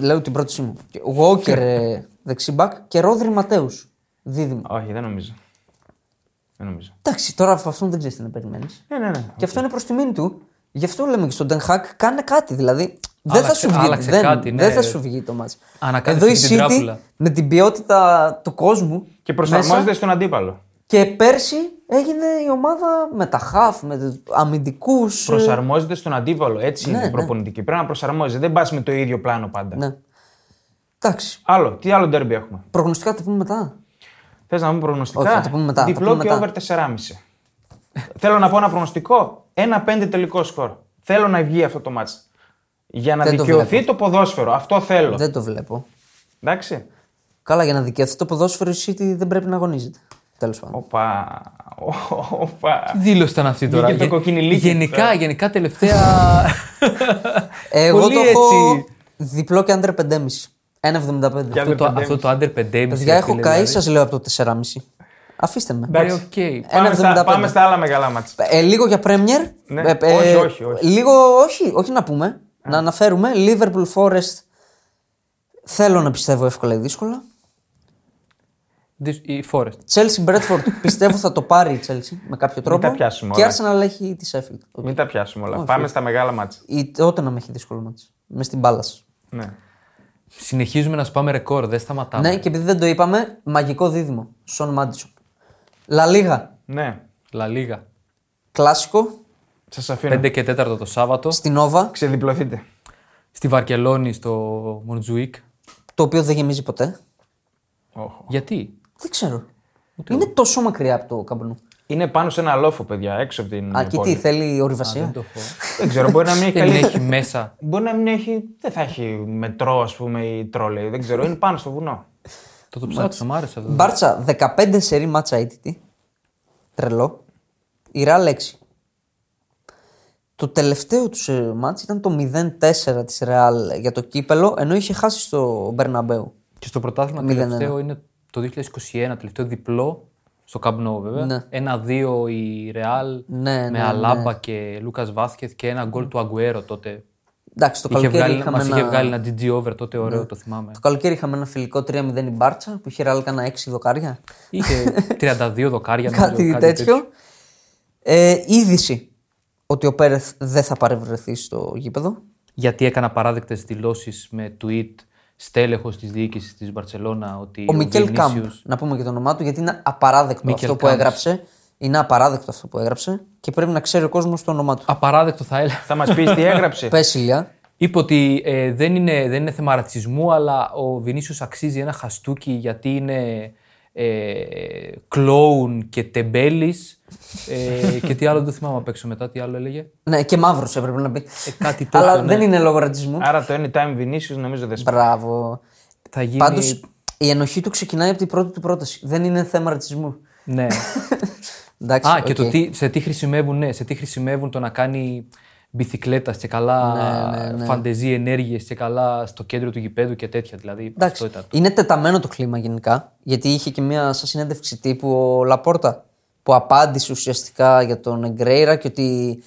[SPEAKER 2] Λέω την πρότασή μου. Walker ε, δεξί μπακ και Ρόδρυ Ματέους. Δίδυμο.
[SPEAKER 1] Όχι, δεν νομίζω. Δεν νομίζω.
[SPEAKER 2] Εντάξει, τώρα από αυτόν δεν ξέρεις τι να περιμένεις.
[SPEAKER 1] Ναι, ναι, ναι.
[SPEAKER 2] Και αυτό είναι προς τιμή του. Γι' αυτό λέμε και στον Τενχάκ, κάνε κάτι. Δηλαδή, δεν θα
[SPEAKER 3] Άλλαξε-
[SPEAKER 2] σου βγει,
[SPEAKER 3] άλλαξε
[SPEAKER 2] δεν,
[SPEAKER 3] κάτι, ναι.
[SPEAKER 2] δεν θα σου βγει το μάτς.
[SPEAKER 3] Ανακάτεψε
[SPEAKER 2] Εδώ η
[SPEAKER 3] και την
[SPEAKER 2] City
[SPEAKER 3] τράπουλα.
[SPEAKER 2] με την ποιότητα του κόσμου.
[SPEAKER 1] Και
[SPEAKER 2] μέσα.
[SPEAKER 1] προσαρμόζεται στον αντίπαλο.
[SPEAKER 2] Και πέρσι έγινε η ομάδα με τα χαφ, με αμυντικού.
[SPEAKER 1] Προσαρμόζεται στον αντίπαλο. Έτσι είναι
[SPEAKER 2] ναι.
[SPEAKER 1] η προπονητική. Πρέπει να προσαρμόζεται. Δεν πας με το ίδιο πλάνο πάντα.
[SPEAKER 2] Ναι. Εντάξει.
[SPEAKER 1] Άλλο, τι άλλο ντέρμπι έχουμε.
[SPEAKER 2] Προγνωστικά τα πούμε μετά.
[SPEAKER 1] Θες να μου προγνωστικά.
[SPEAKER 2] Όχι, θα τα πούμε μετά, θα
[SPEAKER 1] Διπλό
[SPEAKER 2] τα πούμε
[SPEAKER 1] και
[SPEAKER 2] μετά.
[SPEAKER 1] over 4,5. Θέλω να πω ένα προγνωστικό. Ένα 5 τελικό σκορ. Θέλω να βγει αυτό το μάτς. Για να
[SPEAKER 2] Δεν το
[SPEAKER 1] δικαιωθεί
[SPEAKER 2] βλέπω. Ναι.
[SPEAKER 1] το, ποδόσφαιρο. Αυτό θέλω.
[SPEAKER 2] Δεν το βλέπω.
[SPEAKER 1] Εντάξει.
[SPEAKER 2] Καλά, για να δικαιωθεί το ποδόσφαιρο, η City δεν πρέπει να αγωνίζεται. Τέλος πάντων.
[SPEAKER 1] Οπα. Οπα.
[SPEAKER 3] Τι δήλωση ήταν αυτή τώρα.
[SPEAKER 1] Βγήκε το κοκκινιλίκι.
[SPEAKER 3] γενικά,
[SPEAKER 1] Τώρα.
[SPEAKER 3] γενικά τελευταία.
[SPEAKER 1] [LAUGHS]
[SPEAKER 2] Εγώ
[SPEAKER 3] πολύ
[SPEAKER 2] το έχω
[SPEAKER 3] έτσι.
[SPEAKER 2] διπλό και άντρε 5,5. 1,75.
[SPEAKER 1] Για
[SPEAKER 3] αυτό, το,
[SPEAKER 1] 5,5.
[SPEAKER 3] αυτό το under 5,5.
[SPEAKER 2] Παιδιά,
[SPEAKER 3] ρε
[SPEAKER 2] έχω
[SPEAKER 3] φίλε,
[SPEAKER 2] καεί,
[SPEAKER 3] δηλαδή.
[SPEAKER 2] σας λέω από το 4,5. Αφήστε με.
[SPEAKER 3] Ρε, οκ.
[SPEAKER 1] Πάμε, στα,
[SPEAKER 2] 1,75.
[SPEAKER 1] πάμε στα άλλα μεγάλα μάτς.
[SPEAKER 2] Ε, λίγο για Premier.
[SPEAKER 1] Ναι.
[SPEAKER 2] Ε, ε,
[SPEAKER 1] Όχι, όχι, όχι.
[SPEAKER 2] Λίγο, όχι, όχι να πούμε. Να αναφέρουμε. Liverpool Forest. Θέλω να πιστεύω εύκολα ή δύσκολα.
[SPEAKER 3] Δυσ- Η Forest.
[SPEAKER 1] [LAUGHS]
[SPEAKER 2] Chelsea Bradford πιστεύω θα το πάρει η Chelsea με κάποιο τρόπο.
[SPEAKER 1] τα πιάσουμε
[SPEAKER 2] και η
[SPEAKER 1] όλα.
[SPEAKER 2] Arsenal έχει τη Sheffield.
[SPEAKER 1] Μην τα πιάσουμε όλα. Πάμε στα μεγάλα μάτς.
[SPEAKER 2] Η τότε να με έχει δύσκολο μάτς. Με στην μπάλα σου.
[SPEAKER 1] Ναι.
[SPEAKER 3] Συνεχίζουμε να σπάμε ρεκόρ, δεν σταματάμε.
[SPEAKER 2] Ναι, και επειδή δεν το είπαμε, μαγικό δίδυμο. Σον Μάντισον. Λα Λίγα.
[SPEAKER 1] ναι.
[SPEAKER 3] Λα Λίγα.
[SPEAKER 2] Κλασικό.
[SPEAKER 1] Σας αφήνω.
[SPEAKER 3] 5 και 4 το Σάββατο.
[SPEAKER 2] Στην Nova.
[SPEAKER 1] Ξεδιπλωθείτε.
[SPEAKER 3] Στη Βαρκελόνη, στο Μοντζουίκ.
[SPEAKER 2] Το οποίο δεν γεμίζει ποτέ.
[SPEAKER 1] Όχο.
[SPEAKER 3] Γιατί.
[SPEAKER 2] Δεν ξέρω. Είναι τόσο μακριά από το καμπνού.
[SPEAKER 1] Είναι πάνω σε ένα λόφο, παιδιά, έξω από την.
[SPEAKER 2] Α, και
[SPEAKER 1] πόλη.
[SPEAKER 2] τι θέλει ορειβασία.
[SPEAKER 3] Δεν το έχω.
[SPEAKER 1] Δεν ξέρω, μπορεί να
[SPEAKER 2] [LAUGHS]
[SPEAKER 1] μην έχει
[SPEAKER 3] Ε, Δεν
[SPEAKER 1] καλή.
[SPEAKER 3] έχει μέσα.
[SPEAKER 1] Μπορεί να μην έχει. Δεν θα έχει μετρό, ας πούμε, ή τρόλεϊ. Δεν ξέρω, είναι πάνω στο βουνό.
[SPEAKER 3] Το το ψάξω, μου άρεσε αυτό.
[SPEAKER 2] Μπάρτσα 15 σερή μάτσα αίτητη. Τρελό. Η Ραλ 6. Το τελευταίο τους μάτς ήταν το 0-4 της Ρεάλ για το κύπελο, ενώ είχε χάσει στο Μπερναμπέου.
[SPEAKER 3] Και στο πρωτάθλημα
[SPEAKER 2] 0-1.
[SPEAKER 3] τελευταίο είναι το 2021, τελευταίο διπλό. Στο Καμπνό, βέβαια.
[SPEAKER 2] Ναι.
[SPEAKER 3] Ένα-δύο η Ρεάλ
[SPEAKER 2] Ναι,
[SPEAKER 3] με
[SPEAKER 2] ναι,
[SPEAKER 3] Αλάμπα και Λούκα Βάθκεθ και ένα γκολ του Αγκουέρο τότε.
[SPEAKER 2] Εντάξει, το
[SPEAKER 3] Είχε
[SPEAKER 2] καλοκαίρι
[SPEAKER 3] βγάλει,
[SPEAKER 2] είχαμε
[SPEAKER 3] μας
[SPEAKER 2] ένα... Ναι.
[SPEAKER 3] είχε βγάλει ένα GG over τότε, ωραίο το θυμάμαι.
[SPEAKER 2] Το καλοκαίρι είχαμε ένα φιλικό 3-0 η Μπάρτσα που είχε Ρεάλ κανένα 6 δοκάρια. [LAUGHS]
[SPEAKER 3] Είχε 32 δοκάρια. νομίζω,
[SPEAKER 2] κάτι, τέτοιο. Ε, είδηση ότι ο Πέρεθ δεν θα παρευρεθεί στο γήπεδο.
[SPEAKER 3] Γιατί έκανα παράδεκτες δηλώσεις με tweet στέλεχος της διοίκησης της Μπαρτσελώνα ότι
[SPEAKER 2] Ο Μικέλ Κάμπ,
[SPEAKER 3] Vinicius-
[SPEAKER 2] να πούμε και το όνομά του, γιατί είναι απαράδεκτο
[SPEAKER 3] Μικέλ
[SPEAKER 2] αυτό που
[SPEAKER 3] Κάμπς.
[SPEAKER 2] έγραψε. Είναι απαράδεκτο αυτό που έγραψε και πρέπει να ξέρει ο κόσμος το όνομά του.
[SPEAKER 3] Απαράδεκτο θα έλεγα.
[SPEAKER 1] θα μας πεις τι έγραψε.
[SPEAKER 2] [LAUGHS] Πες ηλιά.
[SPEAKER 3] Είπε ότι ε, δεν, είναι, δεν είναι θέμα ρατσισμού, αλλά ο Βινίσιος αξίζει ένα χαστούκι γιατί είναι ε, κλόουν και τεμπέλης ε, και τι άλλο δεν θυμάμαι απ' έξω μετά, τι άλλο έλεγε.
[SPEAKER 2] Ναι, και μαύρος έπρεπε να πει.
[SPEAKER 3] Ε, κάτι τέτοιο,
[SPEAKER 2] Αλλά
[SPEAKER 3] ναι.
[SPEAKER 2] δεν είναι λόγω ρατσισμού.
[SPEAKER 1] Άρα το anytime Vinicius νομίζω δεν σπάει.
[SPEAKER 2] Μπράβο.
[SPEAKER 3] Θα γίνει...
[SPEAKER 2] Πάντως η ενοχή του ξεκινάει από την πρώτη του πρόταση. Δεν είναι θέμα ρατσισμού.
[SPEAKER 3] Ναι.
[SPEAKER 2] Εντάξει,
[SPEAKER 3] Α, και το
[SPEAKER 2] οκ.
[SPEAKER 3] τι, σε τι χρησιμεύουν, ναι, σε τι χρησιμεύουν το να κάνει μπιθικλέτας και καλά
[SPEAKER 2] Ναι,
[SPEAKER 3] φαντεζή ενέργειες και καλά στο κέντρο του γηπέδου και τέτοια. Δηλαδή
[SPEAKER 2] Εντάξει,
[SPEAKER 3] αυτό ήταν.
[SPEAKER 2] Είναι τεταμένο το κλίμα γενικά. Γιατί είχε και μια σαν συνέντευξη τύπου ο Λαπόρτα που απάντησε ουσιαστικά για τον Εγκρέιρα και ότι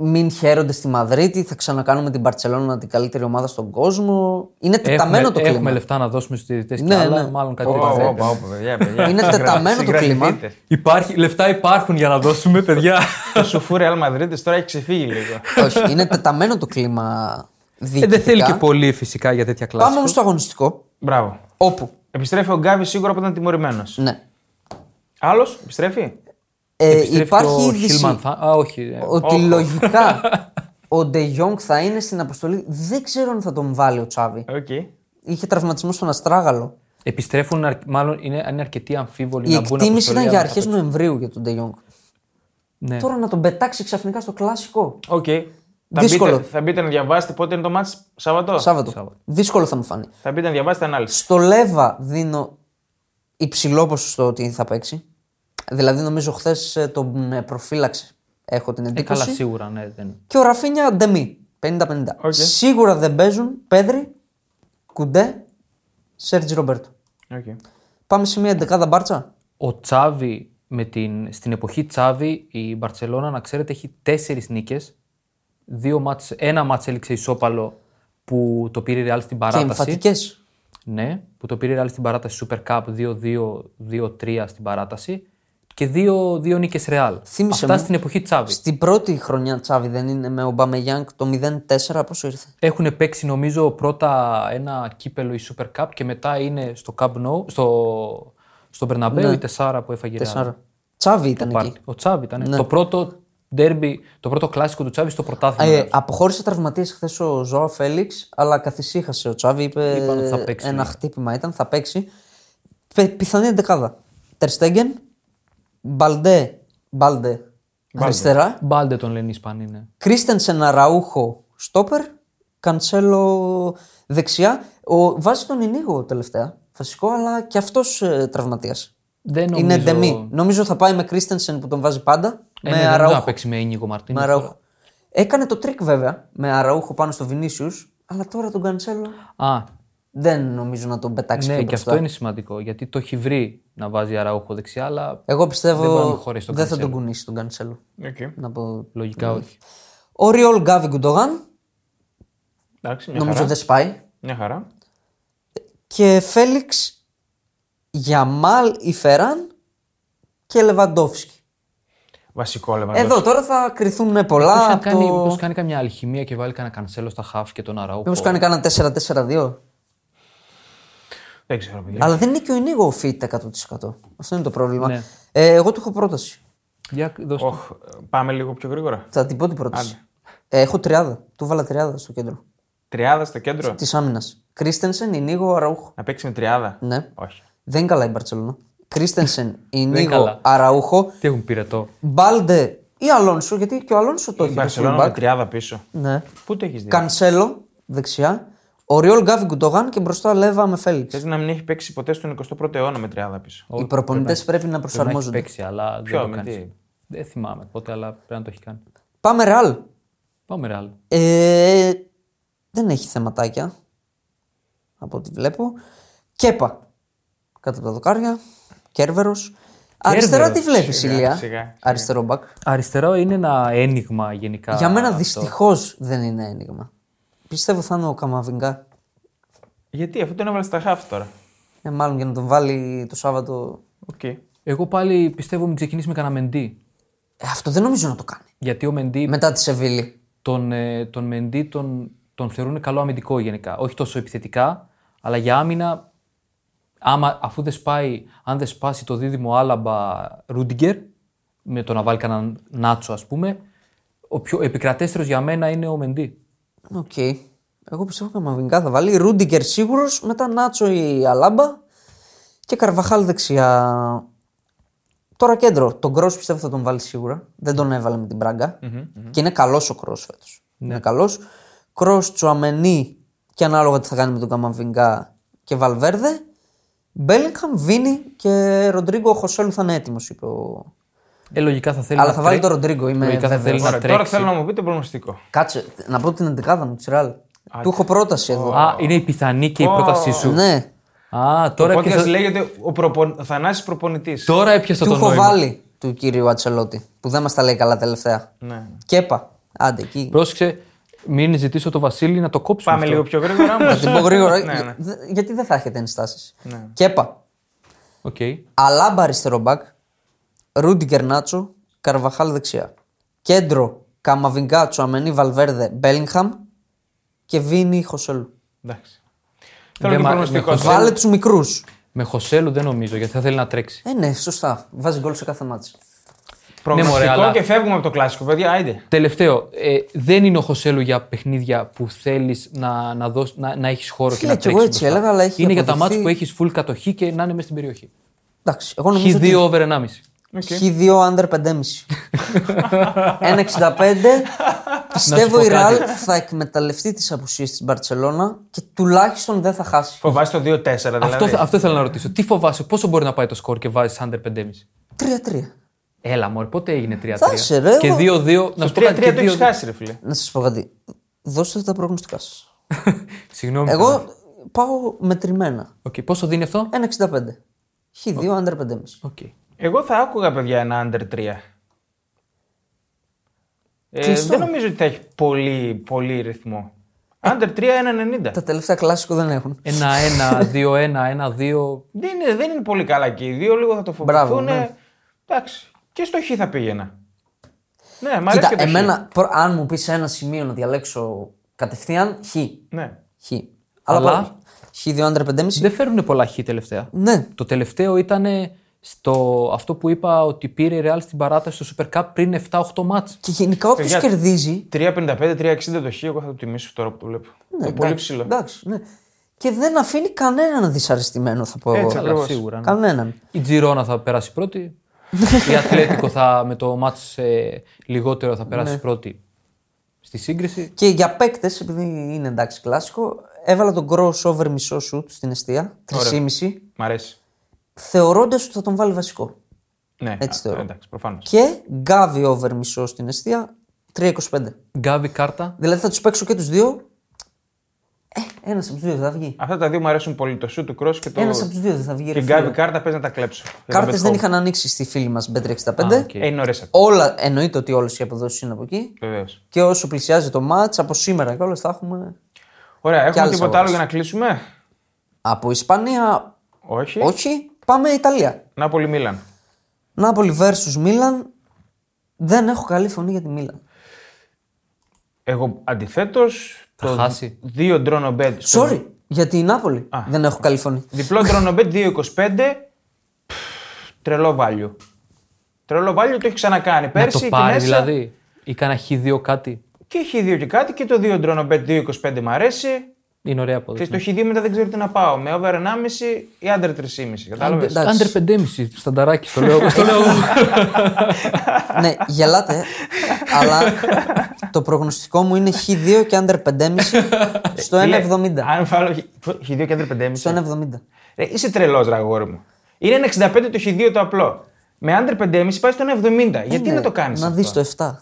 [SPEAKER 2] μην χαίρονται στη Μαδρίτη, θα ξανακάνουμε την Παρσελόνα την καλύτερη ομάδα στον κόσμο. Είναι τεταμένο
[SPEAKER 3] Έχουμε,
[SPEAKER 2] το κλίμα.
[SPEAKER 3] έχουμε λεφτά να δώσουμε στους διαιτητές
[SPEAKER 2] Ναι,
[SPEAKER 3] και άλλα,
[SPEAKER 2] ναι.
[SPEAKER 3] μάλλον κάτι
[SPEAKER 1] Όπα,
[SPEAKER 3] τέτοιο.
[SPEAKER 1] όπα, όπα, παιδιά, παιδιά.
[SPEAKER 2] Είναι
[SPEAKER 1] Συγκρα-
[SPEAKER 2] τεταμένο το κλίμα.
[SPEAKER 1] συγκρατηθείτε.
[SPEAKER 3] Υπάρχει, λεφτά υπάρχουν για να
[SPEAKER 2] [LAUGHS]
[SPEAKER 3] δώσουμε, παιδιά.
[SPEAKER 1] Το σουφούρε Αλμαδρίτη τώρα έχει ξεφύγει λίγο.
[SPEAKER 2] Όχι, είναι τεταμένο το κλίμα
[SPEAKER 3] Ε,
[SPEAKER 2] διοικητικά.
[SPEAKER 3] δεν θέλει και πολύ φυσικά για τέτοια κλάση.
[SPEAKER 2] Πάμε όμως στο αγωνιστικό,
[SPEAKER 1] Μπράβο.
[SPEAKER 2] όπου
[SPEAKER 1] Επιστρέφει ο Γκάβι σίγουρα που ήταν τιμωρημένος.
[SPEAKER 2] Ναι.
[SPEAKER 1] Άλλος, επιστρέφει.
[SPEAKER 2] Ε,
[SPEAKER 3] Επιστρέφει
[SPEAKER 2] υπάρχει
[SPEAKER 3] ο
[SPEAKER 2] είδηση
[SPEAKER 3] Χίλμαν θα- Α, όχι. ε,
[SPEAKER 2] ότι
[SPEAKER 3] [LAUGHS]
[SPEAKER 2] λογικά ο Ντε Γιόνγκ θα είναι στην αποστολή. Δεν ξέρω αν θα τον βάλει ο Τσάβη.
[SPEAKER 1] Οκ.
[SPEAKER 2] Είχε τραυματισμό στον Αστράγαλο.
[SPEAKER 3] Επιστρέφουν, αρ- μάλλον είναι, είναι αρκετοί αμφίβολοι
[SPEAKER 2] Η
[SPEAKER 3] να μπουν
[SPEAKER 2] εκτίμηση
[SPEAKER 3] αποστολή,
[SPEAKER 2] ήταν για
[SPEAKER 3] αλλά θα
[SPEAKER 2] αρχές
[SPEAKER 3] παίξουν.
[SPEAKER 2] Νοεμβρίου για τον Ντε Γιόνγκ.
[SPEAKER 3] Ναι.
[SPEAKER 2] Τώρα να τον πετάξει ξαφνικά στο κλασικό.
[SPEAKER 1] Οκ. Θα
[SPEAKER 2] Δύσκολο.
[SPEAKER 1] μπείτε, θα μπείτε να διαβάσετε πότε είναι το μάτς Σάββατο.
[SPEAKER 2] Σάββατο.
[SPEAKER 3] Σάββατο.
[SPEAKER 2] Δύσκολο θα μου φανεί.
[SPEAKER 1] Θα μπείτε να διαβάσετε ανάλυση.
[SPEAKER 2] Στο Λέβα δίνω υψηλό ποσοστό ότι θα παίξει. Δηλαδή νομίζω χθες τον ε, προφύλαξε. Έχω την
[SPEAKER 3] Ε,
[SPEAKER 2] εντύπωση.
[SPEAKER 3] καλά, σίγουρα, ναι. Δεν...
[SPEAKER 2] Και ο Ραφίνια ντεμή. 50-50.
[SPEAKER 1] Οκ.
[SPEAKER 2] Σίγουρα δεν παίζουν Πέδρη, Κουντέ, Σέρτζι Ρομπέρτο.
[SPEAKER 1] Okay.
[SPEAKER 2] Πάμε σε μια εντεκάδα μπάρτσα.
[SPEAKER 3] Ο Τσάβη, με την, στην εποχή Τσάβη, η Μπαρσελόνα, να ξέρετε, έχει τέσσερις νίκες. Δύο μάτς, ένα μάτς έληξε ισόπαλο που το πήρε η Real στην
[SPEAKER 2] Και
[SPEAKER 3] παράταση.
[SPEAKER 2] εμφατικές.
[SPEAKER 3] Ναι, που το πήρε η Real στην παράταση Super Cup 2-2, 2-3 στην παράταση. Και δύο, δύο νίκες Real.
[SPEAKER 2] Θύμισε
[SPEAKER 3] Αυτά
[SPEAKER 2] μου.
[SPEAKER 3] στην εποχή Τσάβη.
[SPEAKER 2] Στην πρώτη χρονιά Τσάβη δεν είναι με ο Μπαμεγιάνγκ το 0-4 πόσο ήρθε.
[SPEAKER 3] Έχουν παίξει νομίζω πρώτα ένα κύπελο η Super Cup και μετά είναι στο Cup No, στο, στο
[SPEAKER 2] Ναι.
[SPEAKER 3] Bernabeu η τεσσάρα που έφαγε η Real.
[SPEAKER 2] 4. Τσάβη ήταν εκεί.
[SPEAKER 3] Πάρτι. Ο Τσάβη ήταν. ε. Το πρώτο ντέρμπι, το πρώτο κλασικό του Τσάβη στο πρωτάθλημα.
[SPEAKER 2] Ε, αποχώρησε τραυματίες χθες ο Ζωά Φέληξ, αλλά καθησύχασε ο Τσάβη. Είπε
[SPEAKER 3] Είπαν ότι θα παίξει. ναι.
[SPEAKER 2] ένα χτύπημα ήταν, θα παίξει. Πε- πιθανή εντεκάδα. Τερστέγγεν, Μπαλντέ, Μπαλντέ, αριστερά.
[SPEAKER 3] Μπάλτε τον λένε οι Ισπανοί, ναι.
[SPEAKER 2] Κρίστενσεν Αραούχο, στόπερ. Καντσέλο δεξιά. Ο, βάζει τον Ινίγο τελευταία. Φασικό, αλλά και αυτός ε, τραυματίας.
[SPEAKER 3] Δεν νομίζω...
[SPEAKER 2] Είναι ντεμή. Νομίζω θα πάει με Κρίστενσεν που τον βάζει πάντα. με
[SPEAKER 3] Ε, ναι, δεν μπορεί να
[SPEAKER 2] Αραούχο.
[SPEAKER 3] παίξει με Ίνιγκο Μαρτίνες.
[SPEAKER 2] Με Αραούχο. Έκανε το τρίκ βέβαια με Αραούχο πάνω στο Βινίσιους, αλλά τώρα τον Κανσέλο
[SPEAKER 3] Α,
[SPEAKER 2] δεν νομίζω να τον πετάξει
[SPEAKER 3] ναι,
[SPEAKER 2] πιο
[SPEAKER 3] και
[SPEAKER 2] μπροστά.
[SPEAKER 3] αυτό είναι σημαντικό. Γιατί το έχει βρει να βάζει αραούχο δεξιά, αλλά
[SPEAKER 2] Εγώ πιστεύω
[SPEAKER 3] Δεν μπορεί να
[SPEAKER 2] δεν,
[SPEAKER 3] μην χωρέσει τον
[SPEAKER 2] θα τον
[SPEAKER 3] Κανσέλο.
[SPEAKER 2] κουνήσει τον Κανσέλο.
[SPEAKER 1] Okay.
[SPEAKER 2] Να πω...
[SPEAKER 3] λογικά όχι.
[SPEAKER 2] Ο Ριόλ Γκάβι Γκουντογάν
[SPEAKER 1] Εντάξει, μια
[SPEAKER 2] νομίζω
[SPEAKER 1] χαρά.
[SPEAKER 2] δεν σπάει.
[SPEAKER 1] Μια χαρά.
[SPEAKER 2] Και Φέληξ Γιαμάλ Ιφεράν και Λεβαντόφσκι.
[SPEAKER 1] Βασικό λεβαντό.
[SPEAKER 2] Εδώ τώρα θα κρυθούν πολλά.
[SPEAKER 3] Πώ
[SPEAKER 2] από
[SPEAKER 3] κάνει,
[SPEAKER 2] το...
[SPEAKER 3] πώς κάνει καμιά αλχημία και βάλει κανένα κανσέλο στα χαφ και τον αραούχο.
[SPEAKER 2] Μήπως κάνει κανένα 4-4-2.
[SPEAKER 1] Δεν ξέρω, παιδιά.
[SPEAKER 2] Αλλά δεν είναι και ο Ινίγο ο Φίτ 100%. Αυτό είναι το πρόβλημα.
[SPEAKER 3] Ναι.
[SPEAKER 2] Ε, εγώ του έχω πρόταση.
[SPEAKER 3] Για, δώσ' το.
[SPEAKER 1] Οχ, πάμε λίγο πιο γρήγορα.
[SPEAKER 2] Θα την πω την πρόταση. Ε, έχω τριάδα. Του βάλα τριάδα στο κέντρο.
[SPEAKER 1] Τριάδα στο κέντρο.
[SPEAKER 2] Της άμυνας. Κρίστενσεν, Ινίγο, Αραούχο.
[SPEAKER 1] Να παίξει με τριάδα.
[SPEAKER 2] Ναι.
[SPEAKER 1] Όχι.
[SPEAKER 2] Δεν είναι καλά η Μπαρσελόνα. Κρίστενσεν, Ινίγο,
[SPEAKER 3] καλά.
[SPEAKER 2] Αραούχο.
[SPEAKER 3] Τι έχουν πυρετό.
[SPEAKER 2] Μπάλντε ή Αλόνσο, γιατί και ο Αλόνσο το
[SPEAKER 1] Η
[SPEAKER 2] έχει. το
[SPEAKER 1] Μπαρσελόνα με
[SPEAKER 2] fullback.
[SPEAKER 1] τριάδα πίσω.
[SPEAKER 2] Ναι.
[SPEAKER 1] Πού το έχεις δει.
[SPEAKER 2] Κανσέλο, δεξιά. Οριόλ Γκάβι Γκουντογάν και μπροστά Λέβα με Φέληξ.
[SPEAKER 1] Θες να μην έχει παίξει ποτέ στον 21ο αιώνα με τριάδα πίσω.
[SPEAKER 2] Οι προπονητές πρέπει να
[SPEAKER 3] Πρέπει να έχει
[SPEAKER 2] προσαρμόζονται.
[SPEAKER 3] παίξει, αλλά
[SPEAKER 1] Ποιο,
[SPEAKER 3] δεν το
[SPEAKER 1] με τι?
[SPEAKER 3] κάνει. Δεν θυμάμαι πότε, αλλά πρέπει να το έχει κάνει.
[SPEAKER 2] Πάμε ρεάλ.
[SPEAKER 3] Πάμε ρεάλ.
[SPEAKER 2] Ε, δεν έχει θεματάκια. Από ό,τι βλέπω. Κέπα. Κάτω από τα δοκάρια. Κέρβερος. Αριστερά τι βλέπεις,
[SPEAKER 1] Σιγά,
[SPEAKER 2] Ηλία.
[SPEAKER 1] σιγά, σιγά.
[SPEAKER 2] Αριστερό μπακ.
[SPEAKER 3] Αριστερό είναι ένα ένιγμα γενικά.
[SPEAKER 2] Για μένα
[SPEAKER 3] αυτό.
[SPEAKER 2] δυστυχώς δεν είναι ένιγμα. Πιστεύω θα είναι ο Καμαβιγκά.
[SPEAKER 1] Γιατί αφού τον έβαλες στα χάφ τώρα.
[SPEAKER 2] Ε, μάλλον για να τον βάλει το Σάββατο.
[SPEAKER 1] Οκ.
[SPEAKER 3] Εγώ πάλι πιστεύω μην ξεκινήσει με κανένα Μεντί.
[SPEAKER 2] Ε, αυτό δεν νομίζω να το κάνει.
[SPEAKER 3] Γιατί ο Μεντί,
[SPEAKER 2] Μετά τη Σεβίλη.
[SPEAKER 3] τον, ε, τον Μεντί τον, τον θεωρούν καλό αμυντικό γενικά. Όχι τόσο επιθετικά, αλλά για άμυνα, άμα, αφού δεν σπάει, αν δεν σπάσει το δίδυμο Άλαμπα Ρούντιγκερ, με το να βάλει κανέναν Νάτσο ας πούμε, ο πιο επικρατέστερος για μένα είναι ο Μεντί.
[SPEAKER 2] Οκ. Εγώ πιστεύω Καμαβιγκά θα βάλει. Ρούντιγκερ σίγουρος. Μετά Νάτσο ή Αλάμπα. Και Καρβαχάλ δεξιά. Τώρα κέντρο. Τον Κρό πιστεύω θα τον βάλει σίγουρα. Δεν τον έβαλε με την πραγκα Και είναι καλός ο Κρό φέτος.
[SPEAKER 3] Ναι.
[SPEAKER 2] Είναι καλός. Κρό, Τσουαμενί και ανάλογα τι θα κάνει με τον Καμαβιγκά και Βαλβέρδε. Μπέλιγχαμ, Βίνι και Ροντρίγκο. Ο Χωσέλου θα είναι έτοιμο, είπε ο.
[SPEAKER 3] Ε, λογικά θα θέλει
[SPEAKER 2] Αλλά
[SPEAKER 3] να
[SPEAKER 2] θα βάλει
[SPEAKER 3] τρέ-
[SPEAKER 2] τον Ροντρίγκο. Είμαι
[SPEAKER 3] Λογικά θα
[SPEAKER 2] βέβαιος.
[SPEAKER 3] θέλει να
[SPEAKER 1] Ωραία, τώρα
[SPEAKER 3] τρέξει.
[SPEAKER 1] θέλω να μου πείτε προγνωστικό.
[SPEAKER 2] Κάτσε, να πω την εντεκάδα μου, Τσιράλ. Του έχω πρόταση εδώ.
[SPEAKER 3] Α, είναι η πιθανή και η πρότασή σου.
[SPEAKER 2] Ναι,
[SPEAKER 3] Α, τώρα,
[SPEAKER 1] Podcast
[SPEAKER 3] έπιασα...
[SPEAKER 1] λέγεται ο, προπον... ο Θανάσης προπονητής.
[SPEAKER 3] τώρα έπιασα
[SPEAKER 2] του
[SPEAKER 3] το
[SPEAKER 2] έχω
[SPEAKER 3] νόημα.
[SPEAKER 2] βάλει του κύριου Ατσελότη που δεν μας τα λέει καλά τελευταία.
[SPEAKER 1] Ναι.
[SPEAKER 2] Κέπα. Άντε εκεί.
[SPEAKER 3] Πρόσεξε, μην ζητήσω το Βασίλη να το κόψουμε
[SPEAKER 1] Πάμε
[SPEAKER 3] αυτό.
[SPEAKER 1] λίγο πιο γρήγορα όμως.
[SPEAKER 2] Θα την πω
[SPEAKER 1] [LAUGHS]
[SPEAKER 2] γρήγορα.
[SPEAKER 1] ναι, ναι.
[SPEAKER 2] Δε- Γιατί δεν θα έχετε ενστάσεις. Κέπα.
[SPEAKER 3] Οκ.
[SPEAKER 2] Αλάμπα αριστερό μπακ. Ρούντι Γκερνάτσο. Καρβαχάλ δεξιά. Κέντρο. Καμαβιγκάτσο. Αμενή Βαλβέρδε. Μπέλιγχαμ. Και Βίνι Χωσέλου.
[SPEAKER 1] Εντάξει. Θέλω και
[SPEAKER 3] μ' αρέ-
[SPEAKER 1] προγνωστικό.
[SPEAKER 3] με
[SPEAKER 2] ναι,
[SPEAKER 1] Θέλω-
[SPEAKER 2] Βάλε τους μικρούς.
[SPEAKER 3] Με Χωσέλου δεν νομίζω γιατί θα θέλει να τρέξει.
[SPEAKER 2] Ε, ναι, σωστά. Βάζει γκολ σε κάθε μάτσο.
[SPEAKER 1] Προγνωστικό
[SPEAKER 3] μωρέ, αλλά-
[SPEAKER 1] και φεύγουμε από το κλασικό, παιδιά. Άιντε.
[SPEAKER 3] Τελευταίο, ε, δεν είναι ο Χωσέλου για παιχνίδια που θέλεις να, να, δώσεις- να, να έχεις χώρο και
[SPEAKER 2] Φίλε,
[SPEAKER 3] να
[SPEAKER 2] κι εγώ
[SPEAKER 3] τρέξεις.
[SPEAKER 2] έτσι έλεγα, αλλά έχει
[SPEAKER 3] είναι για τα
[SPEAKER 2] αποδειχθεί-
[SPEAKER 3] μάτια που έχεις full κατοχή και να είναι μέσα στην περιοχή.
[SPEAKER 2] Εντάξει, εγώ νομίζω
[SPEAKER 3] Χ2
[SPEAKER 2] ότι
[SPEAKER 3] over 1,5.
[SPEAKER 2] Χ2 under 5,5. 1,65. Πιστεύω
[SPEAKER 3] πω
[SPEAKER 2] η Ραλ
[SPEAKER 3] κάτι.
[SPEAKER 2] θα εκμεταλλευτεί τις απουσίες της Μπαρσελόνα και τουλάχιστον δεν θα χάσει.
[SPEAKER 1] Φοβάσαι το 2-4 δηλαδή.
[SPEAKER 3] Αυτό, θα- αυτό ήθελα να ρωτήσω. Τι φοβάσαι, πόσο μπορεί να πάει το σκορ και βάζεις under 5,5.
[SPEAKER 2] 3-3.
[SPEAKER 3] Έλα, μωρέ, πότε έγινε 3-3.
[SPEAKER 2] Άσε, ρε,
[SPEAKER 3] και
[SPEAKER 2] εγώ-
[SPEAKER 3] 2-2. Να σου πω
[SPEAKER 1] 3-3
[SPEAKER 3] κάτι.
[SPEAKER 1] το
[SPEAKER 3] και
[SPEAKER 1] έχει
[SPEAKER 3] 2-2.
[SPEAKER 1] χάσει, ρε φίλε.
[SPEAKER 2] Να σας πω κάτι. Δώστε τα προγνωστικά σας.
[SPEAKER 3] [LAUGHS] Συγγνώμη. καλά.
[SPEAKER 2] Εγώ πάω μετρημένα.
[SPEAKER 3] Οκ, Πόσο δίνει αυτό.
[SPEAKER 2] 1,65. Χ2 under 5,5.
[SPEAKER 3] Οκ.
[SPEAKER 1] Εγώ θα άκουγα, παιδιά, ένα under 3. Ε,
[SPEAKER 2] Κλειστό.
[SPEAKER 1] δεν νομίζω ότι θα έχει πολύ, πολύ ρυθμό. Under 3, 1,90.
[SPEAKER 2] Τα τελευταία κλασικό δεν έχουν.
[SPEAKER 3] Ε, Ένα-ένα, δύο-ένα, ένα-δύο.
[SPEAKER 1] Δεν είναι, δεν είναι πολύ καλά και οι δύο, λίγο θα το
[SPEAKER 2] Μπράβο,
[SPEAKER 1] φοβηθούν.
[SPEAKER 2] ναι.
[SPEAKER 1] Εντάξει. Και στο χ θα πήγαινα. Ναι, μ' αρέσει
[SPEAKER 2] Κοίτα,
[SPEAKER 1] και το χ.
[SPEAKER 2] εμένα, προ- αν μου πεις ένα σημείο να διαλέξω κατευθείαν, χ.
[SPEAKER 1] Ναι.
[SPEAKER 2] Χ. Αλλά,
[SPEAKER 3] Αλλά-
[SPEAKER 2] Αλλά... χ2 under 5,5.
[SPEAKER 3] Δεν φέρνουν πολλά χ τελευταία.
[SPEAKER 2] Ναι,
[SPEAKER 3] Το τελευταίο ήταν στο αυτό που είπα ότι πήρε η Real στην παράταση στο Super Cup πριν 7-8 μάτς.
[SPEAKER 2] και γενικά όποιος
[SPEAKER 1] Παιδιά,
[SPEAKER 2] κερδίζει.
[SPEAKER 1] 3,55-3,60 το χ, εγώ θα το τιμήσω τώρα που το βλέπω.
[SPEAKER 2] Ναι,
[SPEAKER 1] είναι Ε, πολύ
[SPEAKER 2] εντάξει,
[SPEAKER 1] ψηλό.
[SPEAKER 2] Εντάξει, ναι. Και δεν αφήνει κανέναν δυσαρεστημένο, θα πω εγώ.
[SPEAKER 1] Έτσι,
[SPEAKER 3] Αλλά
[SPEAKER 1] Ακριβώς.
[SPEAKER 3] σίγουρα. ναι.
[SPEAKER 2] Κανέναν.
[SPEAKER 3] Η Τζιρόνα θα περάσει πρώτη. η Ατλέτικο θα με το μάτς ε, λιγότερο θα περάσει
[SPEAKER 1] Ναι.
[SPEAKER 3] πρώτη στη σύγκριση.
[SPEAKER 2] Και για παίκτες, επειδή είναι εντάξει κλασικό, έβαλα τον crossover μισό σουτ στην αιστεία, 3,5,
[SPEAKER 1] Μ' αρέσει.
[SPEAKER 2] θεωρώντας ότι θα τον βάλει βασικό.
[SPEAKER 1] Ναι,
[SPEAKER 2] Έτσι
[SPEAKER 1] α,
[SPEAKER 2] θεωρώ.
[SPEAKER 1] Εντάξει, προφανώς.
[SPEAKER 2] Και γκάβι over μισό στην αιστεία, 3,25.
[SPEAKER 3] Γκάβι Κάρτα.
[SPEAKER 2] Δηλαδή θα τους παίξω και τους δύο. Ε, ένας από τους δύο δεν θα βγει.
[SPEAKER 1] Αυτά τα δύο μου αρέσουν πολύ. Το σου του Κρόσ και το.
[SPEAKER 2] Ένας από τους δύο δεν θα βγει.
[SPEAKER 1] Και γκάβι κάρτα παίζει να τα κλέψω.
[SPEAKER 2] Κάρτε δεν είχαν ανοίξει στη φίλη μας
[SPEAKER 3] Α,
[SPEAKER 2] Bet365.
[SPEAKER 3] οκ.
[SPEAKER 1] Ε, είναι ωραίες αυτές.
[SPEAKER 2] Όλα, εννοείται ότι όλες οι αποδόσεις είναι από εκεί.
[SPEAKER 1] Βεβαίως.
[SPEAKER 2] Και όσο πλησιάζει το match, από σήμερα κιόλας θα έχουμε.
[SPEAKER 1] Ωραία, έχουμε
[SPEAKER 2] άλλες
[SPEAKER 1] τίποτα
[SPEAKER 2] αγορές.
[SPEAKER 1] άλλο για να κλείσουμε.
[SPEAKER 2] Από Ισπανία,
[SPEAKER 1] Όχι.
[SPEAKER 2] όχι. Πάμε Ιταλία.
[SPEAKER 1] Νάπολη Μίλαν.
[SPEAKER 2] Νάπολη versus Μίλαν. Δεν έχω καλή φωνή για τη Μίλαν.
[SPEAKER 1] Εγώ αντιθέτως.
[SPEAKER 3] Θα χάσει.
[SPEAKER 1] Δύο ντρόνο μπέτ. στο-
[SPEAKER 2] Sorry, για τη Νάπολη. δεν έχω καλή φωνή.
[SPEAKER 1] Διπλό ντρόνο μπέτ 2,25. Πφ, Τρελό βάλιο. Τρελό βάλιο το έχει ξανακάνει πέρσι.
[SPEAKER 3] να το
[SPEAKER 1] η
[SPEAKER 3] πάρει
[SPEAKER 1] Κινέζα
[SPEAKER 3] δηλαδή. Ή κανένα Χ2 κάτι.
[SPEAKER 1] Και έχει δύο και κάτι και το δύο ντρόνο μπέτ 2,25 μ' αρέσει.
[SPEAKER 3] Είναι ωραία
[SPEAKER 1] Και
[SPEAKER 3] απόδοση.
[SPEAKER 1] στο χ2 μετά δεν ξέρω τι να πάω. Με over 1,5 ή under 3,5. Κατάλαβε.
[SPEAKER 2] Under- εντάξει.
[SPEAKER 3] Άντερ 5,5 στανταράκι, το
[SPEAKER 1] [LAUGHS]
[SPEAKER 3] λέω. το λέω.
[SPEAKER 2] ναι, γελάτε. αλλά το προγνωστικό μου είναι Χ2 και under 5,5
[SPEAKER 1] Ε,
[SPEAKER 2] στο 1,70.
[SPEAKER 1] Αν βάλω χ- χ2 και under 5,5.
[SPEAKER 2] στο 1,70.
[SPEAKER 1] Ρε, είσαι τρελός, ραγόρι μου. Είναι 1,65 το χ2 το απλό. Με under 5,5 πάει στο 1,70. Γιατί
[SPEAKER 2] Είναι-
[SPEAKER 1] να το κάνεις.
[SPEAKER 2] Ε, ναι. Να δει το 7.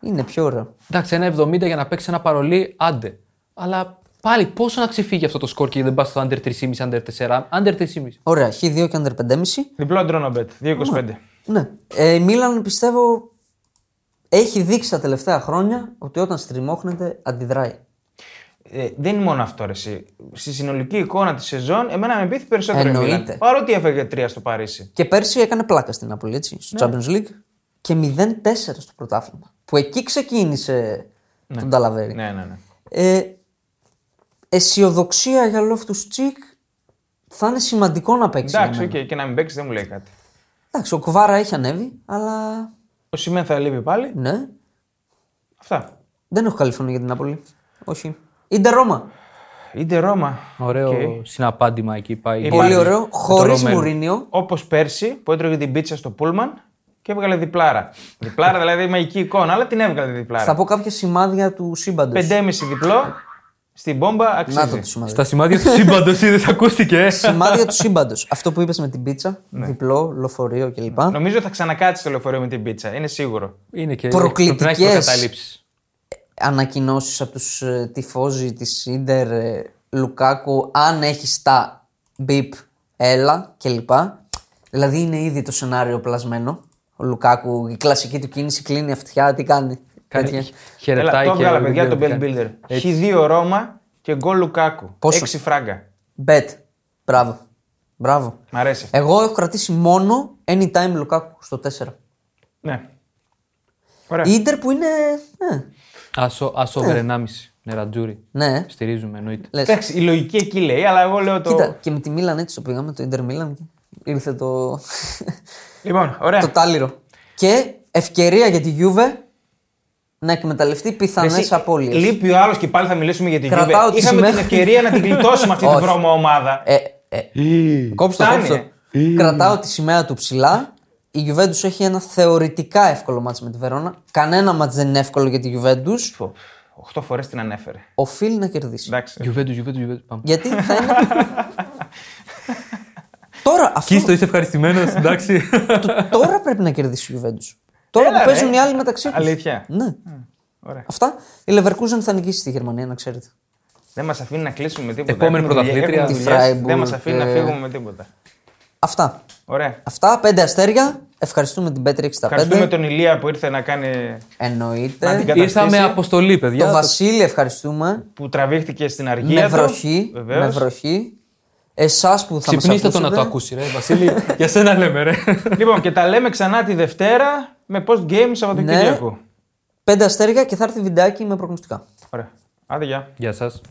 [SPEAKER 2] Είναι πιο ωραίο.
[SPEAKER 3] Εντάξει, ένα 70 για να παίξεις ένα παρολί, άντε. Αλλά πάλι πόσο να ξεφύγει αυτό το σκορ και δεν πας στο under 3,5, under 4, under 3,5.
[SPEAKER 2] Ωραία, Χ2 και under 5,5.
[SPEAKER 1] Διπλό ντρόνομπετ, 2,25.
[SPEAKER 2] Ναι. Ε, η Μίλαν πιστεύω έχει δείξει τα τελευταία χρόνια ότι όταν στριμώχνεται αντιδράει.
[SPEAKER 1] Ε, δεν είναι μόνο αυτό, ρε, εσύ. Στη συνολική εικόνα της σεζόν, εμένα με πείθει περισσότερο. η
[SPEAKER 2] Εννοείται.
[SPEAKER 1] Μίλαν, Παρότι έφεγε 3 στο Παρίσι.
[SPEAKER 2] Και πέρσι έκανε πλάκα στην Νάπολη, έτσι, στο
[SPEAKER 1] Ναι.
[SPEAKER 2] Champions League και 0-4 στο πρωτάθλημα. Που εκεί ξεκίνησε τον Ταλαβέρη.
[SPEAKER 1] Ναι, ναι, ναι.
[SPEAKER 2] Ε, αισιοδοξία για Loftus Cheek θα είναι σημαντικό να παίξει. για
[SPEAKER 1] Εντάξει,
[SPEAKER 2] μένα.
[SPEAKER 1] okay, και να μην παίξει δεν μου λέει κάτι.
[SPEAKER 2] Εντάξει, ο Κουβάρα έχει ανέβει, αλλά
[SPEAKER 1] Ο Σιμέν θα λείπει πάλι.
[SPEAKER 2] ναι.
[SPEAKER 1] Αυτά.
[SPEAKER 2] Δεν έχω καλή φωνή για την Νάπολη. Όχι. Ιντερ Ρώμα.
[SPEAKER 1] Είτε Ρώμα.
[SPEAKER 3] Ωραίο συναπάντημα εκεί πάει.
[SPEAKER 2] Πολύ
[SPEAKER 1] Πάλι.
[SPEAKER 2] ωραίο. Χωρί
[SPEAKER 3] Ρωμένο.
[SPEAKER 2] Μουρίνιο.
[SPEAKER 1] Όπως πέρσι που έτρωγε την πίτσα στο Πούλμαν και έβγαλε διπλάρα. διπλάρα [LAUGHS] δηλαδή μαγική εικόνα, αλλά την έβγαλε διπλάρα.
[SPEAKER 2] Θα πω κάποια σημάδια του σύμπαντος.
[SPEAKER 1] 5,5 διπλό στην μπόμπα
[SPEAKER 2] Να το
[SPEAKER 1] αξίζει.
[SPEAKER 2] το σημάδι.
[SPEAKER 3] Στα σημάδια του σύμπαντος είδε, ακούστηκε.
[SPEAKER 2] Ναι. σημάδια του σύμπαντος. Αυτό που είπες με την πίτσα, διπλό, λοφορείο κλπ.
[SPEAKER 1] Νομίζω θα ξανακάτσει στο λεωφορείο με την πίτσα. Είναι σίγουρο.
[SPEAKER 3] Είναι και
[SPEAKER 2] Προκλητικές.
[SPEAKER 3] πρέπει να έχεις προκαταλήψεις.
[SPEAKER 2] Ανακοινώσεις από τους τυφόζοι της Ιντερ Λουκάκου, αν έχεις τα μπιπ, έλα κλπ. Δηλαδή είναι ήδη το σενάριο πλασμένο. Ο Λουκάκου, η κλασική του κίνηση κλείνει αυτιά, τι κάνει. Τέτοια.
[SPEAKER 3] Χαιρετάει
[SPEAKER 1] Έλα, το
[SPEAKER 3] και
[SPEAKER 1] έβγαλα
[SPEAKER 3] δεν
[SPEAKER 1] παιδιά
[SPEAKER 3] ξέρω
[SPEAKER 1] τον
[SPEAKER 3] τι
[SPEAKER 1] Bell
[SPEAKER 3] κάνει.
[SPEAKER 1] Builder. Χ2 Ρώμα και γκολ Λουκάκου.
[SPEAKER 2] Πόσο?
[SPEAKER 1] 6 φράγκα.
[SPEAKER 2] Bet. Μπράβο. Μπράβο.
[SPEAKER 1] Μ' αρέσει αυτό.
[SPEAKER 2] Εγώ έχω κρατήσει μόνο anytime Λουκάκου στο 4.
[SPEAKER 1] Ναι. Ωραία.
[SPEAKER 2] Η Ιντερ που είναι. ε,
[SPEAKER 3] Άσο, άσο over 1,5. Ναι, Ρατζούρι.
[SPEAKER 2] Ναι.
[SPEAKER 3] Στηρίζουμε, εννοείται.
[SPEAKER 2] Λες.
[SPEAKER 1] Εντάξει, η λογική εκεί λέει, αλλά εγώ λέω το.
[SPEAKER 2] Κοίτα, και με τη Μίλαν έτσι το πήγαμε, το Ιντερ Μίλαν. Ήρθε το.
[SPEAKER 1] Λοιπόν, ωραία.
[SPEAKER 2] το τάλιρο. Και ευκαιρία για τη Γιούβε να εκμεταλλευτεί πιθανές
[SPEAKER 1] Εσύ,
[SPEAKER 2] απώλειες.
[SPEAKER 1] Λείπει ο άλλος και πάλι θα μιλήσουμε για την
[SPEAKER 2] Κρατάω
[SPEAKER 1] Juve.
[SPEAKER 2] τη
[SPEAKER 1] Είχαμε την
[SPEAKER 2] σημαία.
[SPEAKER 1] ευκαιρία να την γλιτώσουμε
[SPEAKER 2] [LAUGHS]
[SPEAKER 1] αυτή την
[SPEAKER 2] Όχι.
[SPEAKER 1] βρώμα ομάδα.
[SPEAKER 2] Ε, ε, κόψτε το,
[SPEAKER 1] Φτάνει, ε.
[SPEAKER 2] κόψτε το. Κρατάω τη σημαία του ψηλά. Η Γιουβέντου έχει ένα θεωρητικά εύκολο μάτς με τη Βερόνα. Κανένα μάτς δεν είναι εύκολο για τη Γιουβέντου.
[SPEAKER 1] Οχτώ φορές την ανέφερε.
[SPEAKER 2] Οφείλει να κερδίσει.
[SPEAKER 1] Εντάξει.
[SPEAKER 3] Γιουβέντου, Γιουβέντου, Γιουβέντου. Πάμε.
[SPEAKER 2] Γιατί θα είναι.
[SPEAKER 1] [LAUGHS]
[SPEAKER 2] τώρα, αυτό,
[SPEAKER 3] Κίστο, είσαι ευχαριστημένος, [LAUGHS] εντάξει.
[SPEAKER 2] τώρα πρέπει να κερδίσει η Γιουβέντου. Τώρα
[SPEAKER 1] Έλα,
[SPEAKER 2] που
[SPEAKER 1] ρε.
[SPEAKER 2] παίζουν οι άλλοι μεταξύ τους.
[SPEAKER 1] Αλήθεια.
[SPEAKER 2] Ναι.
[SPEAKER 1] Ωραία.
[SPEAKER 2] Αυτά. Η Leverkusen θα νικήσει στη Γερμανία, να ξέρετε.
[SPEAKER 1] Δεν μας αφήνει να κλείσουμε με τίποτα.
[SPEAKER 3] Επόμενη
[SPEAKER 1] Έχουμε δουλειές,
[SPEAKER 3] πρωταθλήτρια.
[SPEAKER 1] έχουμε
[SPEAKER 2] Τη
[SPEAKER 1] δουλειές.
[SPEAKER 2] Freiburg,
[SPEAKER 1] Δεν μας αφήνει να
[SPEAKER 2] ε.
[SPEAKER 1] φύγουμε με τίποτα.
[SPEAKER 2] Αυτά.
[SPEAKER 1] Ωραία.
[SPEAKER 2] Αυτά. Πέντε αστέρια. Ευχαριστούμε την Πέτρη 65.
[SPEAKER 1] Ευχαριστούμε τον Ηλία που ήρθε να κάνει. Να την
[SPEAKER 2] Εννοείται.
[SPEAKER 1] κα-
[SPEAKER 3] Ήρθαμε
[SPEAKER 1] καταστήσει.
[SPEAKER 3] αποστολή, παιδιά.
[SPEAKER 2] Το
[SPEAKER 3] Το-
[SPEAKER 2] Βασίλη ευχαριστούμε.
[SPEAKER 1] που τραβήχτηκε στην αργία.
[SPEAKER 2] Με
[SPEAKER 1] του.
[SPEAKER 2] βροχή.
[SPEAKER 1] Βεβαίως.
[SPEAKER 2] Με βροχή. Εσάς που θα μας
[SPEAKER 3] Ξυπνήστε το να το ακούσει, ρε Βασίλη. Για σένα λέμε, ρε.
[SPEAKER 1] Λοιπόν, και τα λέμε ξανά τη Δευτέρα με post game Σαββατοκύριακο.
[SPEAKER 2] Ναι. Πέντε αστέρια και θα έρθει βιντεάκι με προγνωστικά.
[SPEAKER 1] Ωραία. Άντε, γεια.
[SPEAKER 3] Γεια σας.